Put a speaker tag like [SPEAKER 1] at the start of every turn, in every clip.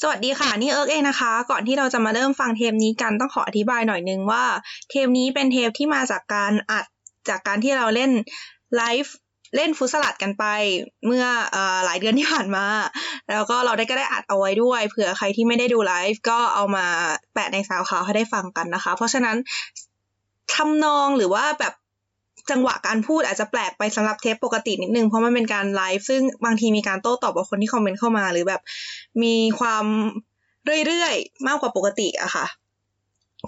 [SPEAKER 1] สวัสดีค่ะ นี่เอิร์กเองนะคะ ก่อนที่เราจะมาเริ่มฟังเทปนี้กันต้องขออธิบายหน่อยนึงว่า เทปนี้เป็นเทปที่มาจากการอัดจากการที่เราเล่นไลฟ์เล่นฟุตสลัดกันไป เมื่อเอ่อหลายเดือนที่ผ่านมา แล้วก็เราได้ก็ได้อัดเอาไว้ด้วย เผื่อใครที่ไม่ได้ดูไลฟ์ก็เอามาแปะในสาวขาวให้ได้ฟังกันนะคะ เพราะฉะนั้นทำนองหรือว่าแบบจังหวะการพูดอาจจะแปลกไปสำหรับเทปปกตินิดนึง เพราะมันเป็นการไลฟ์ซึ่งบางทีมีการโต้ตอบกับคนที่คอมเมนต์เข้ามา หรือแบบมีความเรื่อยๆ มากกว่าปกติอะค่ะ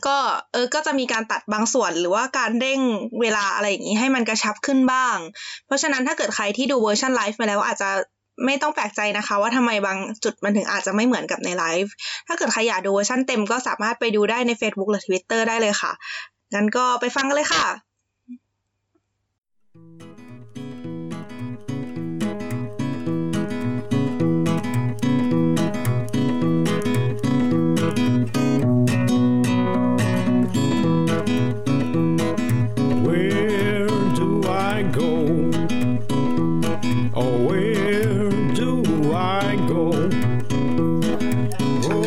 [SPEAKER 1] ก็เออก็จะมีการตัดบางส่วนหรือว่าการเร่งเวลาอะไรอย่างนี้ให้มันกระชับขึ้นบ้าง เพราะฉะนั้นถ้าเกิดใครที่ดูเวอร์ชันไลฟ์มาแล้วอาจจะไม่ต้องแปลกใจนะคะ ว่าทำไมบางจุดมันถึงอาจจะไม่เหมือนกับในไลฟ์ถ้าเกิดใครอยากดูเวอร์ชันเต็มก็สามารถไปดูได้ใน Facebook หรือ Twitter ได้เลยค่ะงั้นก็ไปฟังกันเลยค่ะ
[SPEAKER 2] Where do I go? Oh, where do I go?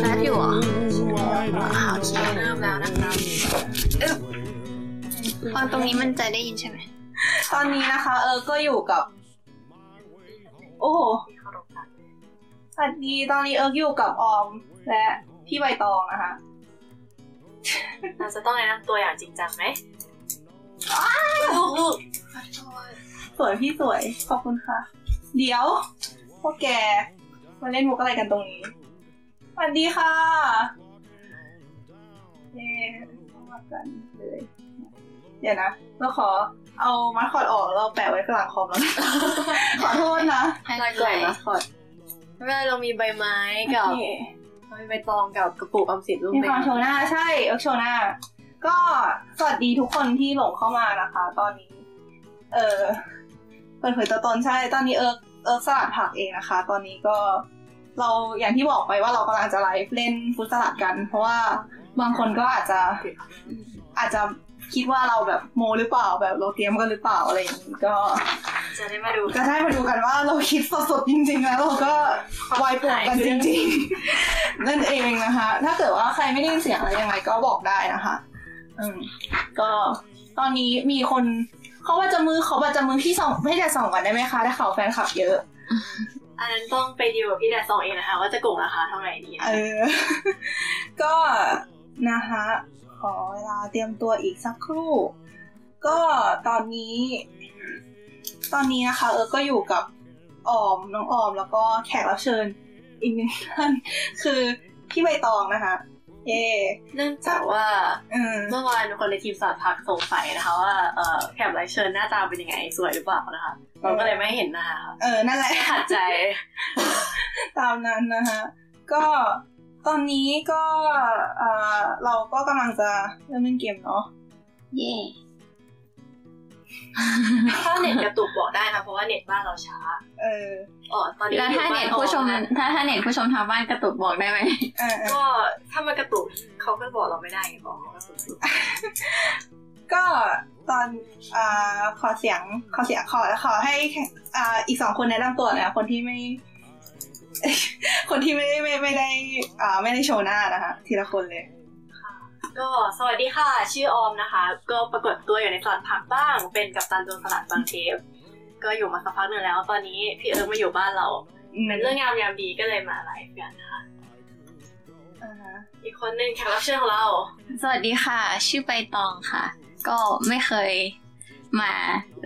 [SPEAKER 3] แมทอยู่เหรอ
[SPEAKER 2] Oh, I
[SPEAKER 3] อ่าโอ
[SPEAKER 2] don't
[SPEAKER 3] เคเริ่มแล้วนะครับอึ๊บฟังตรงนี้มันจะได้ยินใช่ไหม
[SPEAKER 1] ตอนนี้นะคะ เออก็อยู่กับ โอ้โหสวัสดีตอนนี้เอออยู่กับออมและพี่ใบตองนะคะ
[SPEAKER 4] เราจะต้องแนะนำตัวอย่างจริงจังไหม
[SPEAKER 3] ลูกลูก
[SPEAKER 1] สวยพี่สวยขอบคุณค่ะ เดี๋ยวพวกแกมาเล่นมุกอะไรกันตรงนี้สวัสดีค่ะเย้ต้องมากันเลยเดี๋ยวนะเราขอเอามาสคอดออกเราแปะไว้ ข้างหลังคอมแล้วกัน ขอโทษนะ
[SPEAKER 3] ให้ก่อน
[SPEAKER 4] มาสคอตไม่เป็นไรเรามีใบไม้กับ
[SPEAKER 1] นี่
[SPEAKER 4] เรามีใบตองกับกระปุกออมสินรูป
[SPEAKER 1] มี
[SPEAKER 4] หนึ่
[SPEAKER 1] ค
[SPEAKER 4] ง
[SPEAKER 1] วามโชว์หน้าใช่เอิร์กโชว์หน้า ก็สวัสดีทุกคนที่หลงเข้ามานะคะ ตอนนี้ เออเปิดเผยตัวตนใช่ ตอนนี้เอิร์กเอิร์กสลัดผักเองนะคะ ตอนนี้ก็เราอย่างที่บอกไปว่าเรากำลังจะไลฟ์เล่นฟุตสลัดกัน เพราะว่าบางคนก็อาจจะ อาจจะคิดว่าเราแบบโมหรือเปล่าแบบเราเตรียมกันหรือเปล่าอะไรอย่างนี้ก็
[SPEAKER 4] จะได้มาดู
[SPEAKER 1] จะได้มาดูกันว่าเราคิดสดๆจริงๆ แล้วเราก็วายปวดกันจริงๆ นั่นเองนะคะ ถ้าเกิดว่าใครไม่ได้ยินเสียงอะไรยังไงก็บอกได้นะคะ อืมก็ตอนนี้มีคนเขาว่าจะมือเขาว่าจะมือพี่สองให้แต่สองก่อนได้ไหมคะถ้าเขาวแฟนคลับเยอะ
[SPEAKER 4] อันนั้นต้องไปดีลกับพี่แดดสองเองนะคะว่าจะโกงราคาเท่าไหร่ดีนะ
[SPEAKER 1] เออ ก็นะคะขอเวลาเตรียมตัวอีกสักครู่ ก็ตอนนี้ ตอนนี้นะคะ เออก็อยู่กับออมน้องออมแล้วก็แขกรับเชิญอีกหนึ่งท่าน คือพี่ใบตองนะคะ เย่
[SPEAKER 4] เนื่องจากว่า
[SPEAKER 1] เออ
[SPEAKER 4] เมื่อวานคนในทีมสาพักสงสัยนะคะว่าเอ่อแขกรายเชิญหน้าตาเป็นยังไงสวยหรือเปล่านะคะเราก็เลยไม่เห็นหน้าค่ะ
[SPEAKER 1] เออนั่นแหละ
[SPEAKER 4] ขัดใจ
[SPEAKER 1] ตามนั้นนะคะก็ตอนนี้ก็เออเราก็กำลังจะเริ่มเล่นเกมเนาะ
[SPEAKER 3] เย่
[SPEAKER 4] ถ้าเน็ตกระตุกบอกได้นะเพราะว่าเน็ตบ้านเราช้า
[SPEAKER 1] เออ
[SPEAKER 4] อ๋อตอนนี้
[SPEAKER 3] แล้วถ้าเน็ตผู้ชม ถ้าถ้าเน็ตผู้ชมทางบ้านกระตุกบอกได้ไหม
[SPEAKER 1] เออเออ
[SPEAKER 4] ก็ถ้ามันกระตุกเขาก็บอกเราไม่ได้ไงบอกเขากระตุก
[SPEAKER 1] ก็ตอนอาขอเสียงขอเสียงขอขอให้อ่าอีกสองคนแนะนำตัวหนอยนะคนที่ไม่ คนที่ไม่ไม่ไม่ได้อ่าไม่ได้โชว์หน้านะคะ ทีละคนเลย
[SPEAKER 4] ก็สวัสดีค่ะ ชื่อออมนะคะ ก็ปรากฏตัวอยู่ในสลัดผักบ้าง เป็นกัปตันโดนสลัดบางเทปก็อยู่มาสักพักหนึ่งแล้ว ตอนนี้พี่เอิร์กมาอยู่บ้านเราเป็นเรื่องงามยามดีก็เลยมาไลฟ์กันนะคะ
[SPEAKER 1] อ่า ฮะ
[SPEAKER 4] อีกคนหนึ่งแขกรับเชิญของเรา
[SPEAKER 3] สวัสดีค่ะ ชื่อใบตองค่ะ ก็ไม่เคยมา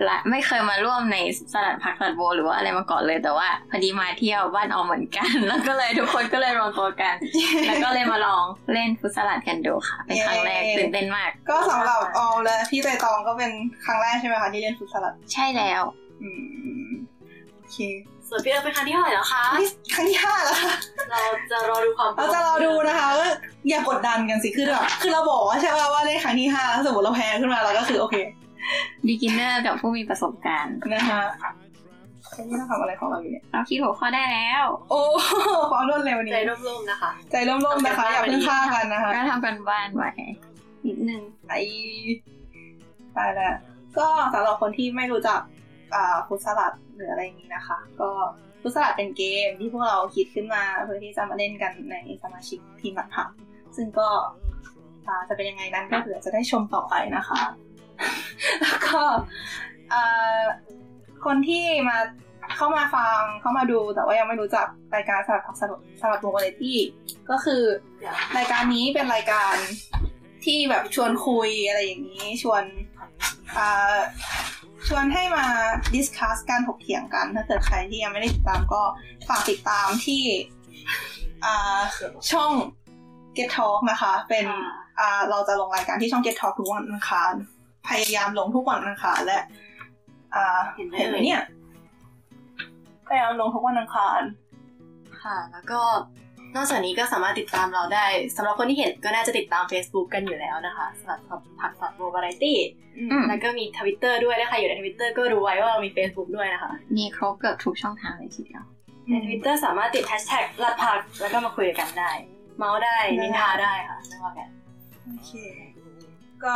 [SPEAKER 3] ละไม่เคยมาร่วมในสลัดผักสลัดโบว์หรือว่าอะไรมาก่อนเลยแต่ว่าพอดีมาเที่ยวบ้านออมเหมือน กัน แล้วก็เลยทุกคนก็เลยรวมตัวกัน แล้วก็เลยมาลองเล่นฟุตสลัดกันดูค่ะ เป็นครั้งแรกตื่นเต้นมาก
[SPEAKER 1] ก็สำห รับออมและพี่ใจตองก็เป็นครั้งแรกใช่ไหมคะที่เล่นฟุตสลัด
[SPEAKER 3] ใช่แล้ว
[SPEAKER 1] อืมโอเค
[SPEAKER 4] ส่วนพี่เอิร์กเป็นครั้งที่เท่าไหร่แล้วคะ
[SPEAKER 1] นี่ครั้งที่ห้าแล้วค่ะ
[SPEAKER 4] เราจะรอดูความ
[SPEAKER 1] เราจะรอดูนะคะว่าอย่ากดดันกันสิคือแบบคือเราบอกว่าใช่ป่ะว่าเล่นครั้งที่ห้าแล้วสมมติเราแพ้ขึ้นมาเราก็คือโอเค
[SPEAKER 3] beginner กับผู้มีประสบการณ์
[SPEAKER 1] นะคะไอ้นี่เราทำอะไรของเราอยู่เนี่ย
[SPEAKER 3] เราคิดหัวข้อได้แล้ว
[SPEAKER 1] โอ้ ความรวดเร็วนี้
[SPEAKER 4] ใจร่มๆนะคะ
[SPEAKER 1] ใจร่มๆนะคะ อย่าเพิ่งฆ่ากันนะคะ
[SPEAKER 3] ก็ทำกันบ้านไว้นิดนึง
[SPEAKER 1] ไอตายแล้วก็สำหรับคนที่ไม่รู้จักอ่าฟุตสลัดหรืออะไรอย่างนี้นะคะ ก็ ฟุตสลัดเป็นเกมที่พวกเราคิดขึ้นมาเพื่อที่จะมาเล่นกันในสมาชิกทีมหลักผักซึ่งก็อ่าจะเป็นยังไงนั้นก็เผื่อจะได้ชมต่อไปนะคะ แล้วก็เอ่อคนที่มาเข้ามาฟังเข้ามาดูแต่ว่ายังไม่รู้จักรายการสลัดผักสลัดสลัดโมเลตี้ก็คือ
[SPEAKER 4] เดี๋ยว
[SPEAKER 1] รายการนี้เป็นรายการที่แบบชวนคุยอะไรอย่างนี้ ชวนอ่าชวนให้มาดิสคัสการถกเถียงกัน ถ้าเกิดใครที่ยังไม่ได้ติดตามก็ฝากติดตามที่อ่าช่อง Get Talk นะคะ เป็นอ่าเราจะลงรายการที่ช่อง Get Talk ทุกวันอังคารพยายามลงทุกวันอังคารและอ่าเห็นไหมเนี่ยพยายามลงทุกวันอังคาร
[SPEAKER 4] ค่ะ แล้วก็นอกจากนี้ก็สามารถติดตามเราได้สำหรับคนที่เห็นก็น่าจะติดตาม Facebook กันอยู่แล้วนะคะสลัดผักสลัดโบบารตี้
[SPEAKER 1] อืม
[SPEAKER 4] แล้วก็มีทวิตเตอร์ด้วยนะคะอยู่ในทวิตเตอร์ก็รู้ไว้ว่าเรามี Facebook ด้วยนะคะ
[SPEAKER 1] มีครบเกือบทุกช่องทางเลยทีเดียว
[SPEAKER 4] ในทวิตเตอร์สามารถติดแฮชแท็กลัดผักแล้วก็มาคุยกันได้ เมาส์ได้นินทาได้ค่ะไม่ว่ากัน
[SPEAKER 1] โอเค ก็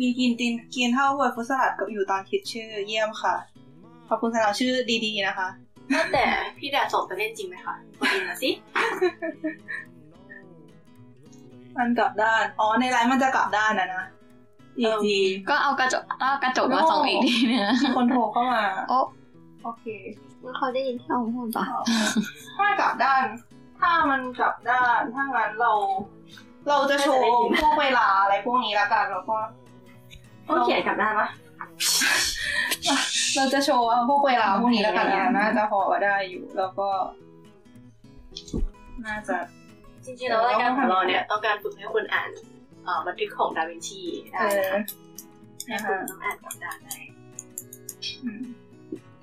[SPEAKER 1] มีกินตินกินข้าวหัวฟุตสลัดกับอยู่ตอนคิดชื่อเยี่ยมค่ะ ขอบคุณสำหรับชื่อดีๆนะคะ
[SPEAKER 4] ว่าแต่พี่แดดส่งไปเล่นจริงไหมคะจริงนะสิ
[SPEAKER 1] มันกลับด้าน อ๋อ ในไลน์มันจะกลับด้านนะนะดี
[SPEAKER 4] เออ
[SPEAKER 1] ดี
[SPEAKER 3] ก็เอากระจกเอากระจกมาส่องอีกทีนึง
[SPEAKER 1] มีคนโทรเข้ามา
[SPEAKER 3] โอ๊ะ
[SPEAKER 1] โอเค
[SPEAKER 3] แล้วเขาได้ยินที่เราพูดป่ะ
[SPEAKER 1] ถ้ากลับด้าน ถ้ามันกลับด้าน ถ้างั้นเรา เราจะโชว์พวกเวลาอะไรพวกนี้ละกันแล้วก็
[SPEAKER 4] ต้องเขียนกลับหน้าปะ
[SPEAKER 1] เราจะโชว์พวกเวลาพวกนี้แล้วกันนะน่าจะพอได้อยู่แล้วก็ น่าจะ
[SPEAKER 4] จริงๆแล้วรายการของเราเนี่ยต้องการฝึกให้คนอ่านเอ่อบันทึกของดาวินชี
[SPEAKER 1] เอ
[SPEAKER 4] ได้
[SPEAKER 1] อ
[SPEAKER 4] นะคะ
[SPEAKER 1] นะคะ
[SPEAKER 4] ให้คุณต้องอ่านกลับด้านได้
[SPEAKER 1] อืม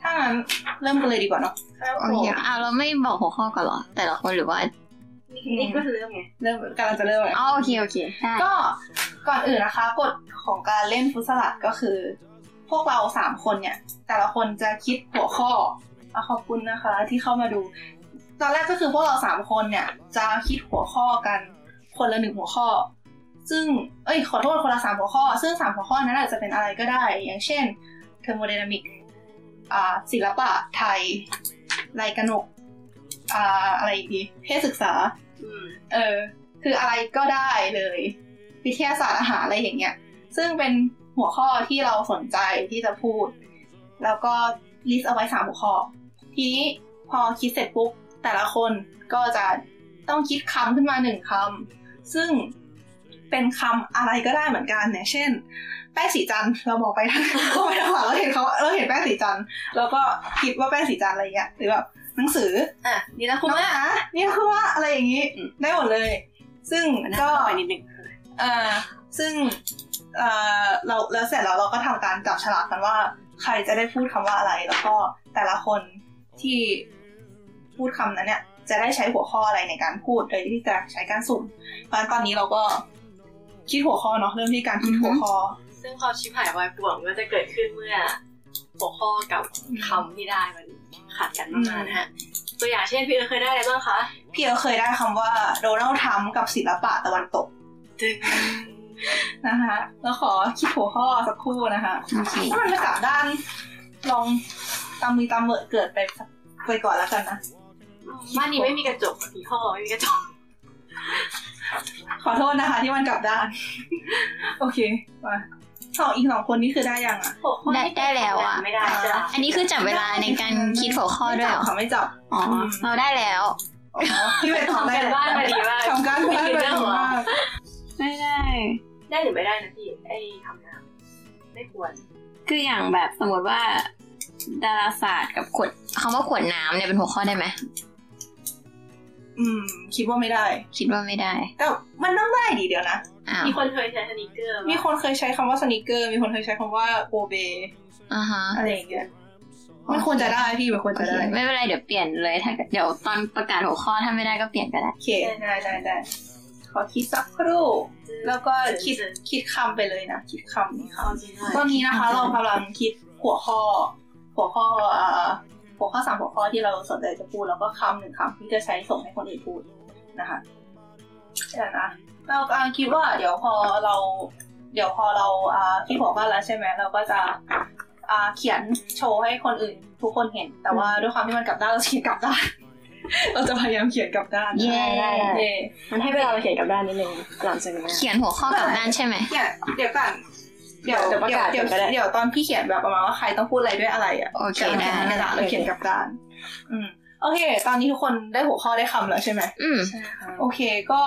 [SPEAKER 1] ถ้างั้นเริ่มกันเลยดีกว่าเนาะ
[SPEAKER 3] โอเคอ้าวเราไม่บอกหัวข้อก่อนเหรอ แต่ละคนหรือว่า
[SPEAKER 4] นี่ก็เริ่มไง
[SPEAKER 1] เริ่มกำลังจะเริ่มเลย
[SPEAKER 3] อ๋อโอเคโอเคได้
[SPEAKER 1] ก็ก่อนอื่นนะคะกฎของการเล่นฟุตสลัดก็คือ พวกเราสามคนเนี่ย แต่ละคนจะคิดหัวข้ออ่ะขอบคุณนะคะ ที่เข้ามาดู ตอนแรกก็คือพวกเราสามคนเนี่ย จะคิดหัวข้อกันคนละหนึ่งหัวข้อ ซึ่ง เอ้ย ขอโทษคนละสามหัวข้อ ซึ่งสามหัวข้อนั้นอาจจะเป็นอะไรก็ได้ อย่างเช่น เทอร์โมไดนามิก อ่า ศิลปะไทยลายกระหนก อ่า อะไรอีกดีเพศศึกษา
[SPEAKER 4] อืม
[SPEAKER 1] เออ คืออะไรก็ได้เลย วิทยาศาสตร์อาหารอะไรอย่างเงี้ย ซึ่งเป็นหัวข้อที่เราสนใจที่จะพูด แล้วก็ลิสต์เอาไว้สามหัวข้อ ทีนี้พอคิดเสร็จปุ๊บ แต่ละคนก็จะต้องคิดคำขึ้นมาหนึ่งคำ ซึ่งเป็นคำอะไรก็ได้เหมือนกันเนี่ย เช่น แป้งสีจันทร์เราบอกไปทางก็ไปทางหลังเราเห็นเขาเราเห็นแป้งสีจันทร์เราก็คิดว่าแป้งสีจันทร์อะไรอย่างเงี้ย หรือแบบหนังสือ
[SPEAKER 4] อ่ะนี่นะคุณ
[SPEAKER 1] น้อง
[SPEAKER 4] แม่
[SPEAKER 1] หมานี่คือว่าอะไรอย่างนี้ ได้หมดเลย ซึ่ง
[SPEAKER 4] ก็
[SPEAKER 1] ก็
[SPEAKER 4] ไปนิดนึง
[SPEAKER 1] เออซึ่งเออเราแล้วเสร็จแล้วเราก็ทำการจับฉลากกันว่า ใครจะได้พูดคำว่าอะไร แล้วก็แต่ละคนที่พูดคำนั้นเนี่ย จะได้ใช้หัวข้ออะไรในการพูดโดยที่จะใช้การสุ่ม เพราะฉะนั้นตอนนี้เราก็คิดหัวข้อเนาะเริ่มที่การคิดหัวข้อ
[SPEAKER 4] ซึ่งความชิบหายวายป่วงก็จะเกิดขึ้นเมื่อหัวข้อกับคำที่ได้มันขัดกันมากๆนะฮะตัวอย่างเช่นพี่เอิร์ธเคยได้อะไรบ้างคะ
[SPEAKER 1] พี่เอ๋เคยได้คำว่าโดนัลด์ทรัมป์กับศิลปะตะวันตก
[SPEAKER 4] ดึง
[SPEAKER 1] นะคะแล้วขอคิดหัวข้อสักครู่นะคะ
[SPEAKER 3] โอเค
[SPEAKER 1] ถ้ามันจะกลับด้านลองตามมือตามเหมอเกิดไปสักไปก่อนแล้วกันนะ
[SPEAKER 4] บ้านนี้ไม่มีกระจกผีห้อไม่มีกระจก
[SPEAKER 1] ขอโทษนะคะ ที่มันกลับด้าน โอเคมาสองอีกสองคนนี่คือได้ยังอ่ะ
[SPEAKER 3] ได้ได้แล้วอ่ะ
[SPEAKER 4] ไม่ได้จ้ะ
[SPEAKER 3] อันนี้คือจับเวลาในการคิดหัวข้อ
[SPEAKER 1] ไม่
[SPEAKER 3] ด้วย
[SPEAKER 1] จับ
[SPEAKER 3] เหรอ
[SPEAKER 1] ค่ะไม่จับ
[SPEAKER 3] อ๋อเราได้แล้ว
[SPEAKER 1] อ๋อพี่เป็นทำได้
[SPEAKER 4] เป็
[SPEAKER 1] แล้
[SPEAKER 4] น
[SPEAKER 1] ว
[SPEAKER 4] บ้านมาดีมาก
[SPEAKER 1] ทำการบ้านไปดีมาก
[SPEAKER 3] ไม่ได้
[SPEAKER 4] ได้หรือไม่ได้นะพี่ ไอ้คำนามไม่ควร
[SPEAKER 3] คืออย่างแบบสมมติว่าดาราศาสตร์กับขวดคำว่าขวดน้ำเนี่ยเป็นหัวข้อได้ไหม
[SPEAKER 1] อืม คิดว่าไม่ได้
[SPEAKER 3] คิดว่าไม่ได้
[SPEAKER 1] แต่มันต้องได้ดีเดี๋ยวนะ
[SPEAKER 3] อ้าว
[SPEAKER 4] มีคนเคยใช้สนิเกอร์ปะ
[SPEAKER 1] มีคนเคยใช้คำว่าสนิเกอร์ มีคนเคยใช้คำว่าโกเบ
[SPEAKER 3] อ่าฮะ
[SPEAKER 1] อะไรอย่างเงี้ยมันควรจะได้พี่มันควร
[SPEAKER 3] โอ
[SPEAKER 1] จะ
[SPEAKER 3] เค
[SPEAKER 1] ได้
[SPEAKER 3] ไม่เป็นไรเดี๋ยวเปลี่ยนเลยถ้าเดี๋ยวตอนประกาศหัวข้อถ้าไม่ได้ก็เปลี่ยนก็ได้
[SPEAKER 1] โอเคได้ได้ได้ขอคิดสักครู่ แล้วก็คิดคิดคำไปเลยนะ คิดคำนี่ค่ะ
[SPEAKER 4] เอาจริงด้วย
[SPEAKER 1] ตอนนี้นะคะเรากำลังคิดหัวข้อ หัวข้อเอ่อหัวข้อสามหัวข้อที่เราสนใจจะพูดแล้วก็คำหนึ่งคำที่จะใช้ส่งให้คนอื่นพูดนะคะเดี๋ยวนะเรากำลังคิดว่าเดี๋ยวพอเรา เดี๋ยวพอเราอ่าคิดหัวข้อแล้วใช่ไหมเราก็จะ อ่าเขียนโชว์ให้คนอื่น ทุกคนเห็น แต่ว่าด้วยความที่มันกลับด้านเราจะเขียนกลับด้าน เราจะพยายามเขียนกลับด้าน
[SPEAKER 3] เย้
[SPEAKER 1] เย้
[SPEAKER 4] มันให้เวลาเราเขียนกลับด้านนิดนึงหลังจากนี้
[SPEAKER 3] เขียนหัวข้อกลับด้านใช่ไหม
[SPEAKER 1] เดี๋ยวเดี๋ยวก่อนเดี๋ยว
[SPEAKER 4] เดี๋ยวประกาศ
[SPEAKER 1] เดี๋ยว
[SPEAKER 4] ก่อนก็ได้
[SPEAKER 1] เดี๋ยวตอนพี่เขียนแบบประมาณว่าใครต้องพูดอะไรด้วยอะไรอ่ะ
[SPEAKER 3] โอเค
[SPEAKER 1] เขียน
[SPEAKER 3] ได้
[SPEAKER 1] ในกระดาษแล้วเขียนกลับด้าน อืมโอเค ตอนนี้ทุกคนได้หัวข้อได้คำแล้วใช่ไหม
[SPEAKER 3] อืม
[SPEAKER 1] โอเคก็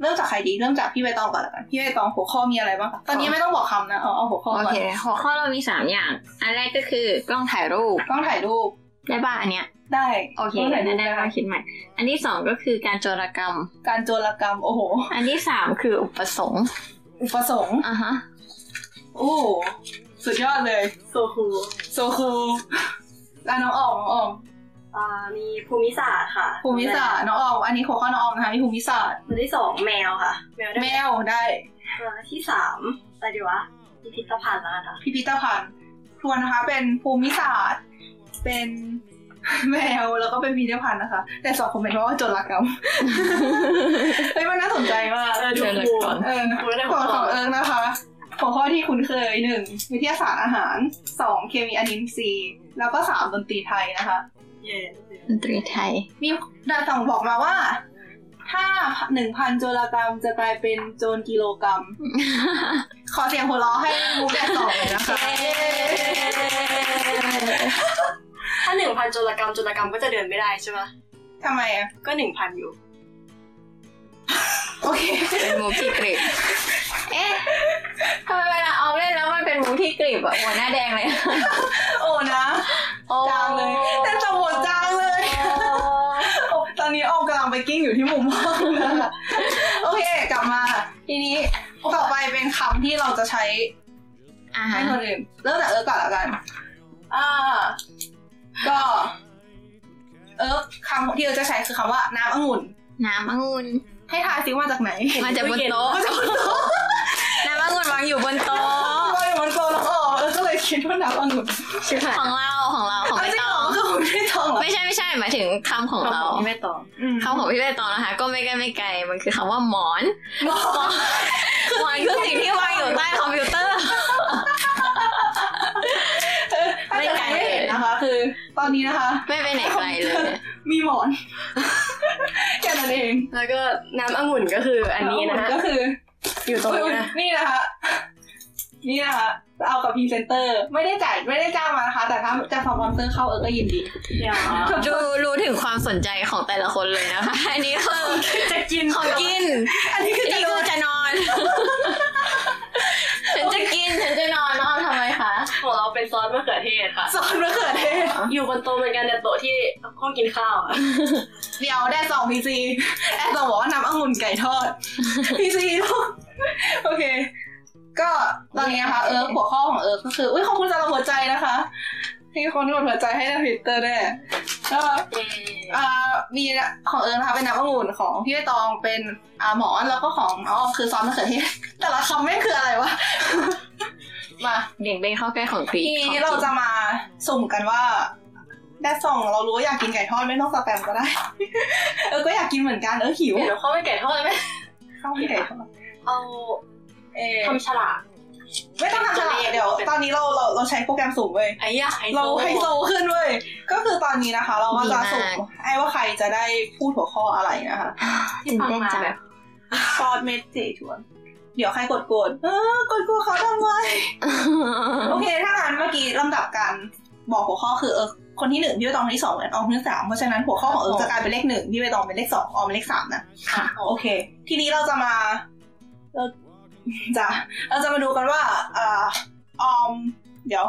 [SPEAKER 1] เริ่มจากใครดีเริ่มจากพี่ใบตองก่อนละกันพี่ใบตองหัวข้อมีอะไรบ้างคะตอนนี้ไม่ต้องบอกคำนะเอาเอาหัวข้อ
[SPEAKER 3] โอ
[SPEAKER 1] ก่อน
[SPEAKER 3] เค หัวข้อเรามี 3 อย่าง อันแรกก็คือกล้องถ่ายรูป
[SPEAKER 1] กล้องถ่ายรูป
[SPEAKER 3] ได้ป่ะอันเนี้ย
[SPEAKER 1] ได้
[SPEAKER 3] โอเค
[SPEAKER 1] กล้งถ่ายรู
[SPEAKER 3] ได้
[SPEAKER 1] ป
[SPEAKER 3] ได้
[SPEAKER 1] ได้
[SPEAKER 3] ได้คิดใหม่ อันที่สองก็คือการโจรกรรม
[SPEAKER 1] การโจรกรรมโอ้โห
[SPEAKER 3] อันที่สามคืออุปสงค์
[SPEAKER 1] อุปสงค์
[SPEAKER 3] อ่ะฮะ
[SPEAKER 1] โอ้โหสุดยอดเลย
[SPEAKER 4] โซคู
[SPEAKER 1] โซคูอ่ะน้องออมน้องออม
[SPEAKER 4] อ่ามีภูมิศาสตร์ค่ะ
[SPEAKER 1] ภูมิศาสตร์น้องออมอันนี้หัวข้อน้องออมนะคะมีภูมิศาสตร์
[SPEAKER 4] อันที่สองแมวค่ะ แมวได้
[SPEAKER 1] แมวได้
[SPEAKER 4] เออที่สามอะไรดีวะพิพิธภัณฑ์แล้วกันค่ะ
[SPEAKER 1] พิพิธภัณฑ์ทวนนะคะ เป็นภูมิศาสตร์ เป็น แมวแล้วก็เป็นพิพิธภัณฑ์นะคะ แต่สองคนเป็นเพราะว่าโจรกร รม เฮ้ยมันน่าสนใจมาก
[SPEAKER 4] เออดู
[SPEAKER 3] เชิญเลย
[SPEAKER 4] คู
[SPEAKER 3] ก่อน
[SPEAKER 1] เออ
[SPEAKER 4] คูได้
[SPEAKER 1] ข
[SPEAKER 4] หั
[SPEAKER 1] อ
[SPEAKER 4] ว
[SPEAKER 1] งข
[SPEAKER 4] ข้อ
[SPEAKER 1] องเอิงนะคะหัวข้อที่คุ้นเคยหนึ่งวิทยาศาสตร์อาหารสองเคมีอนิมซี แล้วก็สามดนตรีไทยนะคะ
[SPEAKER 4] เย้
[SPEAKER 3] ดนตรีไทย
[SPEAKER 1] มีดาวต่องบอกมาว่า ถ้าหนึ่งพันโจรกรรมจะกลายเป็นโจรกิโลกร รมัม ขอเสียงหัวเราะให้มูแดดสองเลยนะคะ
[SPEAKER 4] ถ้าหนึ่งพันโจรกรรมโจรกรรมก็จะเดินไม่ได้ใช่ปะ
[SPEAKER 1] ทำไมอ่ะ
[SPEAKER 4] ก็หนึ่งพันอยู่
[SPEAKER 1] โอเค
[SPEAKER 3] เป็นมูฟที่กริบ เอ๊ะทำไมเวลาเอาเล่นแล้วมันเป็นมูฟที่กริบอะหัวหน้าแดงเลยอะ
[SPEAKER 1] โอ้นะ
[SPEAKER 3] โอ้
[SPEAKER 1] จางเลยแต่สมหัวจางเลย โอ้ตอนนี้ออกกำลังไปกิ้งอยู่ที่มุมห้องนะคะโอเค กลับมา ทีนี้ต่อไปเป็นคำที่เราจะใช้
[SPEAKER 3] อ่าฮะ
[SPEAKER 1] ให้คนอื่นเริ่มจากเอิร์กก่อนละกัน อ่า ก็ เอิร์กคำที่เราจะใช้คือคำว่าน้ำองุ่น
[SPEAKER 3] น้ำองุ่น
[SPEAKER 1] ให้ทายซิว่าจากไหน
[SPEAKER 3] มาจากบนโต๊ะ
[SPEAKER 1] มาจากบนโต๊ะ
[SPEAKER 3] น้ำองุ่นวางอยู่บนโต๊ะ
[SPEAKER 1] เราอยู่บนโต๊ะแล้วก็เอิร์กก็เลยคิดว่าน้ำองุ่น
[SPEAKER 3] ชิบหายของเราของเราของ
[SPEAKER 1] เอา
[SPEAKER 3] ใบ
[SPEAKER 1] จริง
[SPEAKER 3] ต
[SPEAKER 1] เหร
[SPEAKER 3] อ
[SPEAKER 1] อง คือคุณไม่ตองเหรอ
[SPEAKER 3] ไม่ใช่ไม่ใช่หมายถึงคำของเรา
[SPEAKER 4] ที่ไม่ตอบ
[SPEAKER 1] อืม
[SPEAKER 3] คำของพี่ใบตองนะคะ ก็ไม่ใกล้ไม่ไกลมันคือคำว่าหมอน
[SPEAKER 1] หมอ
[SPEAKER 3] หมอนคือสิ่งที่วางอยู่ใต้คอมพิวเตอร์
[SPEAKER 1] ถ้าเกิดใครไม่เห็นนะคะ คือ ตอนนี้นะคะ
[SPEAKER 3] ไม่ไปไหนไกลเลย
[SPEAKER 1] มีหมอน แค่นั้นเอง
[SPEAKER 4] แล้วก็น้ำองุ่นก็คืออันนี้นะ
[SPEAKER 1] แล้ว
[SPEAKER 4] ฮะ
[SPEAKER 1] ก็คือ
[SPEAKER 4] อยู่ตรงนี้นะ
[SPEAKER 1] นี่นะคะ นี่นะคะ เอากับพรีเซนเตอร์ ไม่ได้จ่ายไม่ได้จ้างมานะคะ แต่ถ้าจะสปอนเซอร์เข้าเออก็ยินดี
[SPEAKER 4] เดี๋ยว
[SPEAKER 3] ดูรู้ถึงความสนใจของแต่ละคนเลยนะคะ อันนี้คือ
[SPEAKER 4] จะกิน
[SPEAKER 3] ของกิน
[SPEAKER 1] อันนี้คือ
[SPEAKER 3] อัน
[SPEAKER 1] จะ
[SPEAKER 3] นี้
[SPEAKER 1] โด
[SPEAKER 3] คื
[SPEAKER 1] น
[SPEAKER 3] อจะนอน ฉันจะกิน ฉันจะนอนนอนทำไมคะ
[SPEAKER 4] ของเราเป็นซอสมะเขือเทศค่ะ
[SPEAKER 1] สอนมะเขือเทศ
[SPEAKER 4] อยู่บนโต๊ะเหมือนกันแต่โต๊ะที่ห้องกินข้าวอะ
[SPEAKER 1] เดี๋ยวได้สองพีซีแอดสองบอกว่าน้ำองุ่นไก่ทอดพีซีลูกโอเค ก็ตอนนี้นะคะ เออหัวข้อของเออก็คือ อุ้ยขอบคุณสำหรับหัวใจนะคะที่คนกดหัวใจให้ในทวิตเตอร์แน่ก็
[SPEAKER 4] เย้
[SPEAKER 1] อ่ามีของเอิญนะคะเป็นน้ำองุ่นของพี่ใบตองเป็นอ่าหมอนแล้วก็ของน้องออมคือซอสมะเขือเทศ แต่ละคำไม่งคืออะไรว ะ มา
[SPEAKER 3] เบี่ยงเบนเข้าใกล้ของกรีก
[SPEAKER 1] ที
[SPEAKER 3] ของ
[SPEAKER 1] นี้
[SPEAKER 3] กิน
[SPEAKER 1] เราจะมาสุ่มกันว่าแดดส่องเรารู้ว่าอยากกินไก่ทอดไม่ต้องสแปมก็ได้ เออก็อยากกินเหมือนกันเออหิว
[SPEAKER 4] เดี๋ยวเข้าไปไก่ทอดไหม
[SPEAKER 1] ข้าวมันไก่ทอด
[SPEAKER 4] เอา
[SPEAKER 1] เออ
[SPEAKER 4] ทำฉลาก
[SPEAKER 1] ไม่ต้องทำฉลากเดี๋ยว ตอนนี้เราเราเราใช้โปรแกรมสุ่มเว้ย
[SPEAKER 4] ไอ้ยะไฮโซ
[SPEAKER 1] เราไฮโซขึ้นเว้ยก็คือตอนนี้นะคะ เราก็จะสุ่มให้ว่าใครจะได้พูดหัวข้ออะไรนะคะ
[SPEAKER 3] ตื่นเต้นจัง
[SPEAKER 1] ซอสเม็ดเจชวน เดี๋ยวใครกดกดเออกดกดเขาทำไมโอเค ถ้างั้นเมื่อกี้ลำดับการบอกหัวข้อคือเออคนที่หนึ่งพี่ใบตองคนที่สองเป็นออมคนที่สามเพราะฉะนั้นหัวข้อของเออจะกลายเป็นเลขหนึ่งพี่ใบตองเป็นเลขสองออมเป็นเลขสามนะ
[SPEAKER 3] ค่ะ
[SPEAKER 1] โอเค ทีนี้เราจะมาเราจะเราจะมาดูกันว่าเอ่อออม เดี๋ยว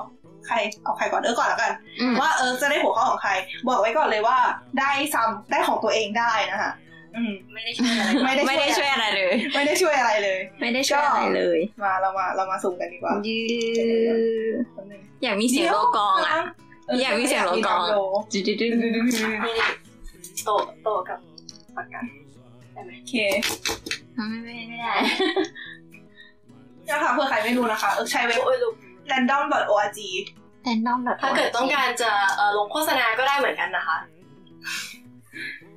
[SPEAKER 1] ใครเอาใครก่อนเออก่อนแล้วกัน
[SPEAKER 3] อืม
[SPEAKER 1] ว่าเออจะได้หัวข้อของใคร บอกไว้ก่อนเลยว่าได้ซ้ำได้ของตัวเองได้นะคะอืม
[SPEAKER 4] ไม่ได้ช่วยอะไร
[SPEAKER 1] ไม่ได้
[SPEAKER 3] ไม่ได้ช่วยอะไรเลย
[SPEAKER 1] ไม่ได้ช่วยอะไรเลย
[SPEAKER 3] ไม่ได้ช่วยอะไรเลย
[SPEAKER 1] มาเรามาเรามาสุ่มกันดีกว่า
[SPEAKER 3] ยืออยากมีเสียงโลกองอ่ะ อยากมีเสียงโลกอง จุดๆๆ
[SPEAKER 4] ไม่ได้โตะโตะกับปากกา
[SPEAKER 1] โอเค
[SPEAKER 3] ไม่ไม่ไม่ได้
[SPEAKER 1] นะคะเพื่อใครไม่รู้นะคะ เออใช้เว็บ
[SPEAKER 4] โอ้ยลูก
[SPEAKER 1] random.org
[SPEAKER 3] แรนดอมแบบ
[SPEAKER 4] ถ้าเกิดต้องการจะเอ่อลงโฆษณาก็ได้เหมือนกันนะคะ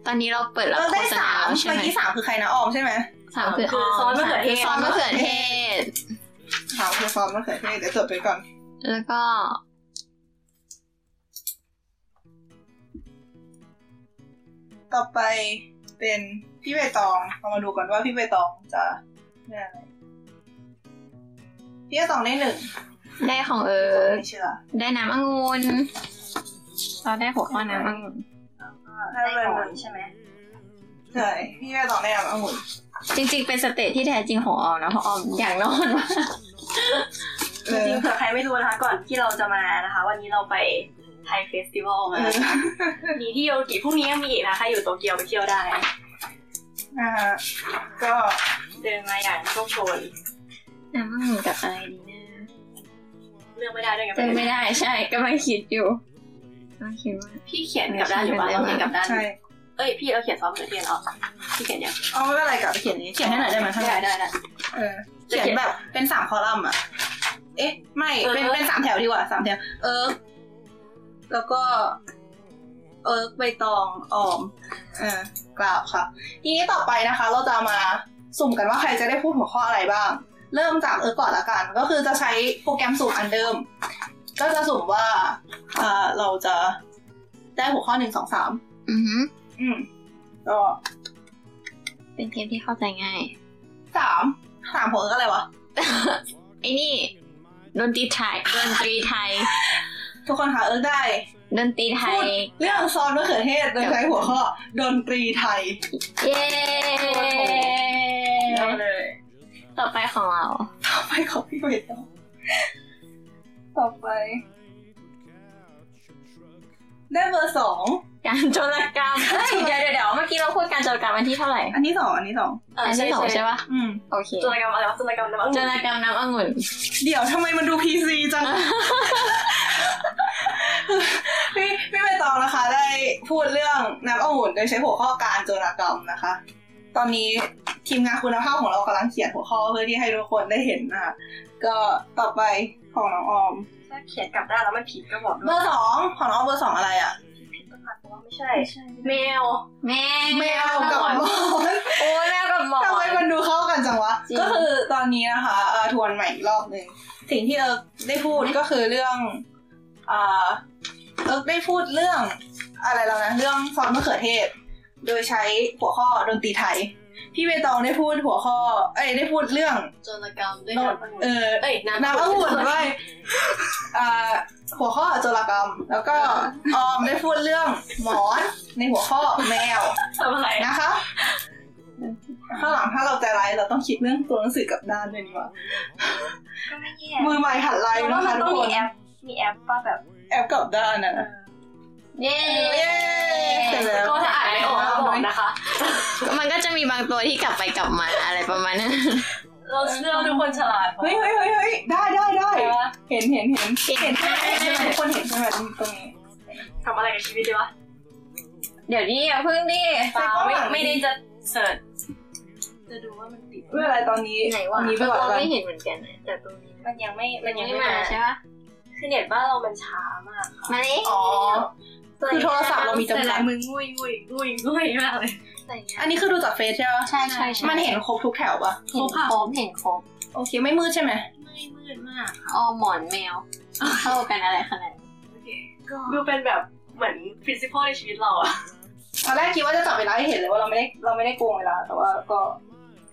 [SPEAKER 3] ตอนนี้เราเปิดรับ
[SPEAKER 1] เรา
[SPEAKER 3] โฆ
[SPEAKER 1] ได้
[SPEAKER 3] ษ
[SPEAKER 1] สา
[SPEAKER 3] ณามแล้วใช่
[SPEAKER 1] เมื่อ
[SPEAKER 3] ไหม
[SPEAKER 1] กี้สามคือใครนะออมใช่ไหม
[SPEAKER 3] สามคือ
[SPEAKER 4] คือซอสมะเขือเทศ
[SPEAKER 3] ซอสมะเขือเทศ
[SPEAKER 1] สามคือซอสมะเขือเทศเดี๋ยวจดไปก่อน
[SPEAKER 3] แล้วก็
[SPEAKER 1] ต่อไปเป็นพี่ใบตองเรามาดูก่อนว่าพี่ใบตองจะได้อะไรพี่ใบตองได้หนึ่ง
[SPEAKER 3] ได้ของเอ
[SPEAKER 1] เอ
[SPEAKER 3] อ
[SPEAKER 1] ไม่เชื่อ
[SPEAKER 3] ได้น้ำองุ่นเราได้หัวข้อน้ำองุ่น
[SPEAKER 1] ถ้า
[SPEAKER 4] ได้
[SPEAKER 1] เริ่ม
[SPEAKER 4] ก่
[SPEAKER 1] ห
[SPEAKER 4] อน
[SPEAKER 1] นึ่ง
[SPEAKER 4] ใช่ไหม
[SPEAKER 1] ใช่พี่ใบตองได้น้ำองุ่น
[SPEAKER 3] จริงๆ เป็นสเตจที่แท้จริงของออมนะเพราะออมอยากนอนมาก
[SPEAKER 1] เอ
[SPEAKER 4] จ
[SPEAKER 1] อ
[SPEAKER 4] ริงๆเผื่อใครไม่รู้นะคะก่อนที่เราจะมานะคะ วันนี้เราไปไทยเฟสติวัลมา
[SPEAKER 1] เออ
[SPEAKER 4] มีที่โยกิพรุ่งนี้ยังมีอีกนะใครอยู่โตเกียวไปเที่ยวได้
[SPEAKER 1] นะฮะก็
[SPEAKER 4] เดินมาอย่างโชคโชน
[SPEAKER 3] น้ำองุ่นกับอะไรดีนะ
[SPEAKER 4] เลือกไม่ได้ด้วยไง
[SPEAKER 3] เจอไม่ได้ใช่กำลังคิดอยู่กำลังคิดว่า
[SPEAKER 4] พี่เขียนกลับด้านหรือเปล่า
[SPEAKER 3] ไม่ใช่
[SPEAKER 4] เราเขียนกลับด้าน
[SPEAKER 1] ใช่
[SPEAKER 4] เอ้ยพี่เราเขียนซ้อมหรือเขียนออกพี่เขียนยัง
[SPEAKER 1] เอาไม่เป็นไรกลับไปเขียนนี้เขียนให้หน่อยได้ไหมข้างใน
[SPEAKER 4] ได้ได้ได้
[SPEAKER 1] เออเขียนแบบเป็นสามคอลัมน์อ่ะ เอ๊ะ ไม่เป็น
[SPEAKER 4] เออ
[SPEAKER 1] เป็นสามแถวดีกว่าสามแถว เอิร์กแล้วก็ เอิร์กใบตองออมเออกล่าวค่ะ ทีนี้ต่อไปนะคะ เราจะมาสุ่มกันว่าใครจะได้พูดหัวข้ออะไรบ้าง เริ่มจากเอิร์กก่อนละกัน ก็คือจะใช้โปรแกรมสุ่มอันเดิม ก็จะสุ่มว่าเอ่อเราจะได้หัวข้อหนึ่งสองสาม
[SPEAKER 3] อือหือ
[SPEAKER 1] อืมก็
[SPEAKER 3] เป็นเทปที่เข้าใจง่าย
[SPEAKER 1] สามสามหัวก็อะไรวะ
[SPEAKER 3] ไอ้นี่ดนตรีไทยดนตรีไทย
[SPEAKER 1] ทุกคนคะเอิร์กได้
[SPEAKER 3] ดนตรีไท
[SPEAKER 1] พูด
[SPEAKER 3] ย
[SPEAKER 1] เรื่องซอนมะเขือเทศโดยใช้หัวข้อดนตรีไทย
[SPEAKER 3] เย้
[SPEAKER 1] เอาเลย
[SPEAKER 3] ต่อไปของเรา
[SPEAKER 1] ต่อไปของพี่เวทต่อต่อไป ได้เบอร์สอง
[SPEAKER 3] การโจรกรรมเฮ้ยเดี๋ยวเดี๋ยวเดี๋ยวเมื่อกี้เราพูดการโจรกรรมอันที่เท่าไหร่
[SPEAKER 1] อันที่สองอันที่สอง
[SPEAKER 4] เออ
[SPEAKER 3] อัน
[SPEAKER 4] ใช่
[SPEAKER 3] ที่สอง
[SPEAKER 4] ใช่
[SPEAKER 3] ใช่ปะ
[SPEAKER 1] อืม
[SPEAKER 3] โอเค
[SPEAKER 4] จุลกรรมอะไรวะจุลกรรมน้ำมัน
[SPEAKER 3] โจรกรรมน้ำองุ่น
[SPEAKER 1] เดี๋ยวทำไมมันดูพีซีจัง พี่พี่ใบตองนะคะ ได้พูดเรื่องนักอาวุธโดยใช้หัวข้อการโจรกรรมนะคะ ตอนนี้ทีมงานคุณภาพของเรากำลังเขียนหัวข้อเพื่อที่ให้ทุกคนได้เห็นนะคะก็ต่อไปของน้องออม
[SPEAKER 4] ถ้าเขียนกลับด้านแล้วมันผิดก็บอก
[SPEAKER 1] เบอร์สองของน้องออมเบอร์สองอะไรอ่ะ
[SPEAKER 4] ว่าไม่ใช่แมว
[SPEAKER 3] แม่
[SPEAKER 1] แมวกับหมอน
[SPEAKER 3] โอ้ยแมวกับหมอน
[SPEAKER 1] ทำไมมันดูเข้ากันจังวะ
[SPEAKER 3] จริง
[SPEAKER 1] ก็คือตอนนี้นะคะเอ่อทวนใหม่อีกรอบหนึ่งสิ่งที่เอิร์กได้พูดก็คือเรื่องเอ่อเอิร์กได้พูดเรื่องอะไรแล้วนะ เรื่องซอสมะเขือเทศ โดยใช้หัวข้อดนตรีไทย พี่เบตองได้พูดหัวข้อ เอ้ยได้พูดเรื่อง
[SPEAKER 4] โจรกรรมด้วย
[SPEAKER 1] โนด
[SPEAKER 4] น้ำมัน
[SPEAKER 1] เออ
[SPEAKER 4] เอ้ยน้ำ
[SPEAKER 1] น้ำองุ่นด้วยเอ่อหัวข้อโจรกรรม แล้วก็ออมได้พูดเรื่องหมอนในหัวข้อแมว
[SPEAKER 4] ทำอะไร
[SPEAKER 1] นะคะ ข้างหลังถ้าเราใจร้ายเราต้องคิดเรื่องตัวหนังสือกลับด้านด้วยนี่หวะ
[SPEAKER 4] ก็ไม่แย่
[SPEAKER 1] มือใหม่หัดไลน์
[SPEAKER 4] แล้
[SPEAKER 1] นะ
[SPEAKER 4] ว
[SPEAKER 1] คะ
[SPEAKER 4] มัน
[SPEAKER 1] ทุก
[SPEAKER 4] ต้อง
[SPEAKER 1] ค
[SPEAKER 4] มี
[SPEAKER 1] น
[SPEAKER 4] แอป มีแอปป่ะแบบ
[SPEAKER 1] แอปกลับด้านนะ
[SPEAKER 3] เย้
[SPEAKER 1] เย้เสร็จแล้ว
[SPEAKER 4] ก็ถ้าอ่านไม่ออกก็บอกนะคะ
[SPEAKER 3] มันก็จะมีบางตัวที่กลับไปกลับมาอะไรประมาณนั้น
[SPEAKER 4] เราเชื่อว่าทุกคนฉลาด
[SPEAKER 1] เฮ้ยเฮ้ยเฮ้ยเฮ้ยได้ได้ได้เห็นเห็นเห็นเห็นใช่ไหมทุกคนเห็นใช่ไหมตรงนี้
[SPEAKER 4] ทำอะไรกับชีวิตดีวะ
[SPEAKER 3] เดี๋ยวดิอย่าเพิ่งดิ
[SPEAKER 1] แต่ก็หวัง
[SPEAKER 4] ไม่ได้จะเสิร์ชจะดูว่ามันติด
[SPEAKER 1] เมื่อไรตอนนี้
[SPEAKER 3] ไหน
[SPEAKER 1] ต
[SPEAKER 3] วะ
[SPEAKER 1] อนนี้ไปก่อน
[SPEAKER 3] เรา
[SPEAKER 1] กัน
[SPEAKER 3] ไม่เห็นเหมือนกันนะแต่ตรงนี้
[SPEAKER 4] มันยังไม่มันยัง
[SPEAKER 3] ไม่
[SPEAKER 4] ไม่
[SPEAKER 3] มา
[SPEAKER 4] มา
[SPEAKER 3] ใช่ปะ
[SPEAKER 4] คือเน็ตบ้านเรามันช้ามาก
[SPEAKER 3] มาเลย
[SPEAKER 1] อ๋อ คือโทรศัพท์เรามีจำกัด
[SPEAKER 4] มึงงุยงุยงุยงุยมากเลย
[SPEAKER 1] อันนี้คือดูจากเฟซใช่ปะ
[SPEAKER 3] ใช่ใช่ใช่
[SPEAKER 1] มันเห็นครบทุกแถวปะ
[SPEAKER 3] เห็นครบเห็นครบ
[SPEAKER 1] โอเคไม่มืดใช่ไหม
[SPEAKER 4] ไม่มืดมาก
[SPEAKER 3] อ๋อหมอนแมวเข้ากันอะไรขนาดนั้น
[SPEAKER 4] โอเคดูเป็นแบบเหมือน principle ในชีวิตเราอะ
[SPEAKER 1] ตอนแรกคิดว่าจะจับเวลาให้เห็นเลยว่าเราไม่ได้เราไม่ได้โกงเวลาแต่ว่าก็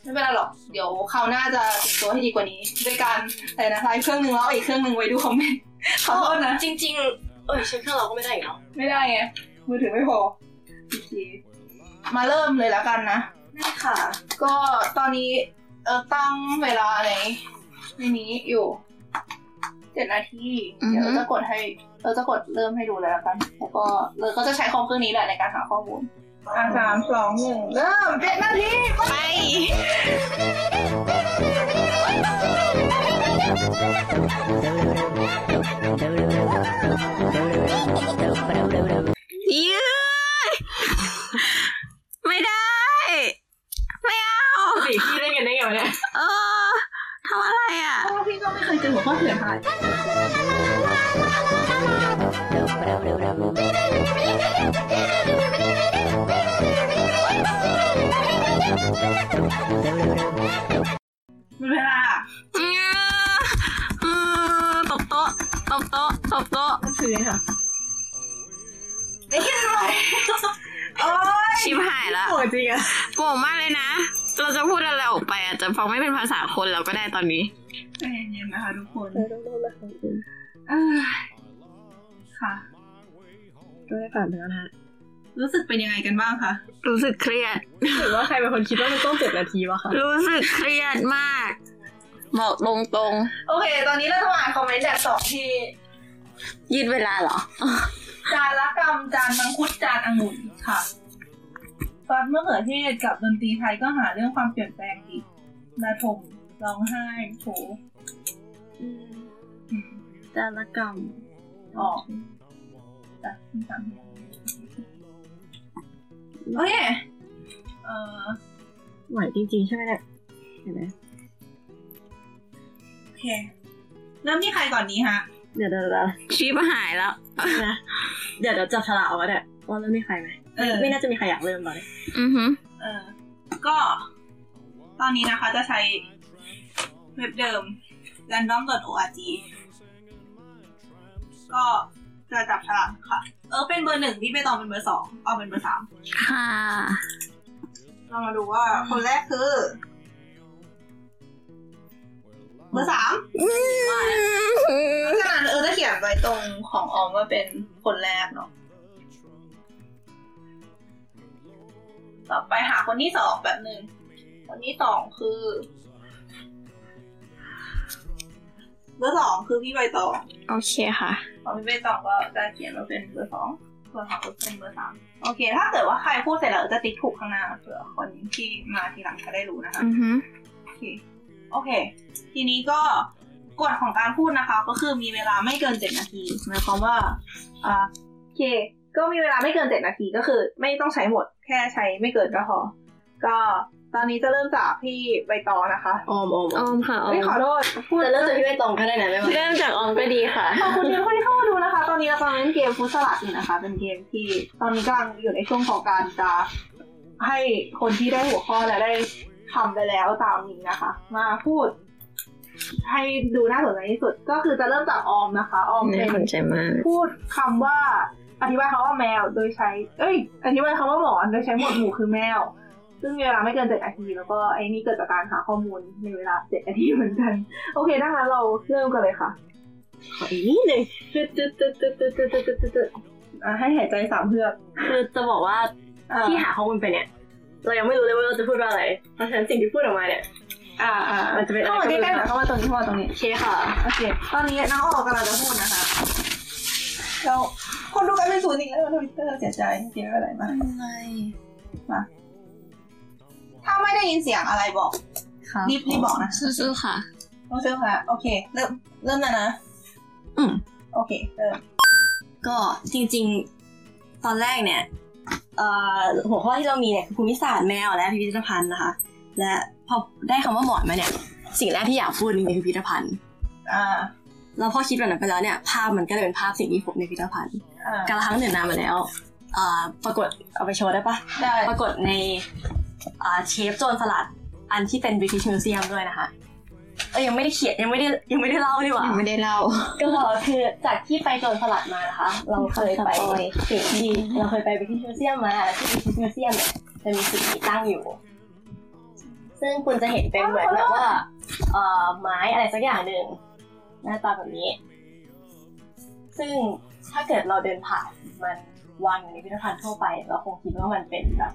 [SPEAKER 1] ไม่เป็นไรหรอกเดี๋ยวคราวหน้าจะเตรียมตัวให้ดีกว่านี้ด้วยการอะไรนะไลฟ์เครื่องหนึงแล้วเอาอีกเครื่องหนึงไว้ดูคอมเมนต์ ขอโทษนะ
[SPEAKER 4] จริง ๆ เอ้ยใช้เครื่องเราก็ไม่ได้อีกเนาะ
[SPEAKER 1] ไม่ได้ไงมือถือไม่พอโอเคมาเริ่มเลยแล้วกันนะ
[SPEAKER 4] ได้ค่ะ
[SPEAKER 1] ก็ตอนนี้เออตั้งเวลาในในนี้อยู่เจ็ดนาทีเดี๋ยวเราจะกดให้เราจะกดเริ่มให้ดูเลยแล้วกัน แล้วก็เราก็จะใช้คอมเครื่องนี้แหละในการหาข้อมูลอ่ะสามสองหนึ่งเริ่มเจ็ดนาทีไป
[SPEAKER 3] ยืดไม่ได้ ไม่เอา
[SPEAKER 4] สี่ที่เล่นกันได้ไงวะเนี่ย
[SPEAKER 3] เออทำอะไรอ่ะ
[SPEAKER 1] เพราะว่าพี่ก็ไม่เคยเจอหัวข้อเถื่อนอะไรเวลา
[SPEAKER 3] เออเออตบโต๊ะ
[SPEAKER 1] ห่วงจริงอะ
[SPEAKER 3] โกงมากเลยนะ เราจะพูดอะไรออกไปอาจจะฟังไม่เป็นภาษาคนเราก็ได้ตอนนี้
[SPEAKER 5] ใจเย็นๆนะคะทุกคนเออค่ะ
[SPEAKER 1] ก็ได้ผ่านไปแล้วนะรู้สึกเป็นยังไงกันบ้างคะ
[SPEAKER 3] รู้สึกเครียด
[SPEAKER 1] รู้สึกว่าใครเป็นคนคิดว่ามันต้องเจ็ดนาทีวะคะ
[SPEAKER 3] รู้สึกเครียดมาก บอกตรง
[SPEAKER 1] โอเค ตอนนี้เราจะมาอ่านคอมเมนต์แบบสองที่
[SPEAKER 3] ๆ ยืดเวลาเหรอ
[SPEAKER 1] จานละกรรมจานมังคุดจานองุ่นค่ะซอสมะเขือเทศกับดนตรีไทยก็หาเรื่องความเปลี่ยนแปลงอีกนาทมร้องไห้โถอืม
[SPEAKER 3] จารกรรม
[SPEAKER 1] ออกจ้ะมีสามอย่างโอเคเอ่อ
[SPEAKER 4] ไหวจริงๆใช่ไหมเนี่ยเห็นไหม
[SPEAKER 1] โอเค เริ่มที่ใครก่อนนี้ฮะ
[SPEAKER 4] เดี๋ยวเดี๋ยวเดี๋ยว
[SPEAKER 3] ชีพหายแล้ว
[SPEAKER 4] เดี๋ยวเดี๋ยวจับฉลากเอาไว้แหละว่าเริ่มมีใครไหม
[SPEAKER 1] เออ
[SPEAKER 4] ไม่น่าจะมีใครอยากเริ่มตอนนี้
[SPEAKER 3] อือฮึ
[SPEAKER 1] เออ ก็ ตอนนี้นะคะจะใช้เว็บเดิม random.org ก็จะจับฉลากค่ะ เออเป็นเบอร์หนึ่งที่ไปตองเป็นเบอร์สองเอาเป็นเบอร์สาม
[SPEAKER 3] ค่ะ
[SPEAKER 1] เรามาดูว่าคนแรกคือ เบอร์สามฉะนั้นเออจะเขียนไว้ตรงของออมว่าเป็นคนแรกเนาะต่อไปหาคนที่สองแบบหนึ่งคนที่สองคือ เบอร์สองคือพี่ใบตอง
[SPEAKER 3] โอเคค่ะ
[SPEAKER 1] ของพี่เบตองก็จะเขียนว่าเป็นเบอร์สองส่วนของเอิร์ธเป็นเบอร์สามโอเค ถ้าเกิดว่าใครพูดเสร็จแล้วเอิร์ธจะติ๊กถูกข้างหน้าเผื่อคนที่มาทีหลังจะได้รู้นะคะ
[SPEAKER 3] อือฮึ
[SPEAKER 1] โอเค โอเค ทีนี้ก็กฎของการพูดนะคะ ก็คือมีเวลาไม่เกินเจ็ดนาทีหมายความว่าอ่าโอเค ก็มีเวลาไม่เกินเจ็ดนาทีก็คือ ไม่ต้องใช้หมด แค่ใช้ไม่เกินก็พอ ก็ตอนนี้จะเริ่มจากพี่ใบตองนะคะ
[SPEAKER 4] ออมออม
[SPEAKER 3] ออมค่ะออ
[SPEAKER 1] เอ้ยขอ
[SPEAKER 3] ม
[SPEAKER 1] โทษพูด
[SPEAKER 4] จะเริ่มจากพี่ใบตองก็ได้นะไม่ว่า
[SPEAKER 3] เริ่มจากออมก็ดีค่ะ
[SPEAKER 1] ขอบคุณทุกคนที่เข้ามาดูนะคะ ตอนนี้เรากำลังเล่นเกมฟุตสลัดอยู่นะคะ เป็นเกมที่ตอนนี้กำลังอยู่ในช่วงของการจะให้คนที่ได้หัวข้อและได้ทำไปแล้วตามนี้นะคะ มาพูด ให้ดูน่าสนใจที่สุด ก็คือจะเริ่มจากออมนะคะ ออมเป็
[SPEAKER 3] น่าน สนใจมาก
[SPEAKER 1] พูดคำว่า อธิบายคำว่าแมวโดยใช้ เอ้ย อธิบายคำว่าหมอนโดยใช้หมวดหมู่คือแมว ซึ่งมีเวลาไม่เกินเจ็ดนาทีแล้วก็ไอ้นี่เกิดจากการหาข้อมูลในเวลาเจ็ดนาทีเหมือนกัน โอเคถ้างั้นเราเริ่มกันเลยค่ะ
[SPEAKER 4] ขออีกนิดหนึ่งคือจะจะจะจะจะจะจะจะ
[SPEAKER 1] อ่ะให้หายใจสามเฮือก
[SPEAKER 4] คือจะบอกว่าที่
[SPEAKER 1] ที่หา
[SPEAKER 4] หาข้อมูลไปเนี่ย เรายังไม่รู้เลยว่าเราจะพูดว่าอะไร เพราะฉะนั้นสิ่งที่พูดออกมาเนี่ย
[SPEAKER 1] อ่าอ่า
[SPEAKER 4] มันจะเป็นอะไร
[SPEAKER 1] เข้า
[SPEAKER 4] ก็
[SPEAKER 1] มา
[SPEAKER 4] ไม่รู้
[SPEAKER 1] ใกล้ๆหน่อยเข้ามาตรงนี้เข้ามาตรงนี้
[SPEAKER 4] โอเคค่ะ
[SPEAKER 1] โอเค ตอนนี้น้องออกกำลังจะพูดนะคะแล้วคนดูกันเป็นศูนย์อีกแล้วทวิตเตอร์เสียใจไม่เสียอะไรมากมา ถ้าไม่ได้ยินเสียงอะไรบอก
[SPEAKER 3] ครับ
[SPEAKER 1] รีบรีบบอกนะ
[SPEAKER 3] สู้ๆค่ะ
[SPEAKER 1] น้องเซลค่ะ โอเค เริ่ม เริ่มแล้วนะ
[SPEAKER 4] อืม
[SPEAKER 1] โอเค เริ่ม
[SPEAKER 4] ก็จริงๆ ตอนแรกเนี่ยเอ่อหัวข้อที่เรามีเนี่ยคือภูมิศาสตร์แมวและพิพิธภัณฑ์นะคะ และพอได้คำว่าหมอนมาเนี่ย สิ่งแรกที่อยากพูดจริงๆคือพิพิธภัณฑ์
[SPEAKER 1] อ่า
[SPEAKER 4] แล้วพอคิดแบบนั้นไปแล้วเนี่ย ภาพมันก็เลยเป็นภาพสิ่งที่พบในพิพิธภัณฑ์
[SPEAKER 1] อ่า
[SPEAKER 4] กาละครั้งหนึ่งนานมาแล้วเอ่อปรากฏเอาไปโชว์ได้ปะ
[SPEAKER 1] ได้
[SPEAKER 4] ปรากฏในเอ่อเชฟโจรสลัดอันที่เป็น British Museum ด้วยนะคะเอยยังไม่ได้เขียนยังไม่ได้ยังไม่ได้เล่าดีกว่า
[SPEAKER 3] ยังไม่ได้เล่า
[SPEAKER 4] ก็คือจากที่ไปโจรสลัดมานะคะ เราเคยไปในสิ่งที่เราเคยไปไปที่มิวเซียมมาแล้วที่มิวเซียมเนี่ยจะมีสิ่งนี้ตั้งอยู่ ซึ่งคุณจะเห็นเป็นเหมือนแบบว่าเอ่อไม้อะไรสักอย่างหนึ่งหน้าตาแบบนี้ ซึ่งถ้าเกิดเราเดินผ่านมันวางอยู่ในพิพิธภัณฑ์ทั่วไป เราคงคิดว่ามันเป็นแบบ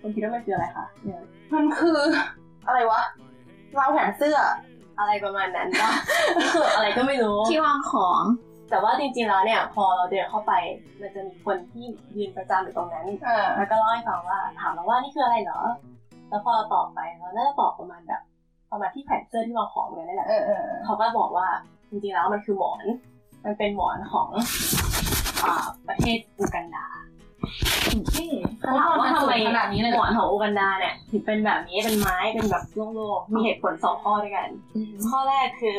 [SPEAKER 4] คุณคิดว่ามันคืออะไรคะเนี่ย
[SPEAKER 1] มันคือ อะไรวะ เราวแขวนเสื้อ
[SPEAKER 4] อะไรประ มาณนั้นก็ อะไรก็ไม่รู้
[SPEAKER 3] ที่วางของ
[SPEAKER 4] แต่ว่าจริงๆ แล้วเนี่ย พอเราเดินเข้าไป มันจะมีคนที่ยืนประจำอยู่ตรงนั้น
[SPEAKER 1] อ่า
[SPEAKER 4] แล้วก็เล่าให้ฟังว่าถามเราว่านี่คืออะไรเหรอ แล้วพอเราตอบไปเราน่าจะตอบประมาณแบบประมาณที่แผ่นเสื้อที่วางของเหมือนกันนี่แหละ
[SPEAKER 1] เออเออเออ
[SPEAKER 4] เขาก็บอกว่าจริงๆ แล้วมันคือหมอน มันเป็นหมอนของอ่าประเทศอูกันดาเขาถามว่าทำไม
[SPEAKER 1] ขนาดนี้เลย
[SPEAKER 4] ห
[SPEAKER 1] เห
[SPEAKER 4] ม
[SPEAKER 1] ร
[SPEAKER 4] อ
[SPEAKER 1] อน
[SPEAKER 4] ของอูกันดาเนี่ยถึงเป็นแบบนี้เป็นไม้เป็นแบบโล่งๆมีเหตุผลสองข้อด้วยกัน ข้อแรกคือ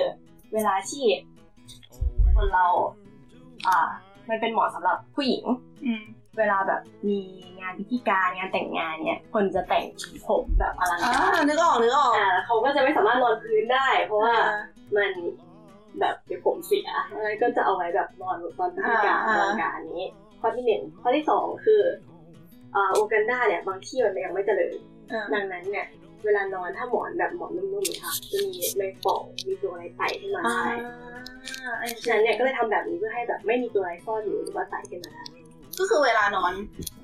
[SPEAKER 4] เวลาที่คนเรา อ่า มันเป็นหมอนสำหรับผู้หญิง
[SPEAKER 1] อืม
[SPEAKER 4] เวลาแบบมีงานพิธีการงานแต่งงานเนี่ย คนจะแต่งผมแบบอลัง
[SPEAKER 1] อ่า
[SPEAKER 4] การ
[SPEAKER 1] นึกออก นึกออก
[SPEAKER 4] อ่าเขาก็จะไม่สามารถนอนพื้นได้ เพราะว่ามันแบบเดี๋ยวผมเสียแล้วก็จะเอาไว้แบบนอนตอนพิธีการ
[SPEAKER 1] อ่า
[SPEAKER 4] อลังการนี้ ข้อที่หนึ่งข้อที่สองคือ เอ่ออูกันดาเนี่ยบางที่มันยังไม่เจริญ
[SPEAKER 1] อ่า
[SPEAKER 4] ดังนั้นเนี่ย เวลานอนถ้าหมอนแบบหมอนนุ่มๆนะคะจะมีแมงป่องมีตัวอะไรไต่ขึ้นมา
[SPEAKER 1] อ่า
[SPEAKER 4] ได้
[SPEAKER 1] อัน
[SPEAKER 4] ฉะนั้นเนี่ยก็เลยทำแบบนี้เพื่อให้แบบไม่มีตัวอะไรซ่อนอยู่หรือว่าไต่ขึ้นมาได้
[SPEAKER 1] ก็คือเวลานอน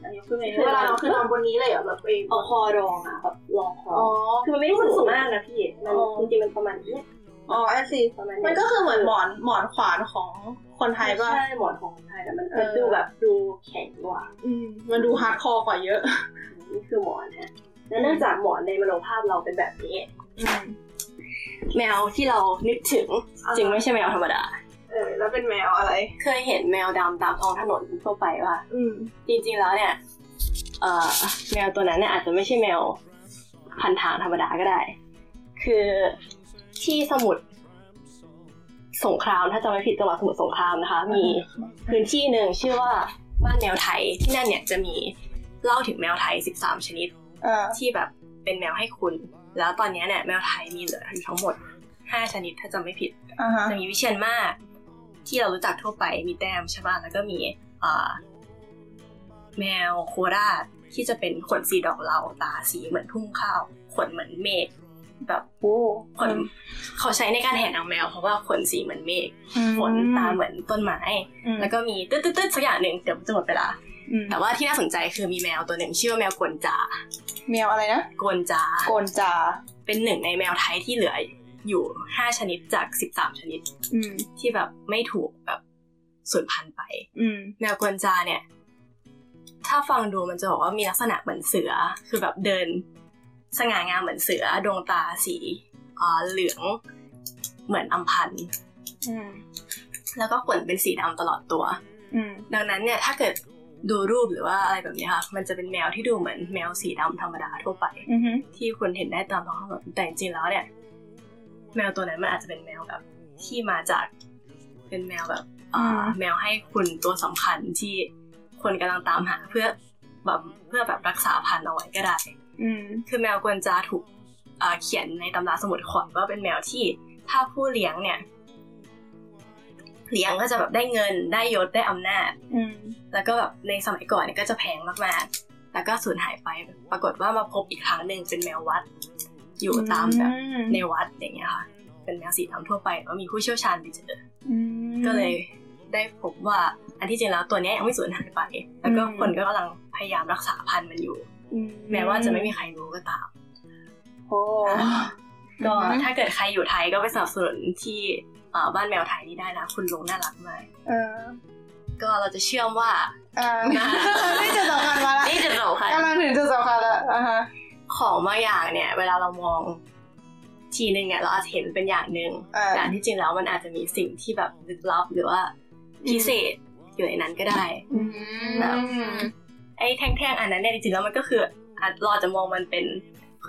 [SPEAKER 1] อันนี้คือเวลานอนคือนอนบนนี้เลยเหรอแบบเอง
[SPEAKER 4] เอาคอรองอะแบบรองคอ
[SPEAKER 1] อ๋อ
[SPEAKER 4] คือมันไม่ได้สูงมากนะพี่มัน
[SPEAKER 1] อ๋อ
[SPEAKER 4] จริงๆมันประมาณเนี้ย
[SPEAKER 1] อ๋ออันสิ
[SPEAKER 4] ประมาณ
[SPEAKER 1] มัน
[SPEAKER 4] เย
[SPEAKER 1] ก็คือเหมือนหมอนหมอนขวานของคนไทยป่ะ
[SPEAKER 4] ใช่หมอนของคนไทยแต่มัน
[SPEAKER 1] เออ
[SPEAKER 4] ดูแบบดูแข็งกว่า
[SPEAKER 1] อืมมันดูฮาร์ดคอร์กว่าเยอะ
[SPEAKER 4] นี่คือหมอนฮะและเนื่องจากหมอนในมโนภาพเราเป็นแบบนี้
[SPEAKER 1] อืม
[SPEAKER 4] แมวที่เรานึกถึงจึงไม่ใช่แมวธรรมดา
[SPEAKER 1] เออแล้วเป็นแมวอะไร
[SPEAKER 4] เคยเห็นแมวดำตามท้องถนนทั่วไปว่า
[SPEAKER 1] อืม
[SPEAKER 4] จริงๆแล้วเนี่ยเอ่อแมวตัวนั้นเนี่ยอาจจะไม่ใช่แมวพันทางธรรมดาก็ได้ คือที่สมุทรสงครามถ้าจำไม่ผิดจังหวัดสมุทรสงครามนะคะ มีพื้นที่หนึ่งชื่อว่าบ้านแมวไทยที่นั่นเนี่ยจะมีเล่าถึงแมวไทย 13 ชนิด
[SPEAKER 1] เออ
[SPEAKER 4] ที่แบบเป็นแมวให้คุณ แล้วตอนเนี้ยเนี่ยแมวไทยมีเหลืออยู่ทั้งหมด 5 ชนิดถ้าจำไม่ผิด
[SPEAKER 1] อ่าฮะ
[SPEAKER 4] จะมีวิเชียนมาก ที่เรารู้จักทั่วไปมีแต้มใช่ป่ะแล้วก็มีเอ่อแมวโคราชที่จะเป็นขนสีดอกเหลาตาสีเหมือนทุ่งข้าว ขนเหมือนเมฆแบบ
[SPEAKER 1] โอ้
[SPEAKER 4] ขนเขาใช้ในการแห่นางแมว เพราะว่าขนสีเหมือนเมฆ
[SPEAKER 1] อืม
[SPEAKER 4] ขนตาเหมือนต้นไม้
[SPEAKER 1] อืม
[SPEAKER 4] แล้วก็มีตืดๆๆสักอย่างหนึ่งเดี๋ยวจะหมดเวลา
[SPEAKER 1] อืม
[SPEAKER 4] แต่ว่าที่น่าสนใจคือมีแมวตัวหนึ่งชื่อว่าแมวกวนจา
[SPEAKER 1] แมวอะไรนะ
[SPEAKER 4] กวนจา
[SPEAKER 1] โกนจา
[SPEAKER 4] เป็นหนึ่งในแมวไทยที่เหลืออยู่ 5 ชนิดจาก 13 ชนิด
[SPEAKER 1] อืม
[SPEAKER 4] ที่แบบไม่ถูกแบบสูญพันธุ์ไป
[SPEAKER 1] อืม
[SPEAKER 4] แมวกวนจาเนี่ย ถ้าฟังดูมันจะบอกว่ามีลักษณะเหมือนเสือ คือแบบเดิน สง่างามเหมือนเสือ ดวงตาสีเอ่อเหลืองเหมือนอัมพันธ์
[SPEAKER 1] อืม
[SPEAKER 4] แล้วก็ขนเป็นสีดำตลอดตัว
[SPEAKER 1] อืม
[SPEAKER 4] ดังนั้นเนี่ยถ้าเกิดดูรูปหรือว่าอะไรแบบเนี้ยค่ะมันจะเป็นแมวที่ดูเหมือนแมวสีดำธรรมดาทั่วไป
[SPEAKER 1] อือฮึ
[SPEAKER 4] ที่คนเห็นได้ตามท้องถนนแต่จริงๆแล้วเนี่ย แมวตัวนั้นมันอาจจะเป็นแมวแบบ ที่มาจากเป็นแมวแบบอ่าแมวให้คุณตัวสำคัญที่คนกำลังตามหาเพื่อแบบเพื่อแบบรักษาพันธุ์เอาไว้ก็ได้
[SPEAKER 1] อืม
[SPEAKER 4] คือแมวกวนจาถูกอ่าเขียนในตำราสมุดขอนว่าเป็นแมวที่ถ้าผู้เลี้ยงเนี่ย เลี้ยงก็จะแบบได้เงินได้ยศได้อำนาจ
[SPEAKER 1] อืม
[SPEAKER 4] แล้วก็แบบในสมัยก่อนเนี่ยก็จะแพงมากๆ แล้วก็สูญหายไป ปรากฏว่ามาพบอีกครั้งหนึ่งเป็นแมววัด อยู่ตามแบบ
[SPEAKER 1] อืม
[SPEAKER 4] ในวัดอย่างเงี้ยค่ะ เป็นแมวสีดำทั่วไปก็มีผู้เชี่ยวชาญไปเจอ
[SPEAKER 1] อืม
[SPEAKER 4] ก็เลยได้พบว่าอันที่จริงแล้วตัวเนี้ยยังไม่สูญหายไป แล้วก็
[SPEAKER 1] อืม
[SPEAKER 4] คนก็กำลังพยายามรักษาพันธุ์มันอยู่
[SPEAKER 1] อื
[SPEAKER 4] แม้ว่าจะไม่มีใครรู้ก็ตาม
[SPEAKER 1] โอ้
[SPEAKER 4] ก็ถ้าเกิดใครอยู่ไทยก็ไปสนับสนุนที่เอ่อบ้านแมวไทยนี่ได้นะ คุณลุงน่ารักมาก
[SPEAKER 1] เออ
[SPEAKER 4] ก็เราจะเชื่อมว่า
[SPEAKER 1] อ่า
[SPEAKER 4] นะ
[SPEAKER 1] ไม่จุดสำคัญมาละ
[SPEAKER 4] นี่จะจบค่ะ
[SPEAKER 1] กำลังถึงจุดสำคัญละอ่าฮะ
[SPEAKER 4] ของบางอย่างเนี่ย เวลาเรามองทีนึงเนี่ยเราอาจจะเห็นเป็นอย่างหนึ่ง
[SPEAKER 1] อ่า
[SPEAKER 4] แต่อันที่จริงแล้วมันอาจจะมีสิ่งที่แบบลึกลับหรือว่าพิเศษอยู่ในนั้นก็ได้
[SPEAKER 1] แบบ
[SPEAKER 4] ไอ้แท่งๆอันนั้นเนี่ยจริงๆแล้วมันก็คืออาจเราอาจจะมองมันเป็น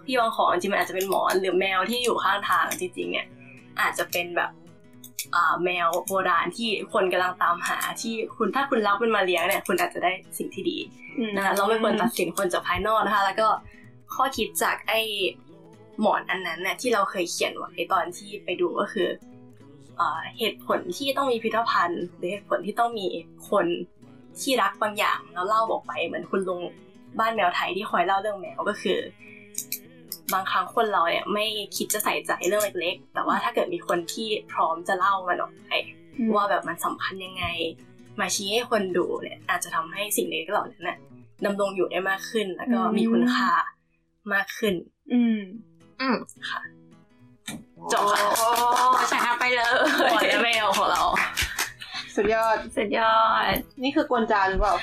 [SPEAKER 4] พี่วางของจริงๆมันอาจจะเป็นหมอนหรือแมวที่อยู่ข้างทางจริงๆ เนี่ยอาจจะเป็นแบบอ่าแมวโบราณที่คนกำลังตามหาที่คุณถ้าคุณรับมันมาเลี้ยงเนี่ยคุณอาจจะได้สิ่งที่ดี นะคะเราไม่ควรตัดสินคนจากภายนอกนะคะ แล้วก็ข้อคิดจากไอ้หมอนอันนั้นน่ะที่เราเคยเขียนไว้ตอนที่ไปดูก็คือเอ่อเหตุผลที่ต้องมีพิพิธภัณฑ์หรือเหตุผลที่ต้องมีคนที่รักบางอย่างแล้วเล่าออกไปเหมือนคุณลุงบ้านแมวไทยที่คอยเล่าเรื่องแมวก็คือ บางครั้งคนเราเนี่ยไม่คิดจะใส่ใจเรื่องเล็กๆแต่ว่าถ้าเกิดมีคนที่พร้อมจะเล่ามันออกไป ว่าแบบมันสำคัญยังไง มาชี้ให้คนดูเนี่ยอาจจะทำให้สิ่งเล็กเหล่านั้นน่ะดำรงอยู่ได้มากขึ้น แล้วก็มีคุณค่ามากขึ้น
[SPEAKER 1] อืม
[SPEAKER 4] อืมค่ะจบค่ะ
[SPEAKER 3] โอ้ชนะไปเลย
[SPEAKER 4] หมดแล้วแมวของเรา
[SPEAKER 1] สุดยอด
[SPEAKER 3] สุดยอด
[SPEAKER 1] นี่คือกวนจาหรือเปล่า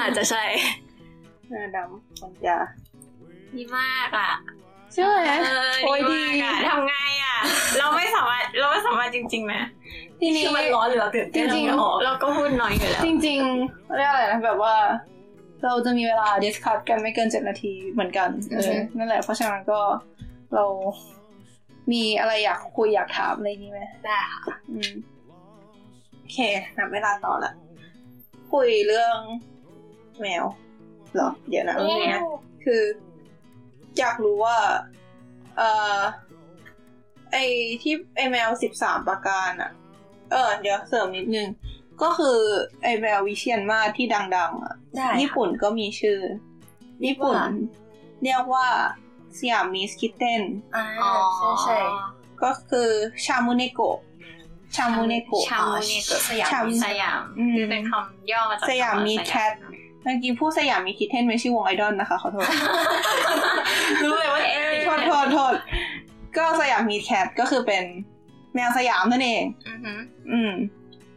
[SPEAKER 4] อาจจะใช่
[SPEAKER 1] หน้าดำกวนจา
[SPEAKER 3] ดีมากอ่ะ
[SPEAKER 1] ใช่ไหม
[SPEAKER 3] เออ
[SPEAKER 1] โอ้ย
[SPEAKER 3] ดี
[SPEAKER 1] ดี
[SPEAKER 3] มากอ่ะทำไงอ่ะ เราไม่สามารถเราไม่สามารถจริงๆนะ
[SPEAKER 1] ทีนี้
[SPEAKER 4] คือมันร้อนหรือเราตื่นเต้น
[SPEAKER 1] จริงๆ
[SPEAKER 4] เราไม่ออก
[SPEAKER 3] เราก็พูดน้อยอยู่แล้ว
[SPEAKER 1] จริงๆเรียกอะไรนะแบบว่า เราจะมีเวลาดิสคัทกันไม่เกินเจ็ดนาทีเหมือนกันเออนั่นแหละเพราะฉะนั้นก็เรามีอะไรอยากคุยอยากถามอะไรนี้ไหม
[SPEAKER 4] ได้ค่ะ
[SPEAKER 1] อืมโอเคนับเวลาต่อละ คุยเรื่องแมวเหรอ เดี๋ยวนะเอาไงนะ คือ อยากรู้ว่า เอ่อ ไอที่ไอแมวสิบสามประการอะเออ เดี๋ยวเสริมนิดนึง ก็คือไอแวววิเชียนมาศที่ดัง ๆอะ
[SPEAKER 4] ได้ค่ะ
[SPEAKER 1] ญี่ปุ่นก็มีชื่อ ญี่ปุ่น
[SPEAKER 4] ว่า
[SPEAKER 1] เรียกว่าสยามมิสคิเทน
[SPEAKER 4] อ่าใช่ใช่
[SPEAKER 1] ก็คือชามูเนโกะชามูเนโกะ
[SPEAKER 3] ชามูเนโกะสยา
[SPEAKER 1] ชาม มู
[SPEAKER 3] สยาม
[SPEAKER 1] อืม
[SPEAKER 3] ที่เป็นคำย่อมาจาก
[SPEAKER 1] สยามมีแคท เมื่อกี้พูดสยามมิสคิเทนไม่ใช่วงไอดอลนะคะขอโทษ
[SPEAKER 3] รู้เลยว่าเอ๊ะ
[SPEAKER 1] โทษโทษโทษก็สยามมีแคทก็คือเป็นแมวสยามนั่นเอง
[SPEAKER 3] อือหือ
[SPEAKER 1] อืม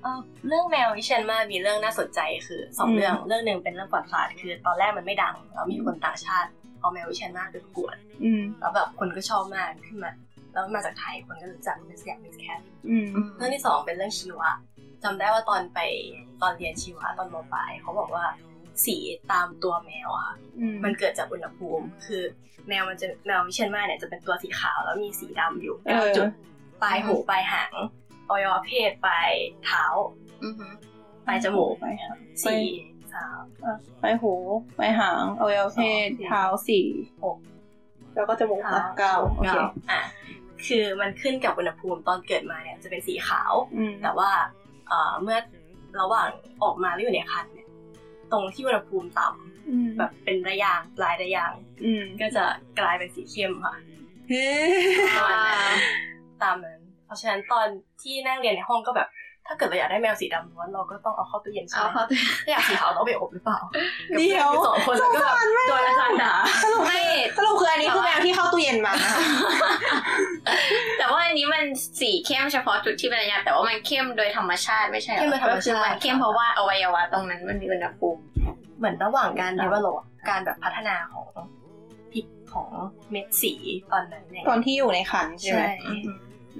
[SPEAKER 4] เอ่อเรื่องแมววิเชียนมาศมีเรื่องน่าสนใจคือสอง
[SPEAKER 1] อืม
[SPEAKER 4] เรื่องเรื่องหนึ่งเป็นเรื่องประวัติศาสตร์คือตอนแรกมันไม่ดังแล้วมีคนต่างชาติเอาแมววิเชียนมาศไปประกวด
[SPEAKER 1] อืม
[SPEAKER 4] แล้วแบบคนก็ชอบมากขึ้นมาแล้วมันมาจากไทยคนก็รู้จักเป็นสยามมิสแคท
[SPEAKER 1] อืม
[SPEAKER 3] อืม
[SPEAKER 4] เรื่องที่สองเป็นเรื่องชีวะจำได้ว่าตอนไปตอนเรียนชีวะตอนมปลายเขาบอกว่า สีตามตัวแมวอะค่ะ
[SPEAKER 1] อืม
[SPEAKER 4] มันเกิดจากอุณหภูมิ คือแมวมันจะแมววิเชียนมาเนี่ยจะเป็นตัวสีขาวแล้วมีสีดำอยู่
[SPEAKER 1] เอ
[SPEAKER 4] เก้า
[SPEAKER 1] อ
[SPEAKER 4] จุดปลายหูปลายหางอวัยวะเพศปลายเท้า
[SPEAKER 3] อือหือ
[SPEAKER 4] ปลายจมูก
[SPEAKER 1] ไปหาง
[SPEAKER 4] สีสาม
[SPEAKER 1] ไปหูไปหางอวัยวะเพศ
[SPEAKER 4] สองสี่
[SPEAKER 1] เท้าสี่
[SPEAKER 4] หก
[SPEAKER 1] แล้วก็จมูกหักเก้าโอเค
[SPEAKER 4] เก้าอ่ะคือมันขึ้นกับอุณหภูมิตอนเกิดมาเนี่ยจะเป็นสีขาว
[SPEAKER 1] อืม
[SPEAKER 4] แต่ว่าเอ่อเมื่อระหว่างออกมาแล้วอยู่ในครรภ์เนี่ยตรงที่อุณหภูมิต่ำ
[SPEAKER 1] อืม
[SPEAKER 4] แบบเป็นระยางลายระยาง
[SPEAKER 1] อืม
[SPEAKER 4] ก็จะกลายเป็นสีเข้มค่ะ
[SPEAKER 1] เฮ้
[SPEAKER 3] อ่า
[SPEAKER 4] ตามนั้น เพราะฉะนั้นตอนที่นั่งเรียนในห้องก็แบบ ถ้าเกิดเราอยากได้แมวสีดำล้วนเราก็ต้องเอาเข้าตู้เย็นใช่
[SPEAKER 3] เอา
[SPEAKER 4] ไหม
[SPEAKER 3] เขาตัว
[SPEAKER 4] ถ้าอยากสีขาวเราเอาไปอบหรือเปล่า
[SPEAKER 1] เดี๋ยว
[SPEAKER 4] กับพื่อนสองคนแล้วก็แบบโดนอาจารย์ด่า
[SPEAKER 1] สรุป
[SPEAKER 3] ไม่
[SPEAKER 1] สรุปคืออันนี้คือแมวที่เข้าตู้เย็นมานะคะ
[SPEAKER 3] แต่ว่าอันนี้มันสีเข้มเฉพาะจุดที่เป็นระยะแต่ว่ามันเข้มโดยธรรมชาติไม่ใช่หอ
[SPEAKER 4] เข้มโดยธรรม
[SPEAKER 3] ก็คือ
[SPEAKER 4] ชา
[SPEAKER 3] มั
[SPEAKER 4] ติ
[SPEAKER 3] นเข้มเพราะว่าอวัยวะตรงนั้นมันมีอุณหภูมิ
[SPEAKER 4] เหมือนระหว่างการ develop การแบบพัฒนาของพิกของเม็ดสีตอนนั้นเนี่ย
[SPEAKER 1] ตอนที่อยู่ในขันใช่ไหม
[SPEAKER 4] ใช่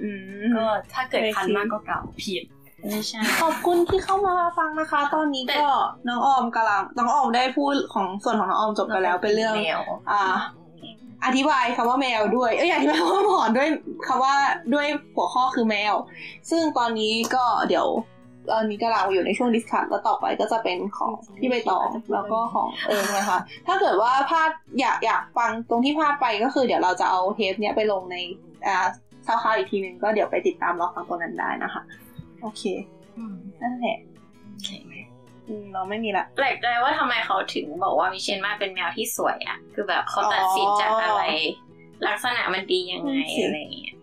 [SPEAKER 1] อืม
[SPEAKER 4] ก็ถ้าเกิดคันมากก็เก่าผิด
[SPEAKER 3] ไม่ใช่
[SPEAKER 1] ขอบคุณที่เข้ามาฟังนะคะ ตอนนี้
[SPEAKER 3] แต่
[SPEAKER 1] ก็น้องออมกำลังน้องออมได้พูดของส่วนของน้องออมจบไปแล้วเป็นเรื่อง
[SPEAKER 4] แมว
[SPEAKER 1] อ่า อธิบายคำว่าแมวด้วย เอ้ยอธิบายคำว่าหมอนด้วยคำว่าด้วยหัวข้อคือแมว ซึ่งตอนนี้ก็เดี๋ยวตอนนี้กำลังอยู่ในช่วงดิสคัทแล้วต่อไปก็จะเป็นของพี่ใบตองแล้วก็ของเอิงนะคะ ถ้าเกิดว่าพลาดอยากอยากฟังตรงที่พลาดไปก็คือ เดี๋ยวเราจะเอาเทปเนี้ยไปลงในอ่าซาวคลาวอีกทีหนึ่งก็เดี๋ยวไปติดตามรอฟังตรงนั้นได้นะคะ โอเคนั่นแหละอืมเราไม่มีละ
[SPEAKER 3] แปลกใจว่าทำไมเขาถึงบอกว่าวิเชียนมาศเป็นแมวที่สวยอ่ะ คือแบบเขาตัดสินจากอะไร ลักษณะมันดียังไง
[SPEAKER 1] นั่นสิ
[SPEAKER 3] อะไรอย่างเงี้ย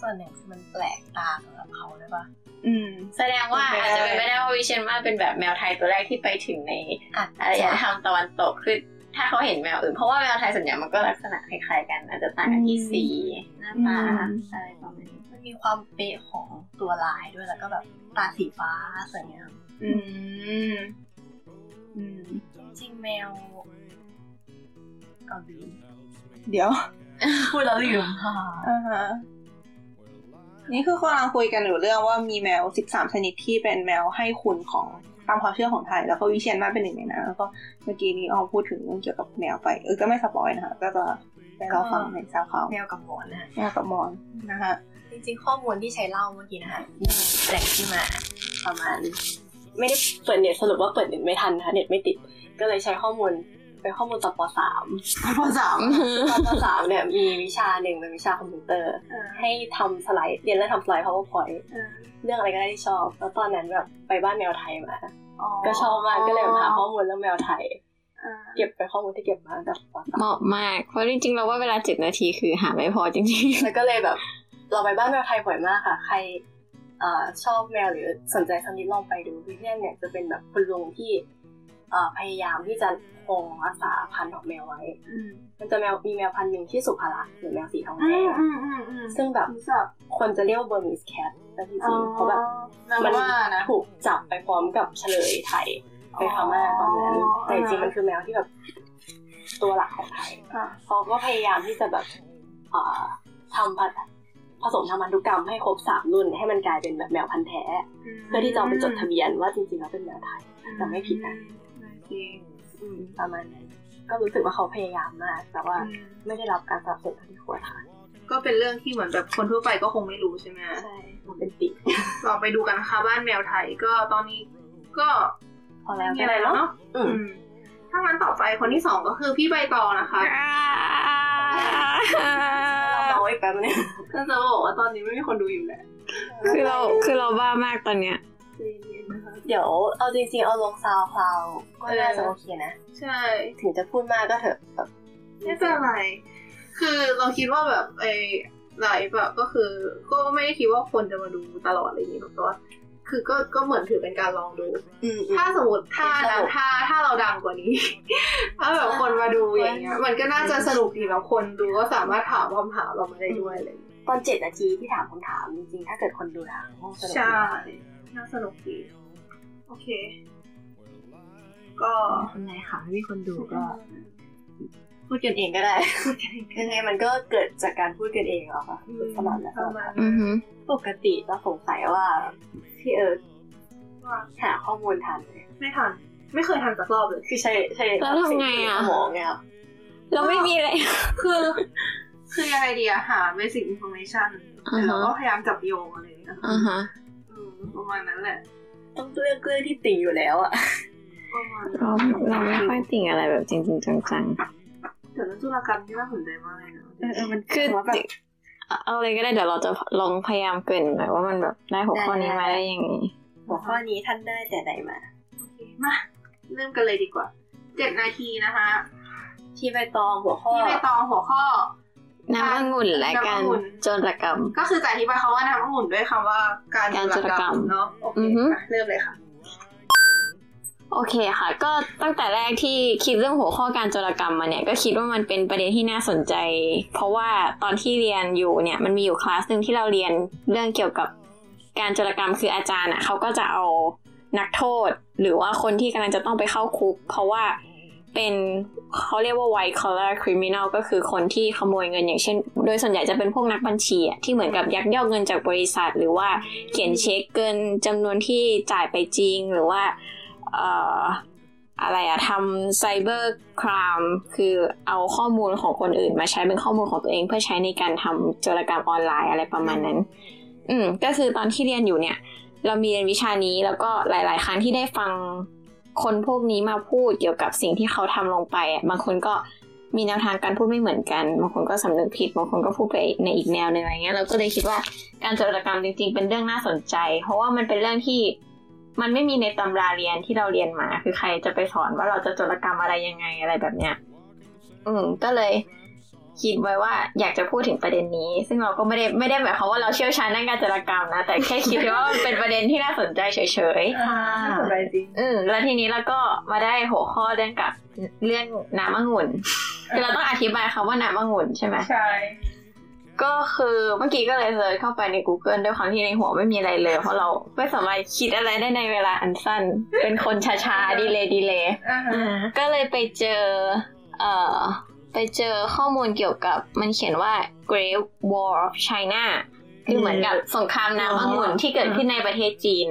[SPEAKER 4] ส่วนหนึ่งคือมันแปลกตาสำหรับเขาด้วยปะ
[SPEAKER 1] อืม
[SPEAKER 3] แสดงว่า
[SPEAKER 1] เป็นไป
[SPEAKER 3] อา
[SPEAKER 1] ได้
[SPEAKER 3] จจะเป็นไปได้ว่าวิเชียนมาศเป็นแบบแมวไทยตัวแรกที่ไปถึงใน
[SPEAKER 4] อาจ
[SPEAKER 3] อารย
[SPEAKER 4] จะ
[SPEAKER 3] ธรรมตะวันตกคือถ้าเขาเห็นแมวอื่นเพราะว่าแมวไทยส่วนใหญ่มันก็ลักษณะคล้ายๆกันอาจจะต่างกันที่สีหน้าตาอะไรประมาณนี้
[SPEAKER 4] มันมีความเป๊ะของตัวลายด้วยแล้วก็แบบตาสีฟ้าสวยงาม
[SPEAKER 1] อืม อืม
[SPEAKER 4] จริงแมวเอาลืม
[SPEAKER 1] เดี๋ยว
[SPEAKER 4] พูดแล้วลืม
[SPEAKER 1] อ่าฮะนี่คือกำลังคุยกันอยู่เรื่องว่ามีแมว 13 ชนิดที่เป็นแมวให้คุณของตามความเชื่อของไทย แล้วก็วิเชียนมาเป็นหนึ่งในนั้นแล้วก็เมื่อกี้นี้ออมพูดถึงเรื่องเกี่ยวกับแมวไปเออก็ไม่สปอยนะคะก็จะไปรอฟังในซาวเขา
[SPEAKER 4] แมวกับหมอนนะคะ
[SPEAKER 1] แมวกับมอนนะคะ
[SPEAKER 4] จริงๆข้อมูลที่ใช้เล่าเมื่อกี้นะคะมีแหล่งที่มาประมาณ ไม่ได้เปิดเน็ตสรุปว่าเปิดเน็ตไม่ทันนะคะเน็ตไม่ติด ก็เลยใช้ข้อมูลเป็นข้อมูลตอนปสาม
[SPEAKER 1] ข้อสาม
[SPEAKER 4] ตอนปสามเนี่ยมีวิชาหนึ่งเป็นวิชาคอมพิวเตอร์ ให้ทำสไลด์เรียนแล้วทำสไลด์ powerpoint เรื่องอะไรก็ได้ที่ชอบ แล้วตอนนั้นแบบไปบ้านแมวไทยมา ก็ชอบมากก็เลยหาข้อมูลเรื่องแมวไทย เก็บไปนข้อมูลที่เก็บมาจากปสาม
[SPEAKER 3] เหมาะมาก เพราะจริงๆ เราว่าเวลาเจ็ดนาทีคือหาไม่พอจริง
[SPEAKER 4] แล้วก็เลยแบบ เราไปบ้านแมวไทยบ่อยมากค่ะ ใครเอ่อชอบแมวหรือสนใจสักนิดลองไปดูวิเนียนเนี่ยจะเป็นแบบคุณลุงที่เอ่อพยายามที่จะคงรักษาพันธุ์ของแมวไว้ มันจะแมวมีแมวพันธุ์หนึ่งที่สุภาระหรือแมวสีทองแดง
[SPEAKER 1] อืมอืมอืม
[SPEAKER 4] ซึ่งแบบ
[SPEAKER 1] รู้จัก
[SPEAKER 4] คนจะเรียกว่าเบอร์นีสแคทแต่จริงๆเขาแบบ
[SPEAKER 1] มั
[SPEAKER 4] มัน น
[SPEAKER 1] ว่านะ
[SPEAKER 4] ถูกจับไปพร้อมกับเฉลยไทยไปพม่าตอนนั้น
[SPEAKER 1] อ๋อ
[SPEAKER 4] แต่จริงๆมันคือแมวที่แบบตัวหลักของไทย
[SPEAKER 1] อ่ะ
[SPEAKER 4] เขาก็พยายามที่จะแบบเอ่อทำพันผสมทำพันธุกรรมให้ครบสามรุ่น ให้มันกลายเป็นแบบแมวพันธุ์แท้ เพื่อที่จะเอาไปจดทะเบียนว่าจริงๆแล้วเป็นแมวไทย แต่ไม่ผิดนะ อืมประมาณนั้นก็รู้สึกว่าเขาพยายามมาก แต่ว่า
[SPEAKER 1] อืม
[SPEAKER 4] ไม่ได้รับการสนับสนุนเท่าที่ควรค่ะ
[SPEAKER 1] ก็เป็นเรื่องที่เหมือนแบบคนทั่วไปก็คงไม่รู้ใช่ไหม
[SPEAKER 4] ใช่มันเป็นติ
[SPEAKER 1] ลองไปดูกันนะคะบ้านแมวไทยก็ตอนนี้ก็
[SPEAKER 4] พอแล้ว
[SPEAKER 1] มีอะไรแล้วเนาะ
[SPEAKER 4] อืม
[SPEAKER 1] อืมถ้างั้นต่อไปคนที่สองก็คือพี่ใบตองนะคะ
[SPEAKER 3] ๆ
[SPEAKER 4] เราเมาอีกแป๊บนึง
[SPEAKER 1] ก็จะบอกว่าตอนนี้ไม่มีคนดูอยู่แหละ
[SPEAKER 3] คือเราคือเราบ้ามากตอนเนี้ย
[SPEAKER 1] ใจเย็นนะคะ
[SPEAKER 4] เดี๋ยวเอาจริงๆ เอาลงซาวคลาวก็น่าจะโอเคนะ
[SPEAKER 1] ใช่
[SPEAKER 4] ถึงจะพูดมากก็เถอะแบบ
[SPEAKER 1] ไม่เป็นไร คือเราคิดว่าแบบไอ้ไลฟ์แบบก็คือ ก็ไม่ได้คิดว่าคนจะมาดูตลอดอะไรอย่างงี้หรอกแต่ว่าคือก็ก็เหมือนถือเป็นการลองดู
[SPEAKER 4] อืมอืม
[SPEAKER 1] ถ้าสมมติถ้านะถ้าถ้าเราดังกว่านี้ ถ้าแบบคนมาดูอย่างเงี้ย มันก็น่าจะสนุกดีแบบคนดูก็สามารถถามคำถามเรามาได้ด้วยอะไรอย่างเลย
[SPEAKER 4] ตอนเจ็ดนาทีที่ถามคำถามจริงๆ ถ้าเกิดคนดูนะโอ้สนุกดี
[SPEAKER 1] น่าสนุกดี โอเค ก็
[SPEAKER 4] เป็นไรค่ะไม่มีคนดูก็
[SPEAKER 1] พูดกันเองก็ได้
[SPEAKER 4] ยังไงมันก็เกิดจากการพูดกันเองหรอะค่ะสลับนะสลับนะ
[SPEAKER 3] อือหือ
[SPEAKER 4] ปกติเราสงสัยว่าพี่เอิร์ธหาข้อมูลทันไหม
[SPEAKER 1] ไม่ทัน ไม่เคยทันสักรอบเลย
[SPEAKER 4] คือใช้ใช้
[SPEAKER 3] แล้วทำไงอะ
[SPEAKER 4] สมองไงอะ
[SPEAKER 3] เราไม่มีอะไร
[SPEAKER 1] คือ คือยังไงดีอะหา basic information แต่เราก็พยายามจับโยงอะไรอย่างเงี้ย
[SPEAKER 3] อ่าฮะ
[SPEAKER 1] อืมประมาณนั้นแหละ
[SPEAKER 4] ต้องเลือกเรื่องที่ติ่งอยู่แล้วอะ
[SPEAKER 1] ประมาณนั้น
[SPEAKER 3] เราเราไม่ค่อยติ่งอะไรแบบจริงจริงๆจัง
[SPEAKER 1] แต่เรื่องธุรกรรมที่น่าสนใจมากเลยนะ
[SPEAKER 3] ๆ คือเอาเลยก็ได้เดี๋ยวเราจะลองพยายามเกรินหน่อยว่ามันแบบได้หัวข้อนี้มาได้ยังไง
[SPEAKER 4] หัวข้อนี้ท่านได้แต่ไหนมา
[SPEAKER 1] โอเคมาเริ่มกันเลยดีกว่า เจ็ดนาทีนะคะ
[SPEAKER 4] ที่ใบตองหัวข้อ
[SPEAKER 1] ที่ใบตองหัวข้อ
[SPEAKER 3] น้ำองุ่นและการ
[SPEAKER 1] น้ำองุ่น
[SPEAKER 3] โจรกรรม
[SPEAKER 1] ก็คือจะอธิบายคำว่าน้ำองุ่นด้วยคำว่าการ
[SPEAKER 3] การจุลกรรม
[SPEAKER 1] เนาะโอเค
[SPEAKER 3] อือฮึ
[SPEAKER 1] มาเริ่มเลยค่ะ
[SPEAKER 3] โอเคค่ะ ก็ตั้งแต่แรกที่คิดเรื่องหัวข้อการโจรกรรมมาเนี่ยก็คิดว่ามันเป็นประเด็นที่น่าสนใจ เพราะว่าตอนที่เรียนอยู่เนี่ยมันมีอยู่คลาสหนึ่งที่เราเรียนเรื่องเกี่ยวกับการโจรกรรมคืออาจารย์อ่ะเขาก็จะเอานักโทษ หรือว่าคนที่กำลังจะต้องไปเข้าคุก เพราะว่าเป็นเขาเรียกว่า white collar criminal ก็คือคนที่ขโมยเงินอย่างเช่น โดยส่วนใหญ่จะเป็นพวกนักบัญชีอะที่เหมือนกับยักยอกเงินจากบริษัท หรือว่าเขียนเช็คเกินจำนวนที่จ่ายไปจริงหรือว่า เอ่ออะไรอะทำไซเบอร์ครามคือเอาข้อมูลของคนอื่นมาใช้เป็นข้อมูลของตัวเองเพื่อใช้ในการทำโจรกรรมออนไลน์อะไรประมาณนั้น อืมก็คือตอนที่เรียนอยู่เนี่ย เรามีเรียนวิชานี้แล้วก็หลาย ๆ ครั้งที่ได้ฟังคนพวกนี้มาพูดเกี่ยวกับสิ่งที่เขาทำลงไปอะบางคนก็มีแนวทางการพูดไม่เหมือนกัน บางคนก็สำนึกผิด บางคนก็พูดไปในอีกแนวหนึงอะไรเงี้ยเราก็เลยคิดว่าการโจรกรรมจริง ๆ เป็นเรื่องน่าสนใจ เพราะว่ามันเป็นเรื่องที่ มันไม่มีในตำราเรียนที่เราเรียนมา คือใครจะไปสอนว่าเราจะโจรกรรมอะไรยังไงอะไรแบบเนี้ย อืม ก็เลยคิดไว้ว่าอยากจะพูดถึงประเด็นนี้ ซึ่งเราก็ไม่ได้ไม่ได้หมายความว่าเราเชี่ยวชาญด้านการโจรกรรมนะ แต่แค่คิดว่ามันเป็นประเด็นที่น่าสนใจเฉยๆ
[SPEAKER 1] น่าสนใจจริง
[SPEAKER 3] อืมแล้วทีนี้เราก็มาได้หัวข้อเรื่องกับเรื่องน้ำองุ่นคือเราต้องอธิบายคำว่าน้ำองุ่นใช่ไหม
[SPEAKER 1] ใช่
[SPEAKER 3] ก็คือเมื่อกี้ก็เลยเลยเข้าไปใน Google ด้วยความที่ในหัวไม่มีอะไรเลย เพราะเราไม่สามารถคิดอะไรได้ในเวลาอันสั้น เป็นคนช้าๆดีเลยดีเลยก็เลยไปเจอเอ่อไปเจอข้อมูลเกี่ยวกับมันเขียนว่า Great War of China คือเหมือนกับสงครามน้ำองุ่นที่เกิดขึ้นในประเทศจีน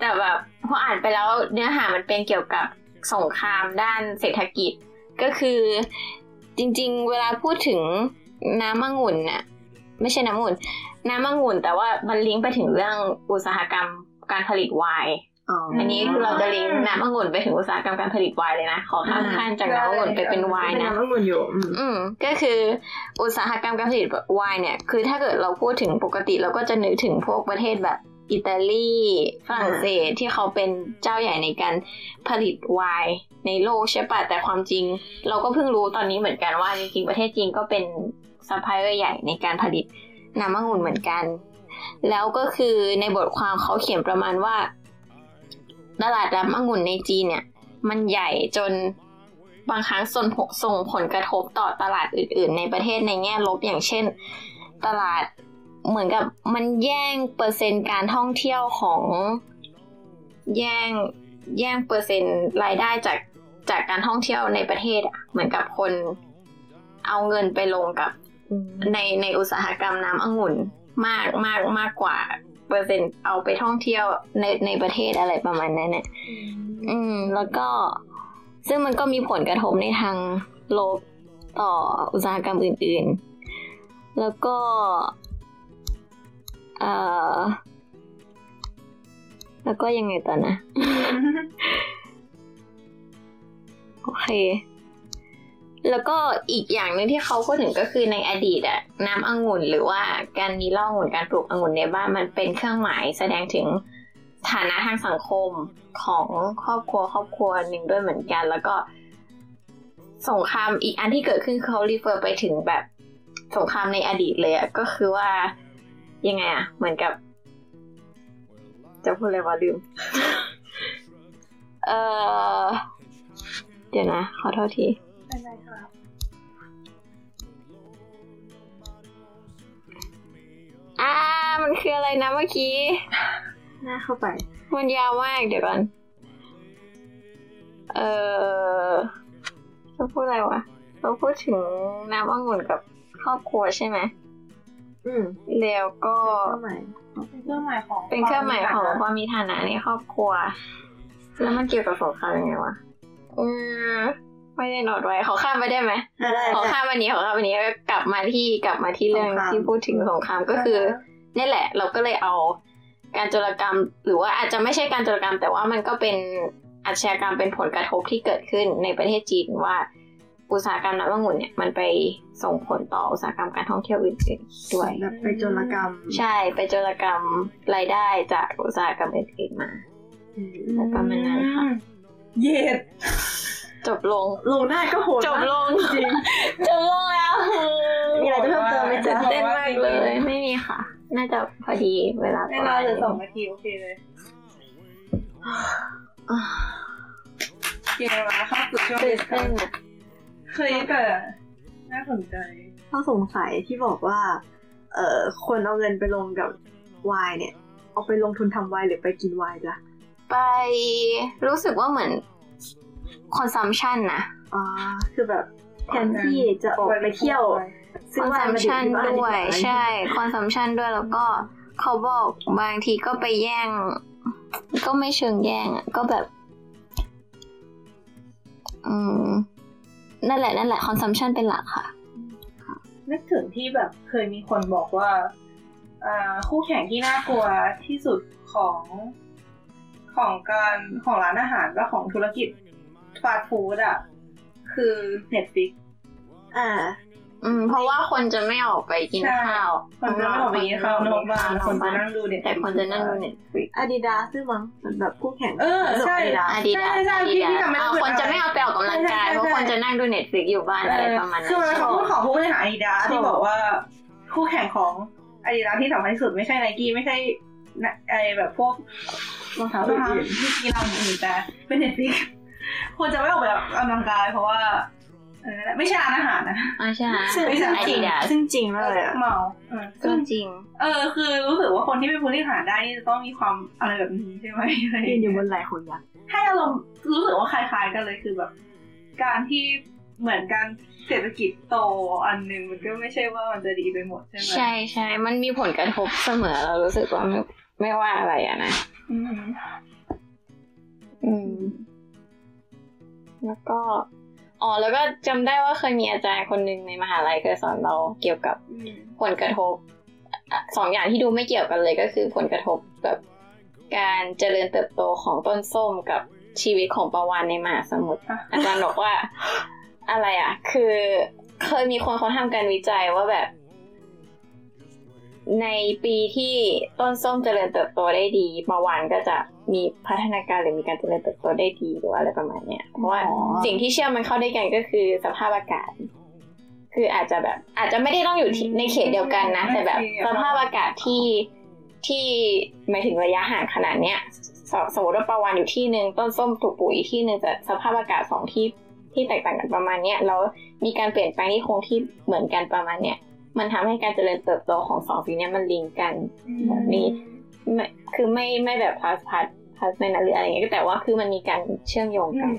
[SPEAKER 3] แต่แบบพออ่านไปแล้วเนื้อหามันเป็นเกี่ยวกับสงครามด้านเศรษฐกิจ ก็คือจริงๆ เวลาพูดถึงน้ำองุ่นน่ะไม่ใช่น้ำองุ่นน้ำองุ่น แต่ว่ามันลิงก์ไปถึงเรื่องอุตสาหกรรมการผลิตไวน์อันนี้คือเราจะลิงก์น้ำองุ่นไปถึงอุตสาหกรรมการผลิตไวน์เลยนะขอข้ามขั้นจากน้ำองุ่นไปเป็นไวน์นะ
[SPEAKER 6] น้ำองุ่นอยู่อืม
[SPEAKER 3] อืมก็คืออุตสาหกรรมการผลิตไวน์เนี่ย คือถ้าเกิดเราพูดถึงปกติเราก็จะนึกถึงพวกประเทศแบบอิตาลีฝรั่งเศสที่เขาเป็นเจ้าใหญ่ในการผลิตไวน์ในโลกใช่ปะแต่ความจริง เราก็เพิ่งรู้ตอนนี้เหมือนกันว่าจริงๆประเทศจีนก็เป็นซัพพลายเออร์ใหญ่ในการผลิตน้ำองุ่นเหมือนกัน แล้วก็คือในบทความเขาเขียนประมาณว่า ตลาดน้ำองุ่นในจีนเนี่ย มันใหญ่จนบางครั้งส่งผลส่งผลกระทบต่อตลาดอื่น ๆ ในประเทศในแง่ลบอย่างเช่น ตลาดเหมือนกับมันแย่งเปอร์เซ็นต์การท่องเที่ยวของแย่งแย่งเปอร์เซ็นต์รายได้จากจากการท่องเที่ยวในประเทศอะเหมือนกับคนเอาเงินไปลงกับในในอุตสาหกรรมน้ำองุ่นมากมากมากกว่าเปอร์เซ็นต์เอาไปท่องเที่ยวในในประเทศอะไรประมาณนั้นเนี่ย อืมแล้วก็ซึ่งมันก็มีผลกระทบในทางลบต่ออุตสาหกรรมอื่นๆ แล้วก็เอ่อแล้วก็ยังไงต่อนะ โอเค แล้วก็อีกอย่างหนึ่งที่เขาพูดถึงก็คือในอดีตอะน้ำองุ่นหรือว่าการมีเหล่าองุ่นการปลูกองุ่นในบ้านมันเป็นเครื่องหมายแสดงถึง ฐานะทางสังคมของครอบครัวครอบครัวหนึ่งด้วยเหมือนกัน แล้วก็ สงครามอีกอันที่เกิดขึ้นคือเขารีเฟอร์ไปถึงแบบสงครามในอดีตเลยอะก็คือว่ายังไงอะเหมือนกับ จะพูดอะไรวะลืม เออเดี๋ยวนะ ขอโทษที อ่า มันคืออะไรนะเมื่อกี้
[SPEAKER 4] หน้าเข้าไป
[SPEAKER 3] มันยาวมากเดี๋ยวก่อน เออจะพูดอะไรวะ เราพูดถึงน้ำองุ่นกับครอบครัวใช่ไหม
[SPEAKER 4] อืม
[SPEAKER 3] แล้วก็
[SPEAKER 4] เข้าใหม่
[SPEAKER 1] เป็นเครื่องหมายของ
[SPEAKER 3] เป็นเครื่องหมายของความมีฐานะในครอบครัว แล้วมันเกี่ยวกับสงครามยังไงวะ เออ ไม่ได้โนดไว้ขอข้ามไปได้ไหม
[SPEAKER 4] อ่ะได้
[SPEAKER 3] ขอ
[SPEAKER 4] ได้
[SPEAKER 3] ข้ามวันนี้ขอข้ามวันนี้ก็กลับมาที่กลับมาที่เรื่อง
[SPEAKER 4] สงคราม
[SPEAKER 3] ที่พูดถึงสงครามก็คือนี่แหละ เราก็เลยเอาการโจรกรรม หรือว่าอาจจะไม่ใช่การโจรกรรม แต่ว่ามันก็เป็นอาชญากรรมเป็นผลกระทบที่เกิดขึ้นในประเทศจีนว่า อุตสาหกรรมน้ำองุ่นเนี่ยมันไปส่งผลต่ออุตสาหกรรมการท่องเที่ยวอื่นๆด้วย
[SPEAKER 4] แบบไปโจรกรรม
[SPEAKER 3] ใช่ไปโจรกรรมรายได้จากอุตสาหกรรมอื่นๆมา อะไรประมาณนั้นค่ะ
[SPEAKER 1] เหย็ด
[SPEAKER 3] จบลง
[SPEAKER 4] ลงได้ก็โหด
[SPEAKER 3] จบ
[SPEAKER 4] นะ
[SPEAKER 3] ลง
[SPEAKER 4] จริง
[SPEAKER 3] จบลงแล้ว
[SPEAKER 4] มีอะไรจะเพิ่มเติมไหม
[SPEAKER 3] ตื่
[SPEAKER 4] จ๊ะ
[SPEAKER 3] นเต้นมากเลย ไม่มีค่ะ น่าจะพอดีเวลา
[SPEAKER 1] เวลาเหลือสองนาทีโอเคเลยโอเกมมาเข้าสู่ช่วง
[SPEAKER 3] ตื่
[SPEAKER 1] ดิ
[SPEAKER 3] น
[SPEAKER 1] สคั
[SPEAKER 3] เต้
[SPEAKER 1] ส
[SPEAKER 3] นอะ
[SPEAKER 1] เคยเกิดน่าสนใจ
[SPEAKER 4] ข้อสงสัยที่บอกว่า เอ่อคนเอาเงินไปลงกับวายเนี่ย เอาไปลงทุนทำวายหรือไปกินวายจ้ะ
[SPEAKER 3] ไปรู้สึกว่าเหมือนคอนซัมชันนะ
[SPEAKER 4] อ่าคือแบบแทนที่จะออกไปเที่ยว
[SPEAKER 3] ค
[SPEAKER 4] ซื้อ
[SPEAKER 3] อน
[SPEAKER 4] วาย
[SPEAKER 3] ซัม
[SPEAKER 4] มาดื่ม
[SPEAKER 3] ชัน
[SPEAKER 4] ที่บ้านดี
[SPEAKER 3] ด้
[SPEAKER 4] ก
[SPEAKER 3] ว
[SPEAKER 4] ว่าย
[SPEAKER 3] ใช่คอนซัมชันด้วยแล้วก็เขาบอกบางทีก็ไปแย่ง ก็ไม่เชิงแย่งอะก็แบบ อืม นั่นแหละนั่นแหละคอนซัมชันเป็นหลักค่ะ
[SPEAKER 1] นึกถึงที่แบบเคยมีคนบอกว่าอ่าคู่แข่งที่น่ากลัวที่สุดของของการของร้านอาหารและของธุรกิจฟาสต์ฟู้ดอ่ะ คือเน็ตฟิก
[SPEAKER 4] อ่า
[SPEAKER 3] อืม เพราะว่าคนจะไม่ออกไปกิน
[SPEAKER 1] ใช่
[SPEAKER 3] ข้าว
[SPEAKER 1] คนจะไม่ออกไปกินข้าวนอกบ้านคนจะนั่งดูเน็ต
[SPEAKER 3] แต่คนจะนั่งดูเน็ตฟลิก
[SPEAKER 4] อาดิดาซื้อมั้งแบบคู่แข่ง
[SPEAKER 1] เออใช่
[SPEAKER 4] อาดิดา
[SPEAKER 3] อาดิ
[SPEAKER 1] ใช่
[SPEAKER 3] ดา
[SPEAKER 1] ใช่พี่ที่ทำไม่
[SPEAKER 3] เอา
[SPEAKER 1] ได้
[SPEAKER 3] คนจะไม่เอาไปออกกำลังกาย เพราะคนจะนั่งดูเน็ตฟลิกอยู่บ้านอะไรประมาณ
[SPEAKER 1] คื
[SPEAKER 3] นั้
[SPEAKER 1] อมันเป็น
[SPEAKER 3] น
[SPEAKER 1] คำพูดของผู้บริหารอาดิดาที่บอกว่า คู่แข่งของอาดิดาที่สำคัญที่สุดไม่ใช่ไนกี้ไม่ใช่นะไอแบบพวกรองเท้ารองเท้าที่กีฬาอื่นๆแต่เป็นเน็ตฟิกคนจะไม่ออกไปออกกำลังกาย เพราะว่าเออไม่ใช่ร้านอาหารนะ
[SPEAKER 3] อ่าใช่
[SPEAKER 4] ซึ่ง
[SPEAKER 1] ไม่ใช่
[SPEAKER 4] ซึ่งจริง
[SPEAKER 3] Adidas
[SPEAKER 4] ซึ่งจริงมากเลยอะ
[SPEAKER 1] เมาเออ
[SPEAKER 3] ก็
[SPEAKER 1] ซึ่ง
[SPEAKER 3] จริง
[SPEAKER 1] เออ คือรู้สึกว่าคนที่เป็นผู้บริหารได้นี่จะต้องมีความอะไรแบบนี้ใช่ไหมอะไรอย่าง
[SPEAKER 4] ยื
[SPEAKER 1] เงี้
[SPEAKER 4] น
[SPEAKER 1] ย
[SPEAKER 4] อยู่บนไหล่ของยักษ์
[SPEAKER 1] ให้อารมณ์รู้สึกว่าคล้ายๆกันเลยคือแบบ การที่เหมือนการเศรษฐกิจโตอันหนึ่งมันก็ไม่ใช่ว่ามันจะดีไปหมดใช่ไหม
[SPEAKER 3] ใช่ใช่มันมีผลกระทบเสมอเรารู้สึกว่าไม่ไม่ว่าอะไรอะนะ
[SPEAKER 1] อืม
[SPEAKER 3] อืม แล้วก็ อ๋อ แล้วก็จำได้ว่าเคยมีอาจารย์คนหนึ่งในมหาลัยเคยสอนเราเกี่ยวกับผลกระทบอ่ะสองอย่างที่ดูไม่เกี่ยวกันเลยก็คือผลกระทบกับการเจริญเติบโตของต้นส้มกับชีวิตของประวานในมหาสมุทร อาจารย์บอกว่า อะไรอ่ะ คือเคยมีคนเขาทำการวิจัยว่าแบบ ในปีที่ต้นส้มเจริญเติบโตได้ดีประวานก็จะมีพัฒนาการหรือมีการเจริญเติบโตได้ดีหรืออะไรประมาณเนี้ยเพราะว่าสิ่งที่เชื่อมมันเข้าด้วยกันก็คือสภาพอากาศ คืออาจจะแบบ อาจจะไม่ได้ต้องอยู่ที่ในเขตเดียวกันนะ แต่แบบสภาพอากาศที่ที่หมายถึงระยะห่างขนาดเนี้ยสสมมติว่าประวานอยู่ที่หนึ่งต้นส้มถูกปลูกอีกที่หนึ่งแต่สภาพอากาศสองที่ที่แตกต่างกันประมาณเนี้ยแล้วมีการเปลี่ยนแปลงที่คงที่เหมือนกันประมาณเนี้ย มันทำให้การเจริญเติบโตของสองสิ่งเนี้ยมันลิงก์กันแบบนี้ไม่คือไม่ไม่แบบพาสพัดพาสไม่นะหรืออะไรอย่างเงี้ยก็แต่ว่าคือมันมีการเชื่อมโยงกัน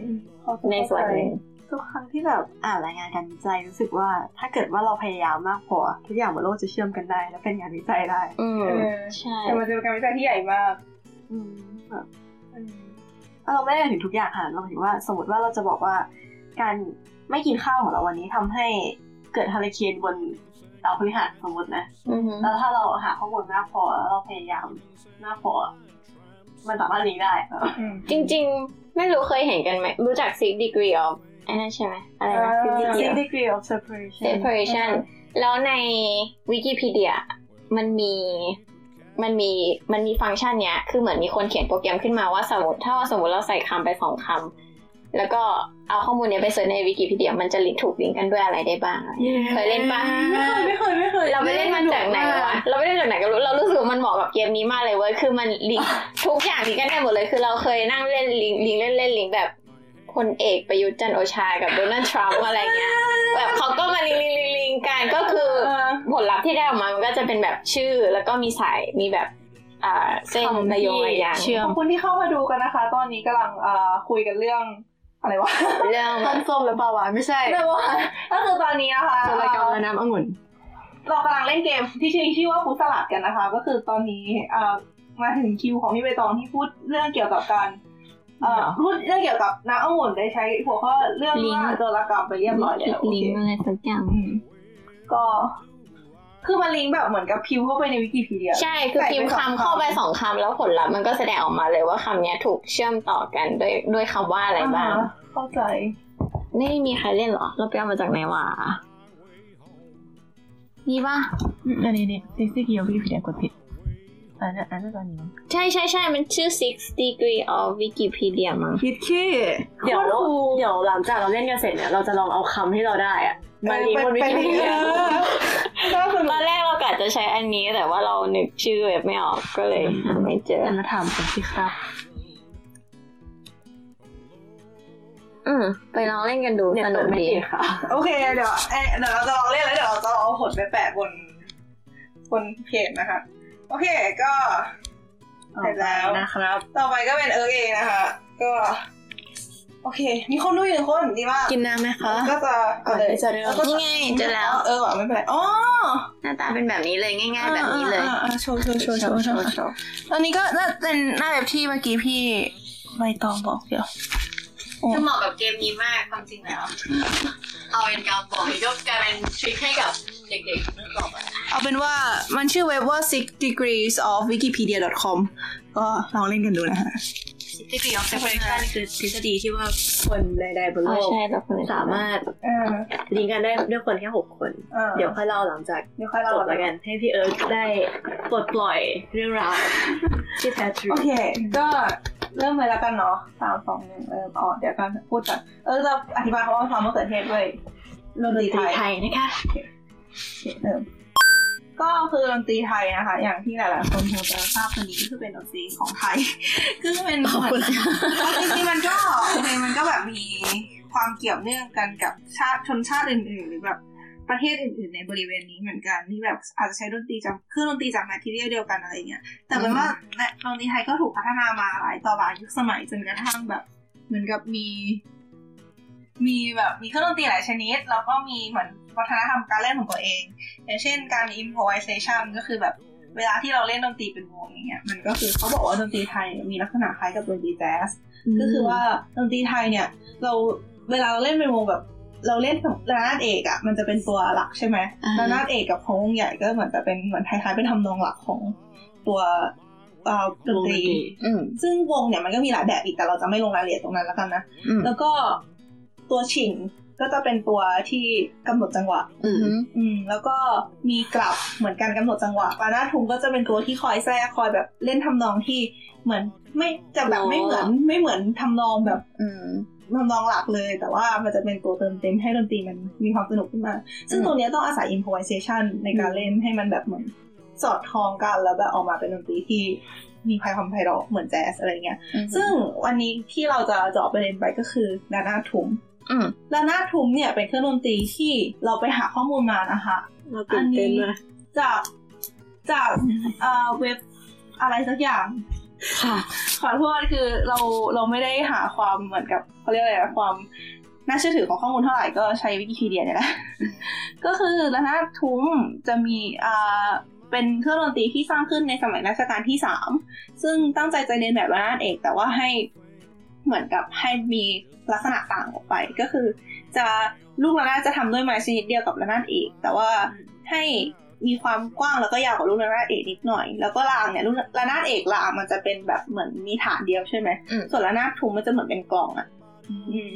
[SPEAKER 3] ในส่วนหนึ่ง
[SPEAKER 4] ทุกครั้งที่แบบอ่านรายงานการวิจัยรู้สึกว่า ถ้าเกิดว่าเราพยายามมากพอทุกอย่างบนโลกจะเชื่อมกันได้ และเป็นงานวิจัยได้
[SPEAKER 3] อืม
[SPEAKER 1] เออ
[SPEAKER 3] ใช่
[SPEAKER 1] แต่มันจะเป็นการวิจัยที่ใหญ่มาก
[SPEAKER 4] อืมแบบ
[SPEAKER 1] อืม
[SPEAKER 4] เราไม่ได้ถึงทุกอย่างค่ะเราหมายถึงว่า สมมติว่าเราจะบอกว่า การไม่กินข้าวของเราวันนี้ทำให้เกิดเฮอริเคนบนดาวพฤหัสสมมตินะ
[SPEAKER 3] อือหือ
[SPEAKER 4] แล้วถ้าเราหาข้อมูลมากพอแล้วเราพยายามมากพอ มันสามารถลิงก์ได้
[SPEAKER 1] อืม
[SPEAKER 3] จริง ๆ ไม่รู้เคยเห็นกันไหมรู้จัก six degree of อันนั้นใช่ไหมอะไรนะ six
[SPEAKER 1] อ่า
[SPEAKER 3] degree
[SPEAKER 4] six
[SPEAKER 3] of
[SPEAKER 4] degree of separation
[SPEAKER 3] separation แล้วในวิกิพีเดียมันมี มันมีมันมีฟังก์ชันเนี้ย คือเหมือนมีคนเขียนโปรแกรมขึ้นมาว่าสมมติถ้าว่าสมมติเราใส่คำไปสองคำแล้วก็เอาข้อมูลเนี้ยไปเสิร์ชในวิกิพีเดียมันจะลิงก์ถูกลิงก์กันด้วยอะไรได้บ้างอะไรเงี้ยเคยเล่นปะ
[SPEAKER 1] ไม่เคยไม่เคย
[SPEAKER 3] เราไปเล่นมันจากไหนวะ เราไปเล่นจากไหนก็รู้เรารู้สึกว่ามันเหมาะกับเกมนี้มากเลยเว้ย คือมันลิงก์ทุกอย่างลิงก์กันได้หมดเลย คือเราเคยนั่งเล่นลิงก์ลิงก์เล่นเล่นลิงก์แบบคนเอกประยุทธ์จันทร์โอชา กับโดนัลด์ทรัมป์อะไรเงี้ย แบบเขาก็มาลิงก์ลิงก์ลิงก์ลิงก์กันก็คือผลลัพธ์ที่ได้ออกมา มันก็จะเป็นแบบชื่อ แล้วก็มีสาย มีแบบอ่าเส้นระโยงระยาง
[SPEAKER 7] เชื่อ
[SPEAKER 1] ข
[SPEAKER 7] ม
[SPEAKER 1] อบคุณที่เข้ามาดูกันนะคะ ตอนนี้กำลังเอ่อคุยกันเรื่องอะไรวะ
[SPEAKER 3] เรื่อง
[SPEAKER 8] ต้นส้มหรือเปล่าวะไม่ใช่
[SPEAKER 1] ไม่ว่า ก็คือตอนนี้นะคะ
[SPEAKER 8] ตัวรายการน้ำองุ่น
[SPEAKER 1] เรากำลังเล่นเกมที่ชื่อชื่อว่าฟูสลัดกันนะคะ ก็คือตอนนี้เอ่อมาถึงคิวของพี่ใบตองที่พูดเรื่องเกี่ยวกับการเอ่อ
[SPEAKER 8] เหรอ
[SPEAKER 1] พูดเรื่องเกี่ยวกับน้ำองุ่นได้ใช้หัวข้อเรื่อง
[SPEAKER 7] ลิงก์
[SPEAKER 1] ว่าโจรกรรมไปเรียบร้อยแล้วโอ
[SPEAKER 7] ลิง
[SPEAKER 1] เค
[SPEAKER 7] ก์อะไรสักอย่าง
[SPEAKER 1] ก็ คือมันลิงก์แบบเหมือนกับพิมพ์เข้าไปในวิกิพีเดีย
[SPEAKER 3] ใช่ คือพิมพ์คำเข้าไปสองคำแล้วผลลัพธ์มันก็แสดงออกมาเลยว่าคำเนี้ยถูกเชื่อมต่อกันด้วยด้วยคำว่าอะไรบ้าง
[SPEAKER 1] อ่าฮะเข้าใจ
[SPEAKER 3] นี่มีใครเล่นเหรอ เราไปเอามาจากไหนวะมีป่ะ
[SPEAKER 9] อันนี้นี่ซิกซี่เกียวพี่ผิดกดผิดอันนั้นอันนั้นตอนนี้
[SPEAKER 3] ใช่ใช่ใช่มันชื่อ six degree of Wikipedia มั้ง
[SPEAKER 8] คิดขี้
[SPEAKER 4] เดี๋ยวเดี๋ยวหลังจากเราเล่นกันเสร็จเนี่ยเราจะลองเอาคำที่เราได้อะมาลิงก์บนวิ
[SPEAKER 8] ไป
[SPEAKER 4] กิ
[SPEAKER 8] ไป
[SPEAKER 4] พีเดีย
[SPEAKER 8] ไป
[SPEAKER 3] ตอนแรกเรากะจะใช้อันนี้แต่ว่าเรานึกชื่อแบบไม่ออกก็เลยหาไม่เจอ
[SPEAKER 9] อันนั้นถามผมสิครับ
[SPEAKER 3] อืมไปลองเล่นกันดู
[SPEAKER 4] เน็ต
[SPEAKER 3] ส
[SPEAKER 4] เปิ
[SPEAKER 3] นุ
[SPEAKER 4] ด
[SPEAKER 3] ก
[SPEAKER 4] ไม่
[SPEAKER 3] ดี
[SPEAKER 4] ติดค่ะ
[SPEAKER 1] โอเค เดี๋ยวเอ๊ะเดี๋ยวเราจะลองเล่นแล้วเดี๋ยวเราจะเอาผลไปแปะบน บนเพจนะคะ โอเคก็เสร็จแล้ว
[SPEAKER 8] นะครับ
[SPEAKER 1] ต่อไปก็เป็นเอิร์กเองนะคะ ก็ โอเค มีคนดูอยู่หนึ่งคนดีมาก
[SPEAKER 8] กินน้ำไหมคะ
[SPEAKER 1] ก็จะเอาเลย
[SPEAKER 8] จะเริ่ม
[SPEAKER 1] แล้วก็
[SPEAKER 3] นี่ไงเจอแล้ว
[SPEAKER 1] เออว่ะไม่เป็นไรอ๋อ
[SPEAKER 3] หน้าตาเป็นแบบนี้เลยง่าย ๆ แบบนี้เลย
[SPEAKER 1] อ่าอ่าอ่าโชว์โชว์โชว์โชว์โชว์โชว์ตอนนี้ก็น่าเป็นหน้าแบบที่เมื่อกี้พี่ใบตองบอกเดี๋ยว
[SPEAKER 7] คือเหมาะกับเกมนี้มากความจริงแล้ว
[SPEAKER 8] เอาเป็นการบอกยกกลายเป็นทริคให้กับเด็กๆนึกออกไหม
[SPEAKER 1] เอาเป็นว่ามันชื่อเว็บว่า six degrees of wikipedia com ก็ลองเล่นกันดูนะฮะ
[SPEAKER 8] ทริคของเซฟเฟอร์ชัน
[SPEAKER 4] คือทฤษฎีที่ว่าคนใดๆบน
[SPEAKER 3] อ๋อ
[SPEAKER 4] โล
[SPEAKER 3] ก ใช่เราคน
[SPEAKER 4] สามารถ
[SPEAKER 1] เออ
[SPEAKER 4] ลิงก์กันได้ด้วยคนแค่หกคน
[SPEAKER 1] เออ
[SPEAKER 4] เดี๋ยวค่อยเล่าหลังจาก
[SPEAKER 1] เดี๋ยวค่อยเรา
[SPEAKER 4] จบแล้วกัน ให้พี่เอิร์ธได้ปลดปล่อยเรื่องราวที่แท้ทรู
[SPEAKER 1] โอเค ก็เริ่มเลยแล้วกันเนาะสามสองหนึ่งเริ่มอ๋อเดี๋ยวกันพูดก่อนเออจะอธิบายคำว่าความมะเขือเทศด้วยดนตรีไทย
[SPEAKER 4] ไทยนะคะ
[SPEAKER 1] เดิมก็คือดนตรีไทยนะคะ อย่างที่หลายๆคนคงจะทราบกันดีก็คือเป็นดนตรีของไทย คือเป็นขอบคุณ จริงๆมันก็เพลงมันก็แบบมีความเกี่ยวเนื่องกันกับชาติชนชาติอื่นๆ หรือแบบประเทศอื่นๆ ในบริเวณนี้เหมือนกันที่แบบอาจจะใช้ดนตรีจากเครื่องดนตรีจากแมททีเรียลเดียวกันอะไรเงี้ยแต่เป็นว่าและดนตรีไทยก็ถูกพัฒนามาหลายต่อหลายยุคสมัยจนกระทั่งแบบ เหมือนกับมี มีแบบมีเครื่องดนตรีหลายชนิด แล้วก็มีเหมือนวัฒนธรรมการเล่นของตัวเอง อย่างเช่นการ improvisation ก็คือแบบเวลาที่เราเล่นดนตรีเป็นวงอย่างเงี้ยมันก็คือเขาบอกว่าดนตรีไทยมีลักษณะคล้ายกับดนตรีแจ๊สก็คือว่าดนตรีไทยเนี่ย เราเวลาเราเล่นเป็นวงแบบ เราเล่นระนาดเอกอะ่ะมันจะเป็นตัวหลักใช่ไหม
[SPEAKER 3] อ่าฮะ
[SPEAKER 1] ระนาดเอกกับของวงใหญ่ก็เหมือนจะเป็นเหมือนคล้ายๆเป็นทำนองหลักของตัวเอ่อดนตรี
[SPEAKER 3] อืม
[SPEAKER 1] ซึ่งวงเนี่ยมันก็มีหลายแบบอีกแต่เราจะไม่ลงรายละเอียดตรงนั้นแล้วกันนะ
[SPEAKER 3] อืม
[SPEAKER 1] แล้วก็ตัวฉิงก็จะเป็นตัวที่กำหนดจังหวะ
[SPEAKER 3] อืม
[SPEAKER 1] อืมแล้วก็มีกลับเหมือนกันกำหนดจังหวะปานาทุงก็จะเป็นตัวที่คอยแทรกคอยแบบเล่นทำนองที่เหมือนไม่จะแบบ
[SPEAKER 3] โอ้
[SPEAKER 1] ไม่เหมือนไม่เหมือนทำนองแบบ
[SPEAKER 3] อืม
[SPEAKER 1] ทำนองหลักเลย แต่ว่ามันจะเป็นตัวเติมเต็มให้ดนตรีมันมีความสนุกขึ้นมา ซึ่ง
[SPEAKER 3] อืม
[SPEAKER 1] ตรงเนี้ยต้องอาศัย improvisation ในการเล่นให้มันแบบเหมือนสอดคล้องกันแล้วแบบออกมาเป็นดนตรีที่มีความความไพเราะเหมือนแจ๊สอะไรเงี้ย ซึ่งวันนี้ที่เราจะเจาะประเด็นไปก็คือนานาทุม
[SPEAKER 3] อืม
[SPEAKER 1] นานาทุมเนี่ยเป็นเครื่องดนตรีที่เราไปหาข้อมูลมานะคะ
[SPEAKER 4] เราตื่นเต้นมาก
[SPEAKER 1] จากจากเอ่อเว็บอะไรสักอย่าง ขอโทษคือเราเราไม่ได้หาความเหมือนกับเขาเรียกอะไรนะความน่าเชื่อถือของข้อมูลเท่าไหร่ก็ใช้วิกิพีเดียเนี่ยแหละ ก็คือระนาดทุ้มจะมีอ่าเป็นเครื่องดนตรีที่สร้างขึ้นในสมัยรัชกาลที่สามซึ่งตั้งใจจะเรียนแบบระนาดเอกแต่ว่าให้เหมือนกับให้มีลักษณะต่างออกไป ก็คือ จะลูกระนาดจะทำด้วยไม้ชนิดเดียวกับระนาดเอกแต่ว่าให้มีความกว้างแล้วก็ยาวกว่าลูกระนาดเอกนิดหน่อย แล้วก็รางเนี่ยลูกระนาดเอกรางมันจะเป็นแบบเหมือนมีฐานเดียวใช่ไหม
[SPEAKER 3] อืม
[SPEAKER 1] ส่วนระนาดทุ้มมันจะเหมือนเป็นกลองอะอืม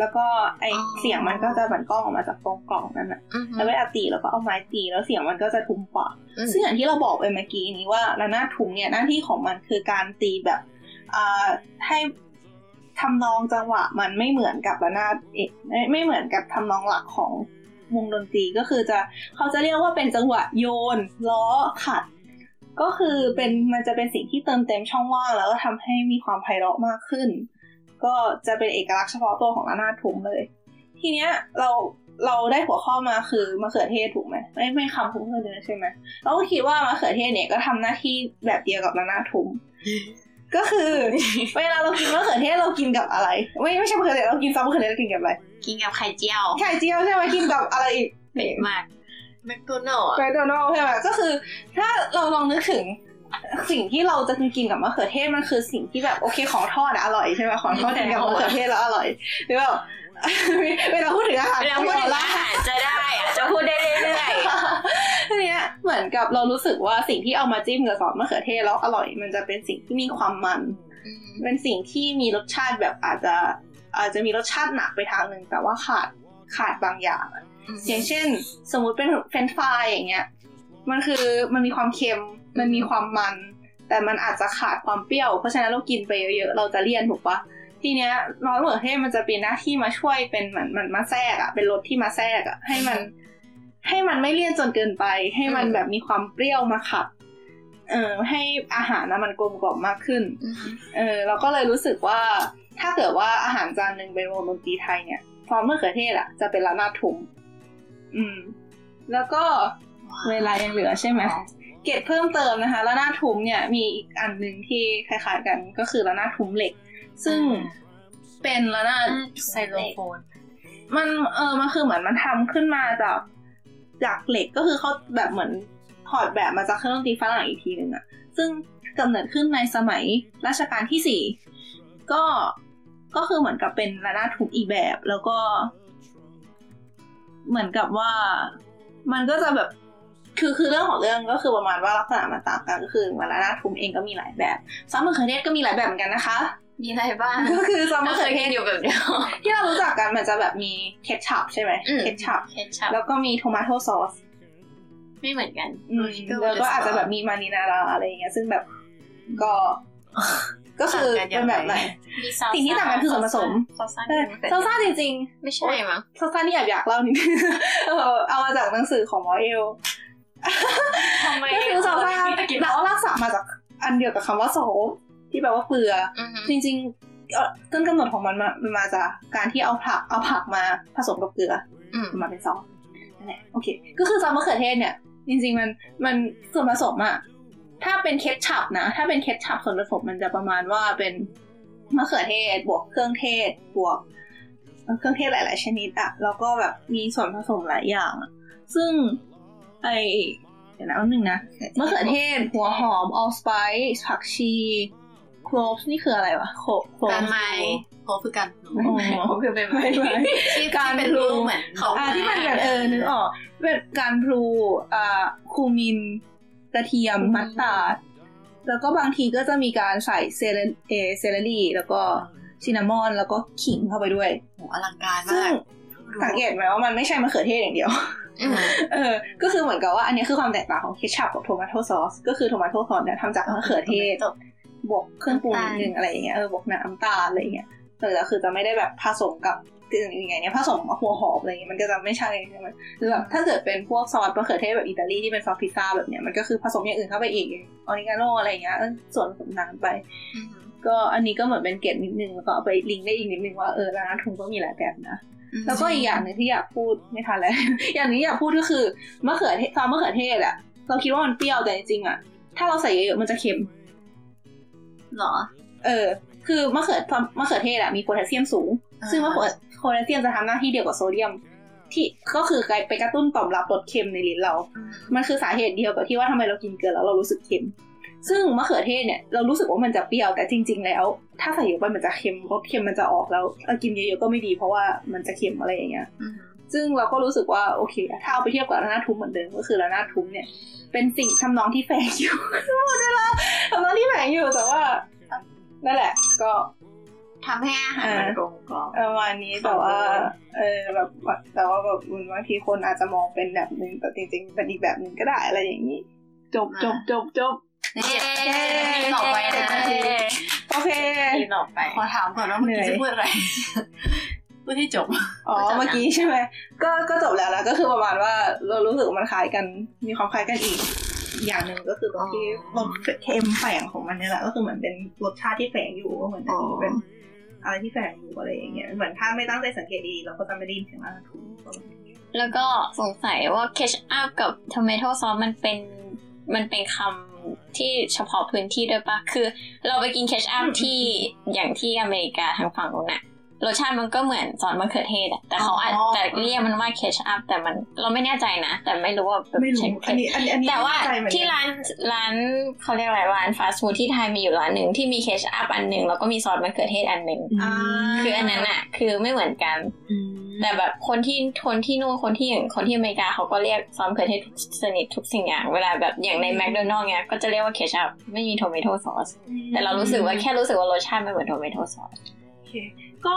[SPEAKER 1] แล้วก็ไอ
[SPEAKER 3] อ๋อ
[SPEAKER 1] เสียงมันก็จะเหมือนกล้องออกมาจากตรงกล่องนั่นอะ
[SPEAKER 3] อือฮึ
[SPEAKER 1] แล้วเวลาตีเราก็เอาไม้ตีแล้วเสียงมันก็จะทุ้มกว่า
[SPEAKER 3] อืม
[SPEAKER 1] ซึ่งอย่างที่เราบอกไปเมื่อกี้นี้ว่าระนาดทุ้มเนี่ยหน้าที่ของมันคือการตีแบบอ่าให้ทำนองจังหวะมันไม่เหมือนกับระนาดเอกไม่ไม่เหมือนกับทำนองหลักของวงดนตรีก็คือจะเขาจะเรียกว่าเป็นจังหวะโยนล้อขัด ก็คือเป็นมันจะเป็นสิ่งที่เติมเต็มช่องว่าง แล้วก็ทำให้มีความไพเราะมากขึ้น ก็จะเป็นเอกลักษณ์เฉพาะตัวของระนาดทุ้มเลย ทีเนี้ยเราเราได้หัวข้อมาคือมะเขือเทศถูกไหมไม่ไม่คำคุ้นเคยเลยใช่ไหมเราก็คิดว่ามะเขือเทศเนี่ยก็ทำหน้าที่แบบเดียวกับระนาดทุ้มก็คือ เวลาเรากินมะเขือเทศเรากินกับอะไร ไม่ไม่ใช่มะเขือเทศเรากินซอสมะเขือเทศเรากินกับอะไร
[SPEAKER 3] กินกับไข่เจียว
[SPEAKER 1] ไข่เจียวใช่ไหมกินกับอะไรอีก
[SPEAKER 3] เป็ดมาก
[SPEAKER 10] แมคโดนัลล์
[SPEAKER 1] แมคโดนัลด์ใช่ไหมก็คือ ถ้าเราลองนึกถึงสิ่งที่เราจะกินกับมะเขือเทศมันคือสิ่งที่แบบโอเคของทอดอะอร่อยใช่ไหมของทอดกินกับมะเขือเทศแล้วอร่อยหรือแบบ เวลาพูดถึงอาหาร
[SPEAKER 3] เวลาพูดถึงอาหารจะได้อะจะพูดได้เรื่อย
[SPEAKER 1] ที เนี้ยเหมือนกับเรารู้สึกว่าสิ่งที่เอามาจิ้มกับซอสมะเขือเทศแล้วอร่อยมันจะเป็นสิ่งที่มีความมัน
[SPEAKER 3] ๆ
[SPEAKER 1] เป็นสิ่งที่มีรสชาติแบบอาจจะอาจจะมีรสชาติหนักไปทางหนึ่งแต่ว่าขาดขาดบางอย่าง อย่างเช่น สมมุติเป็นเฟรนช์ฟรายอย่างเงี้ยมันคือมันมีความเค็มมันมีความมัน แต่มันอาจจะขาดความเปรี้ยว เพราะฉะนั้นเรากินไปเยอะๆเราจะเลี่ยนถูกปะทีเนี้ยร้อนเวอร์เทศมันจะเป็นหน้าที่มาช่วยเป็นเหมือนมันมาแทรกอะเป็นรสที่มาแทรกอะให้มัน ให้มันไม่เลี่ยนจนเกินไป ให้มันแบบมีความเปรี้ยวมาขัดเออให้อาหารนะมันกลมกล่อมมากขึ้น
[SPEAKER 3] อืม
[SPEAKER 1] เออเราก็เลยรู้สึกว่าถ้าเกิดว่าอาหารจานหนึ่งเป็นวงดนตรีไทยเนี่ยพร้อมมะเขือเทศอ่ะจะเป็นละนาดถุงอืม แล้วก็เวลายังเหลือใช่ไหมเกตเพิ่มเติมนะคะละนาดถุงเนี่ยมีอีกอันหนึ่งที่คล้ายๆกันก็คือละนาดถุงเหล็ก ซึ่งเป็นละนาด
[SPEAKER 10] ไซโลโฟน
[SPEAKER 1] มันเออมันคือเหมือนมันทำขึ้นมาจากจากเหล็กก็คือเขาแบบเหมือนถอดแบบมาจากเครื่องดนตรีฝรั่งอีกทีหนึ่งอะซึ่งกำเนิดขึ้นในสมัยรัชกาลที่สี่ก็ก็คือเหมือนกับเป็นระนาดทุกอีกแบบ แล้วก็ เหมือนกับว่ามันก็จะแบบคือคือเรื่องของเรื่องก็คือประมาณว่าลักษณะมันต่างกันก็คือเหมันระนาดทุมเองก็มีหลายแบบซัมมะเขือเทศก็มีหลายแบบเหมือนกันนะคะ
[SPEAKER 3] มีอะไรบ้าง
[SPEAKER 1] ก็คือซัมมะ
[SPEAKER 3] ก็เค
[SPEAKER 1] เขือยเท
[SPEAKER 3] กิ
[SPEAKER 1] ศ
[SPEAKER 3] นอยู่แบบเดียว
[SPEAKER 1] ที่เรารู้จักกันมันจะแบบมีเคชัพใช่ไหม
[SPEAKER 3] อืม
[SPEAKER 1] เคชัพ
[SPEAKER 3] เคชัพ
[SPEAKER 1] แล้วก็มีโทมาโตซอส
[SPEAKER 3] ไม่เหมือนกัน
[SPEAKER 10] Mojito
[SPEAKER 1] แล้วก็อาจจะแบบมีมานินาราอะไรอย่างเงี้ยซึ่งแบบก็ ก็คือ
[SPEAKER 10] ต่างกันยั
[SPEAKER 1] เป็
[SPEAKER 10] งไง
[SPEAKER 1] นแบบไหน
[SPEAKER 3] มีซอส
[SPEAKER 1] สิ่งที่ต่างกันคือส่วนผสม
[SPEAKER 3] ซอสซ่า
[SPEAKER 1] เออซาซ่าจริง
[SPEAKER 3] ไม่ใช่มั้ง
[SPEAKER 1] ๆซาซ่านี่แอบอยากเล่านิดนึง เออเอามาจากหนังสือของหมอเอล
[SPEAKER 10] ทำไม
[SPEAKER 1] ก็คือซาซ่าเราลากศัพท์มาจากอันเดียวกับคำว่าโซฟที่แปลว่าเกลือ
[SPEAKER 3] อือฮึ
[SPEAKER 1] จริงๆเอ่อต้นกำเนิดของมันมามันมาจากการที่เอาผักเอาผักมาผสมกับเกลือ
[SPEAKER 3] อืม
[SPEAKER 1] มาเป็นซอสนั่นแหละโอเค ก็คือซอสมะเขือเทศเนี่ย จริงๆมันมันส่วนผสมอะถ้าเป็นเคชชัพนะ ถ้าเป็นเคชชัพส่วนผสมมันจะประมาณว่าเป็นมะเขือเทศ บวกเครื่องเทศ บวกเครื่องเทศหลาย ๆ ชนิดอะแล้วก็แบบมีส่วนผสมหลายอย่างอะซึ่งไอเดี๋ยวนะแป๊บนึงนะมะเขือเทศ หัวหอม allspice ผักชีโคลฟนี่คืออะไรวะโคลฟ
[SPEAKER 3] กา ท ร ำ ไม้
[SPEAKER 10] โคคือการปรุง
[SPEAKER 1] อ๋อคือเป็นไม่ไม่
[SPEAKER 10] ที่
[SPEAKER 1] การ
[SPEAKER 10] ที่เป็น
[SPEAKER 1] ปรุ
[SPEAKER 10] รู
[SPEAKER 1] ง
[SPEAKER 10] ปเหมือนของ
[SPEAKER 1] อ่าที่มันแบบเออนึกออกเป็นการพลูอ่าคูมินกระเทียมมัสตาร์ดแล้วก็บางทีก็จะมีการใส่เซเลนเออเซเลรี่ แล้วก็ซินนามอน แล้วก็ขิงเข้าไปด้วย
[SPEAKER 10] โหอลังการ
[SPEAKER 1] ซึ่
[SPEAKER 10] มาง ก
[SPEAKER 1] สังเกตไหมว่ามันไม่ใช่มะเขือเทศอย่างเดียว
[SPEAKER 3] อืม
[SPEAKER 1] เออ ก็คือเหมือนกับว่าอันนี้คือความแตกต่างของเคชัพกับโทมาโตซอส ก็คือโทมาโตซอสเนี่ยทำจากมะเขือเทศ บวกเครื่องปรุงนิดนึงอะไรอย่างเงี้ย เออ บวกน้ำตาลอะไรอย่างเงี้ย แต่ก็คือจะไม่ได้แบบผสมกับอื่นอย่างเงี้ย ผสมกับหัวหอมอะไรอย่างเงี้ย มันก็จะไม่ใช่ใช่ไหมหรือแบบถ้าเกิดเป็นพวกซอสมะเขือเทศแบบอิตาลีที่เป็นซอสพิซซ่าแบบเนี้ย มันก็คือผสมอย่างอื่นเข้าไปอีก ออริกาโนอะไรอย่างเงี้ย เออ ส่วนผสมต่างกันไป ก็อันนี้ก็เหมือนเป็นเกรดนิดนึงแล้วก็เอาไปลิงก์ได้อีกนิดนึงว่าเออร้านทุงก็มีหลายแบบนะ แล้วก็อีกอย่างหนึ่งที่อยากพูดไม่ทันแล้ว อย่างหนึงที่อยากพูดก็คือมะเขือเทศซอสมะเขือเทศอะเราคิดว่ามันเปรี้ยวแต่จริงๆอะถ้าเราใส่เยอะๆมันจะเค็ม
[SPEAKER 3] หรอ
[SPEAKER 1] เออ คือมะเขือซอสมะเขือเทศอะมีโพแทสเซียมสูง ซึ่งมะเขือโพแทสเซียมจะทำหน้าที่เดียวกับโซเดียม ที่ก็คือไปกระตุ้นต่อมรับรสเค็มในลิ้นเรา มันคือสาเหตุเดียวกับที่ว่าทำไมเรากินเกลือแล้วเรารู้สึกเค็ม ซึ่งมะเขือเทศเนี่ยเรารู้สึกว่ามันจะเปรี้ยวแต่จริง ๆ แล้ว ถ้าใส่เยอะไปมันจะเค็มรสเค็มมันจะออกแล้วเอากินเยอะๆก็ไม่ดีเพราะว่ามันจะเค็มอะไรอย่างเงี้ย ซึ่งเราก็รู้สึกว่าโอเค ถ้าเอาไปเทียบกับระนาดทุ้มเหมือนเดิมก็คือระนาดทุ้มเนี่ย เป็นสิ่งทำนองที่แฝงอยู่ หมดเวลาทำนองที่แฝงอยู่แต่ว่านั่นแหละ ก็
[SPEAKER 3] ทำให้อาหารมันกลมกล่อม
[SPEAKER 1] ประมาณนี้แต่ว่า
[SPEAKER 3] ครับผม
[SPEAKER 1] เออแบบแต่ว่าแบบบางทีคนอาจจะมองเป็นแบบนึงแต่จริงๆเป็นอีกแบบนึงก็ได้อะไรอย่างนี้ จบจบจบจบ
[SPEAKER 3] เย้ทีมต่อไปนะ
[SPEAKER 1] โอเค
[SPEAKER 3] ทีมต่อไป
[SPEAKER 4] ขอถามก่อนว่าเมื่อกี้
[SPEAKER 1] เหนื่อย
[SPEAKER 4] จะพูดอะไร พูดที่จบ
[SPEAKER 1] อ๋อ
[SPEAKER 3] ก็จบแล้ว
[SPEAKER 1] เมื่อกี้ใช่ไหมก็ก็จบแล้วนะก็คือประมาณว่าเรารู้สึกมันคล้ายกัน มีความคล้ายกันอีก อย่างหนึ่งก็คือตรงที่รสเค็มแฝงของมันเนี่ยแหละก็คือเหมือนเป็นรสชาติที่แฝงอยู่ก็เหมือนอันนี้เป็นอะไรที่แฝงอยู่อะไรอย่างเงี้ยเหมือนถ้าไม่ตั้งใจสังเกตดีๆเราก็จะไม่ได้ยินเสียงอาหารถูกประมาณนี้
[SPEAKER 3] แล้วก็สงสัยว่าเคชอัพกับท o มเม o ตซอสมันเป็นมันเป็นคำที่เฉพาะพื้นที่ด้วยปะคือเราไปกินเคชอัพที่อย่างที่อเมริกาทางฝั่งนู้นอะรสชาติมันก็เหมือนซอสมะเขือเทศอะแต่เขาอาจแต่เรียกมันว่าเคชอัพแต่มันเราไม่แน่ใจนะ แต่ไม่รู้ว่าแบบ
[SPEAKER 1] ไม่รู้
[SPEAKER 3] เช็ค
[SPEAKER 1] อันนี้อันนี้อันนี้
[SPEAKER 3] แต่ว่า
[SPEAKER 1] ไม่แน่ใจเหมือน
[SPEAKER 3] ที่
[SPEAKER 1] กัน
[SPEAKER 3] ร้านร้านเขาเรียกอะไรร้านฟาสต์ฟู้ดที่ไทยมีอยู่ร้านหนึ่งที่มีเคชอัพอันหนึ่งแล้วก็มีซอสมะเขือเทศอันหนึ่ง
[SPEAKER 1] อ่า
[SPEAKER 3] คืออันนั้นอะคือไม่เหมือนกัน แต่แบบคนที่คนที่นู่นคนที่อย่างคนที่อเมริกาเขาก็เรียกซอสมะเขือเทศทุกชนิดทุกสิ่งอย่างเวลาแบบอย่างในแมคโดนัลล์เนี้ยก็จะเรียกว่าเคชอัพไม่มีโทเมโทซอสแต่เรารู้สึกว่าแค่รู้สึกว่ารสชาติไม่เหมือนโทเมโทซอส
[SPEAKER 1] ก็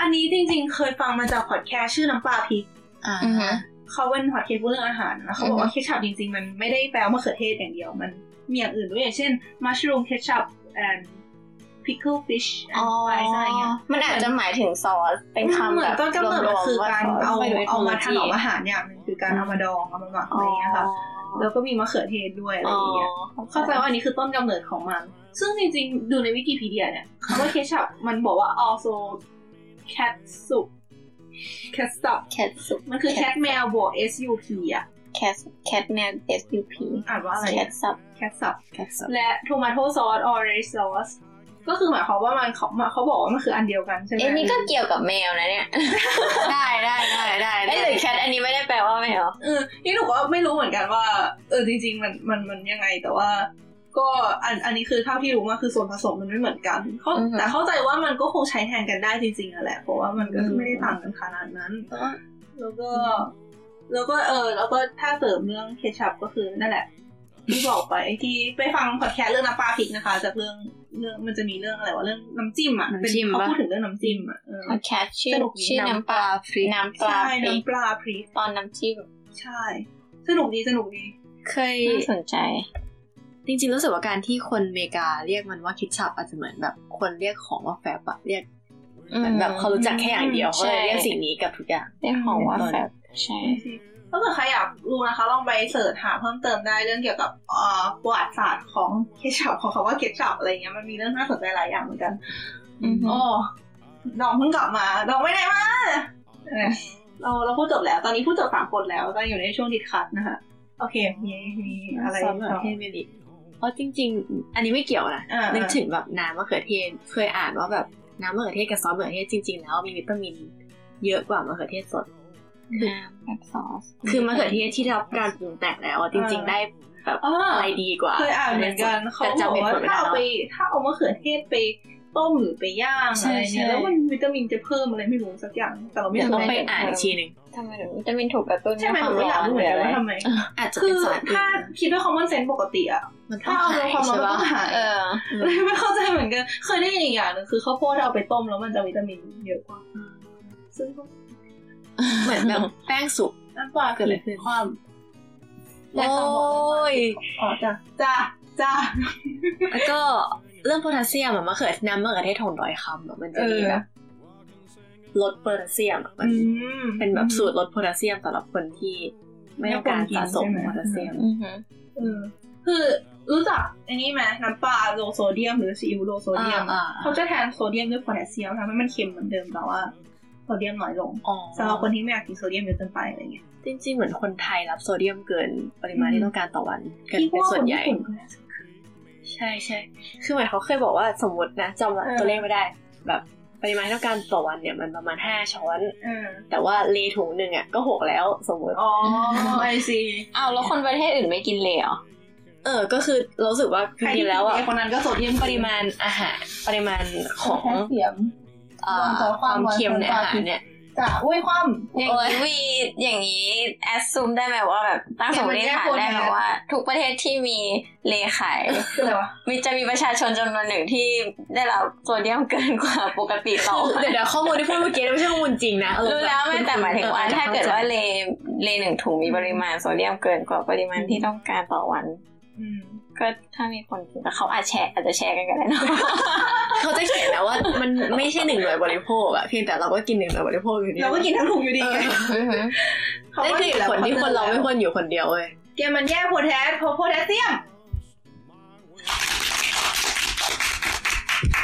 [SPEAKER 1] อันนี้จริงๆ เคยฟังมาจากพอดแคสต์ชื่อน้ำปลาพริก
[SPEAKER 4] อ่า
[SPEAKER 3] อือฮึ
[SPEAKER 1] เขาเป็นพอดแคสต์พูดเรื่องอาหารนะเขาบอก
[SPEAKER 3] อื
[SPEAKER 1] ว่า
[SPEAKER 3] อฮึ
[SPEAKER 1] เคชัพจริงๆ มันไม่ได้แปลว่ามะเขือเทศอย่างเดียว มันมีอย่างอื่นด้วยอย่างเช่น mushroom ketchup and pickle fish and fries อะไรเงี้ย
[SPEAKER 3] มันอาจจะหมายถึงซอสเป็นคำ
[SPEAKER 1] เหมื
[SPEAKER 3] แบ
[SPEAKER 1] อน
[SPEAKER 3] บ
[SPEAKER 1] ต้นกำเนิดมันคือการเอา
[SPEAKER 3] ไปด้วย
[SPEAKER 1] เอามาถนอม
[SPEAKER 3] โทเโท
[SPEAKER 1] อาหารอย่างหนึ่งคือการเอามาดองเอามาหมักอะไรเงี้ยค่ะแล้วก็มีมะเขือเทศด้วยอะไร
[SPEAKER 3] อ๋อ
[SPEAKER 1] อย่างเงี้ย เข้าใจว่าอันนี้คือต้นกำเนิดของมัน ซึ่งจริงๆ ดูในวิกิพีเดียเนี่ยคำว่าเคชัพมันบอกว่า also cat soup cat soup
[SPEAKER 3] แคทสุ
[SPEAKER 1] มันคือ cat แมวบวก sup อ่ะ
[SPEAKER 3] แคทแคทแมน S U P
[SPEAKER 1] อ่านว่าอะไร
[SPEAKER 3] แค
[SPEAKER 1] อะ
[SPEAKER 3] ทซับ
[SPEAKER 1] cat soup
[SPEAKER 3] แคทซับ
[SPEAKER 1] และ tomato sauce or red sauce ก็คือหมายความว่ามันเขาเขาบอกว่ามันคืออันเดียวกันใช่ไหม
[SPEAKER 3] เอ้นี่ก็เกี่ยวกับแมวนะ เนี่ย
[SPEAKER 4] ได้ได้ได้ได้
[SPEAKER 3] ไอ้หรือแคทอันนี้ไม่ได้แปลว่าแมว
[SPEAKER 1] เออนี่หนูก็ไม่รู้เหมือนกันว่าเออจริงๆ มันมันมันยังไงแต่ว่า ก็อันอันนี้คือเท่าที่รู้มาคือส่วนผสมมันไม่เหมือนกันเขา
[SPEAKER 3] อือฮึ
[SPEAKER 1] แต่เข้าใจว่ามันก็คงใช้แทนกันได้จริงๆอะแหละเพราะว่ามันก็คือไม่ได้ต่างกันขนาดนั้น แล้วก็ แล้วก็เออ แล้วก็ถ้าเสริมเรื่องเคชัพก็คือนั่นแหละ ที่บอกไปที่ไปฟังพอดแคสต์เรื่องน้ำปลาพริกนะคะ จากเรื่องเรื่องมันจะมีเรื่องอะไรวะเรื่องน้ำจิ้มอ่ะ
[SPEAKER 4] น้ำจิ้ม
[SPEAKER 1] เป็น
[SPEAKER 4] ปะ
[SPEAKER 1] เขาพูดถึงเรื่องน้ำจิ้มอ่ะเออ
[SPEAKER 3] พอดแคสต์ชื่อ
[SPEAKER 1] สนุกดี
[SPEAKER 3] ชื่อน้ำปลา
[SPEAKER 4] ฟรี
[SPEAKER 3] น้ำปลา
[SPEAKER 1] ใช่
[SPEAKER 3] พริก
[SPEAKER 1] น้ำปลาพริก
[SPEAKER 3] ตอนน้ำจิ้ม
[SPEAKER 1] ใช่ สนุกดีสนุกดี
[SPEAKER 4] เคย
[SPEAKER 3] น่าสนใจ
[SPEAKER 4] จริงๆ รู้สึกว่าการที่คนอเมริกาเรียกมันว่าคิดชับอาจจะเหมือนแบบคนเรียกของว่าแฟบอะเรียกเหมือนแบบเขารู้จักแค่อย่างเดียว
[SPEAKER 3] อืม
[SPEAKER 4] เขาเลยเรียก
[SPEAKER 3] ใช่
[SPEAKER 4] สิ่งนี้กับทุกอย่าง
[SPEAKER 3] ได้ของว่าแบบใช่
[SPEAKER 1] ถ้าเกิดใครอยากรู้นะคะ ลองไปเสิร์ชหาเพิ่มเติมได้เรื่องเกี่ยวกับเอ่อประวัติศาสตร์ของเคชัพของคำว่าเคชัพอะไรเงี้ยมันมีเรื่องน่าสนใจหลายอย่างเหมือนกัน
[SPEAKER 3] อือฮึ
[SPEAKER 1] โอ้น้องเพิ่งกลับมาน้องไปไหนมาเออเราเราพูดจบแล้ว ตอนนี้พูดจบสามคนแล้วก็อยู่ในช่วงดิดคัดนะคะโอเคมีมีอะไร
[SPEAKER 4] ซอสมะเขือเทศเมลิเพราะจริง ๆ อันนี้ไม่เกี่ยวนะ
[SPEAKER 1] อ่า
[SPEAKER 4] นึกถึงแบบน้ำมะเขือเทศเคยอ่านว่าแบบน้ำมะเขือเทศกับซอสมะเขือเทศจริง ๆ แล้วมีวิตามินเยอะกว่ามะเขือเทศสด
[SPEAKER 3] น้ำแบบซอส
[SPEAKER 4] คือมะเขือเทศที่ได้รับการปรุงแต่งแล้วอะจริง ๆ ได้แบบ
[SPEAKER 1] อ่า
[SPEAKER 4] อะไรดีกว่า
[SPEAKER 1] เคยอ่านเหมือนกันเขา
[SPEAKER 4] แต่
[SPEAKER 1] บ
[SPEAKER 4] จำ
[SPEAKER 1] อก
[SPEAKER 4] เหตุ
[SPEAKER 1] ว่า
[SPEAKER 4] ผลไม่
[SPEAKER 1] ถ้า
[SPEAKER 4] ได้
[SPEAKER 1] เอาไป
[SPEAKER 4] แล้ว
[SPEAKER 1] ถ้าเอามะเขือเทศไปต้มหรือไปย่าง
[SPEAKER 4] ใช่
[SPEAKER 1] อะไรเนี่ย
[SPEAKER 4] ใช่
[SPEAKER 1] แล้วมันวิตามินจะเพิ่มอะไรไม่รู้สักอย่างแต่เราไม่
[SPEAKER 4] เดี๋ยว
[SPEAKER 1] รู้
[SPEAKER 4] ต้องไปอ่านอีกทีหนึ่ง
[SPEAKER 3] ทำไมถึงวิตามินถูกกระตุ้น
[SPEAKER 1] ใช่ไหม
[SPEAKER 3] ด้
[SPEAKER 1] ห
[SPEAKER 3] ว
[SPEAKER 1] นูก็อ
[SPEAKER 3] ยค
[SPEAKER 1] ยาก
[SPEAKER 3] วามร้อน
[SPEAKER 1] รู้เหมือนกันว่าทำไม
[SPEAKER 4] อาจจะ
[SPEAKER 1] คื
[SPEAKER 4] เป็น
[SPEAKER 1] อ
[SPEAKER 4] สารอื่
[SPEAKER 1] ถ้านคิดด้วย common sense ปกติอะ
[SPEAKER 4] มันต้อ
[SPEAKER 1] ถ้าง เอา
[SPEAKER 4] หาย
[SPEAKER 1] ความร้อนมันต้อ
[SPEAKER 4] ใช่ปะ
[SPEAKER 1] งหาย
[SPEAKER 3] เออ
[SPEAKER 1] เลยไม่เข้าใจเหมือนกัน เคยได้ยินอีกอย่างหนึงคือข้าวโพดเอาไปต้มแล้วมันจะวิตามินเยอะกว่า ซึ่งก็
[SPEAKER 4] เหมือนแบบแป้งสุก
[SPEAKER 1] น้ำปลา
[SPEAKER 4] เกิดอะไรขึ้น
[SPEAKER 1] ความ
[SPEAKER 4] โอ้ย
[SPEAKER 1] อ๋อจ้ะจ้ะจ้ะ
[SPEAKER 4] แล้วก็เรื่องโพแทสเซียมอะมะเขือน้ำมะเขือเทศของดอยคำอะมันจะมี
[SPEAKER 1] เออ
[SPEAKER 4] แบบลดโพแทสเซียมอะมัน
[SPEAKER 1] อืม
[SPEAKER 4] เป็นแบบสูตรลดโพแทสเซียมสำหรับคนที่ไม่ต้องการสะสมโพแทสเซียม
[SPEAKER 3] อือหือ
[SPEAKER 1] เออคือรู้จักอันนี้ไหมน้ำปลาโลโซเดียม หรือซีอิ๊วโลโซเดียม
[SPEAKER 4] อ่าอ่า
[SPEAKER 1] เขาจะแทนโซเดียมด้วยโพแทสเซียมทำให้มันเค็มเหมือนเดิมแต่ว่าโซเดียมน้อยลง
[SPEAKER 4] อ๋อ
[SPEAKER 1] สำหรับคนที่ไม่อยากกินโซเดียมเยอะเกินไปอะไรเงี้ย
[SPEAKER 4] จริงๆเหมือนคนไทยรับโซเดียมเกินปริมาณที่ต้องการต่อวันกัน
[SPEAKER 1] พี่
[SPEAKER 4] เป็น
[SPEAKER 1] ว่าค
[SPEAKER 4] ส่วน
[SPEAKER 1] น
[SPEAKER 4] ใหญ่
[SPEAKER 1] ญี่ปุ่นก็น่าจะ
[SPEAKER 4] ใช่ใช่ คือเหมือนเขาเคยบอกว่าสมมตินะจำ
[SPEAKER 1] เออ
[SPEAKER 4] ตัวเลขไม่ได้ แบบปริมาณที่ต้องการต่อวันเนี่ยมันประมาณ 5 ช้อน
[SPEAKER 1] เออ
[SPEAKER 4] แต่ว่าเลถุงหนึ่งอ่ะก็หกแล้วสมมติ
[SPEAKER 1] อ๋อไอซี
[SPEAKER 3] อ้าวแล้วคนประเทศอื่นไม่กินเลยเหรอ
[SPEAKER 4] เออ ก็คือเรารู้สึกว่าจ
[SPEAKER 1] ใคร
[SPEAKER 4] ริ
[SPEAKER 1] ที่
[SPEAKER 4] งๆแล้วอ่ะ
[SPEAKER 1] กินเยคนนั้นก็โซเดียม
[SPEAKER 4] ปริมาณอาหารปริมาณของ
[SPEAKER 1] แคลเซียม
[SPEAKER 4] เอ่อ
[SPEAKER 1] ความ
[SPEAKER 4] ความเค็มใน
[SPEAKER 1] ความ
[SPEAKER 4] อาหารเนี่ย
[SPEAKER 11] จะอุ้ยคว่ำ
[SPEAKER 3] อย่างนี้วีอย่างนี้แอดซูมได้ไหมว่าแบบตั้งสมมติฐานได้ไหมว่า ทุกประเทศที่มีเลขาย
[SPEAKER 11] คืออะไรวะ
[SPEAKER 3] มีจะมีประชาชนจำนวนหนึ่งที่ได้รับโซเดียมเกินกว่าปกติต่อ
[SPEAKER 4] เดี๋ยวเดี๋ยวข้อมูลที่พูดเมื่อกี้ไม่ใช่ข้อมูลจริงนะเออ
[SPEAKER 3] รู้แล้วไม่แต่หมายถึงว่าถ้าเกิดว่าเลเลหนึ่งถุงมีปริมาณโซเดียมเกินกว่าปริมาณที่ต้องการต่อวันก็ถ้ามีคนกินแต่เขาอาจแชร์อาจจะแชร์กันก็ได้นะ
[SPEAKER 4] เขาจะเขียนนะว่ามันไม่ใช่หนึ่งหน่วยบริโภคอะเพียงแต่เราก็กินหนึ่งหน่วยบริโภคอยู่ดี
[SPEAKER 1] เราก็กินทั้งถุงอยู่ดีไงเขา
[SPEAKER 4] นั่น
[SPEAKER 1] ก็
[SPEAKER 4] คือเหตุผลที่คนเราไม่ควรอยู่คนเดียวเว้ย
[SPEAKER 1] เกมมันแย่โพแทสเพราะโพแทสเซียม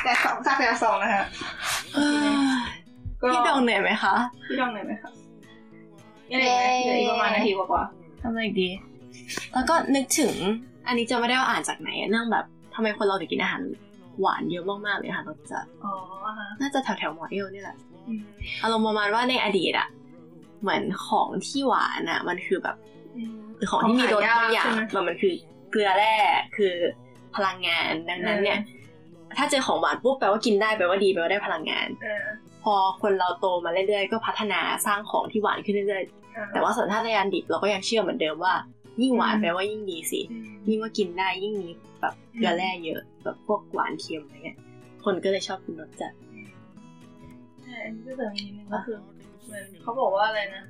[SPEAKER 1] แต่สองซากแต่สองนะคะ
[SPEAKER 4] พี่ดองเหนื่อยไหมคะ
[SPEAKER 1] พี่ดองเหนื่อยไหมคะยังไงเหลืออีกประมาณนาทีกว่า
[SPEAKER 4] ทำอะไรดี แล้วก็นึกถึง อันนี้จะไม่ได้ว่าอ่านจากไหนอะเรื่องแบบทำไมคนเราถึงกินอาหารหวานเยอะมากๆเลยอาหารรสจัด
[SPEAKER 1] ๆอ๋อฮะ
[SPEAKER 4] น่าจะแถวแถวๆหมอเอลนี่แหละอารมณ์ประมาณว่าในอดีตอะเหมือนของที่หวานอะมันคือแบบหรือของที่มีรสบางอย่าง
[SPEAKER 1] ของหายากใช่ไหม
[SPEAKER 4] แบบมันคือเกลือแร่คือพลังงานดังนั้นเนี่ย ถ้าเจอของหวานปุ๊บแปลว่ากินได้แปลว่าดีแปลว่าได้พลังงาน
[SPEAKER 1] เออ
[SPEAKER 4] พอคนเราโตมาเรื่อยๆ ก็พัฒนาสร้างของที่หวานขึ้นเรื่อยๆ แต่ว่าสัญชาตญาณดิบเราก็ยังเชื่อเหมือนเดิมว่า ยิ่งหวานแปลว่ายิ่งดีสิ ยิ่งว่ากินได้ยิ่งมีแบบเกลือแร่เยอะแบบพวกหวานเค็มอะไรเงี้ยคนก็เลยชอบกินรสจัด
[SPEAKER 1] ใช่อันนี้ก็เสริมอีกนิดนึงก็คือเหมือนเขาบอกว่าอะไรนะ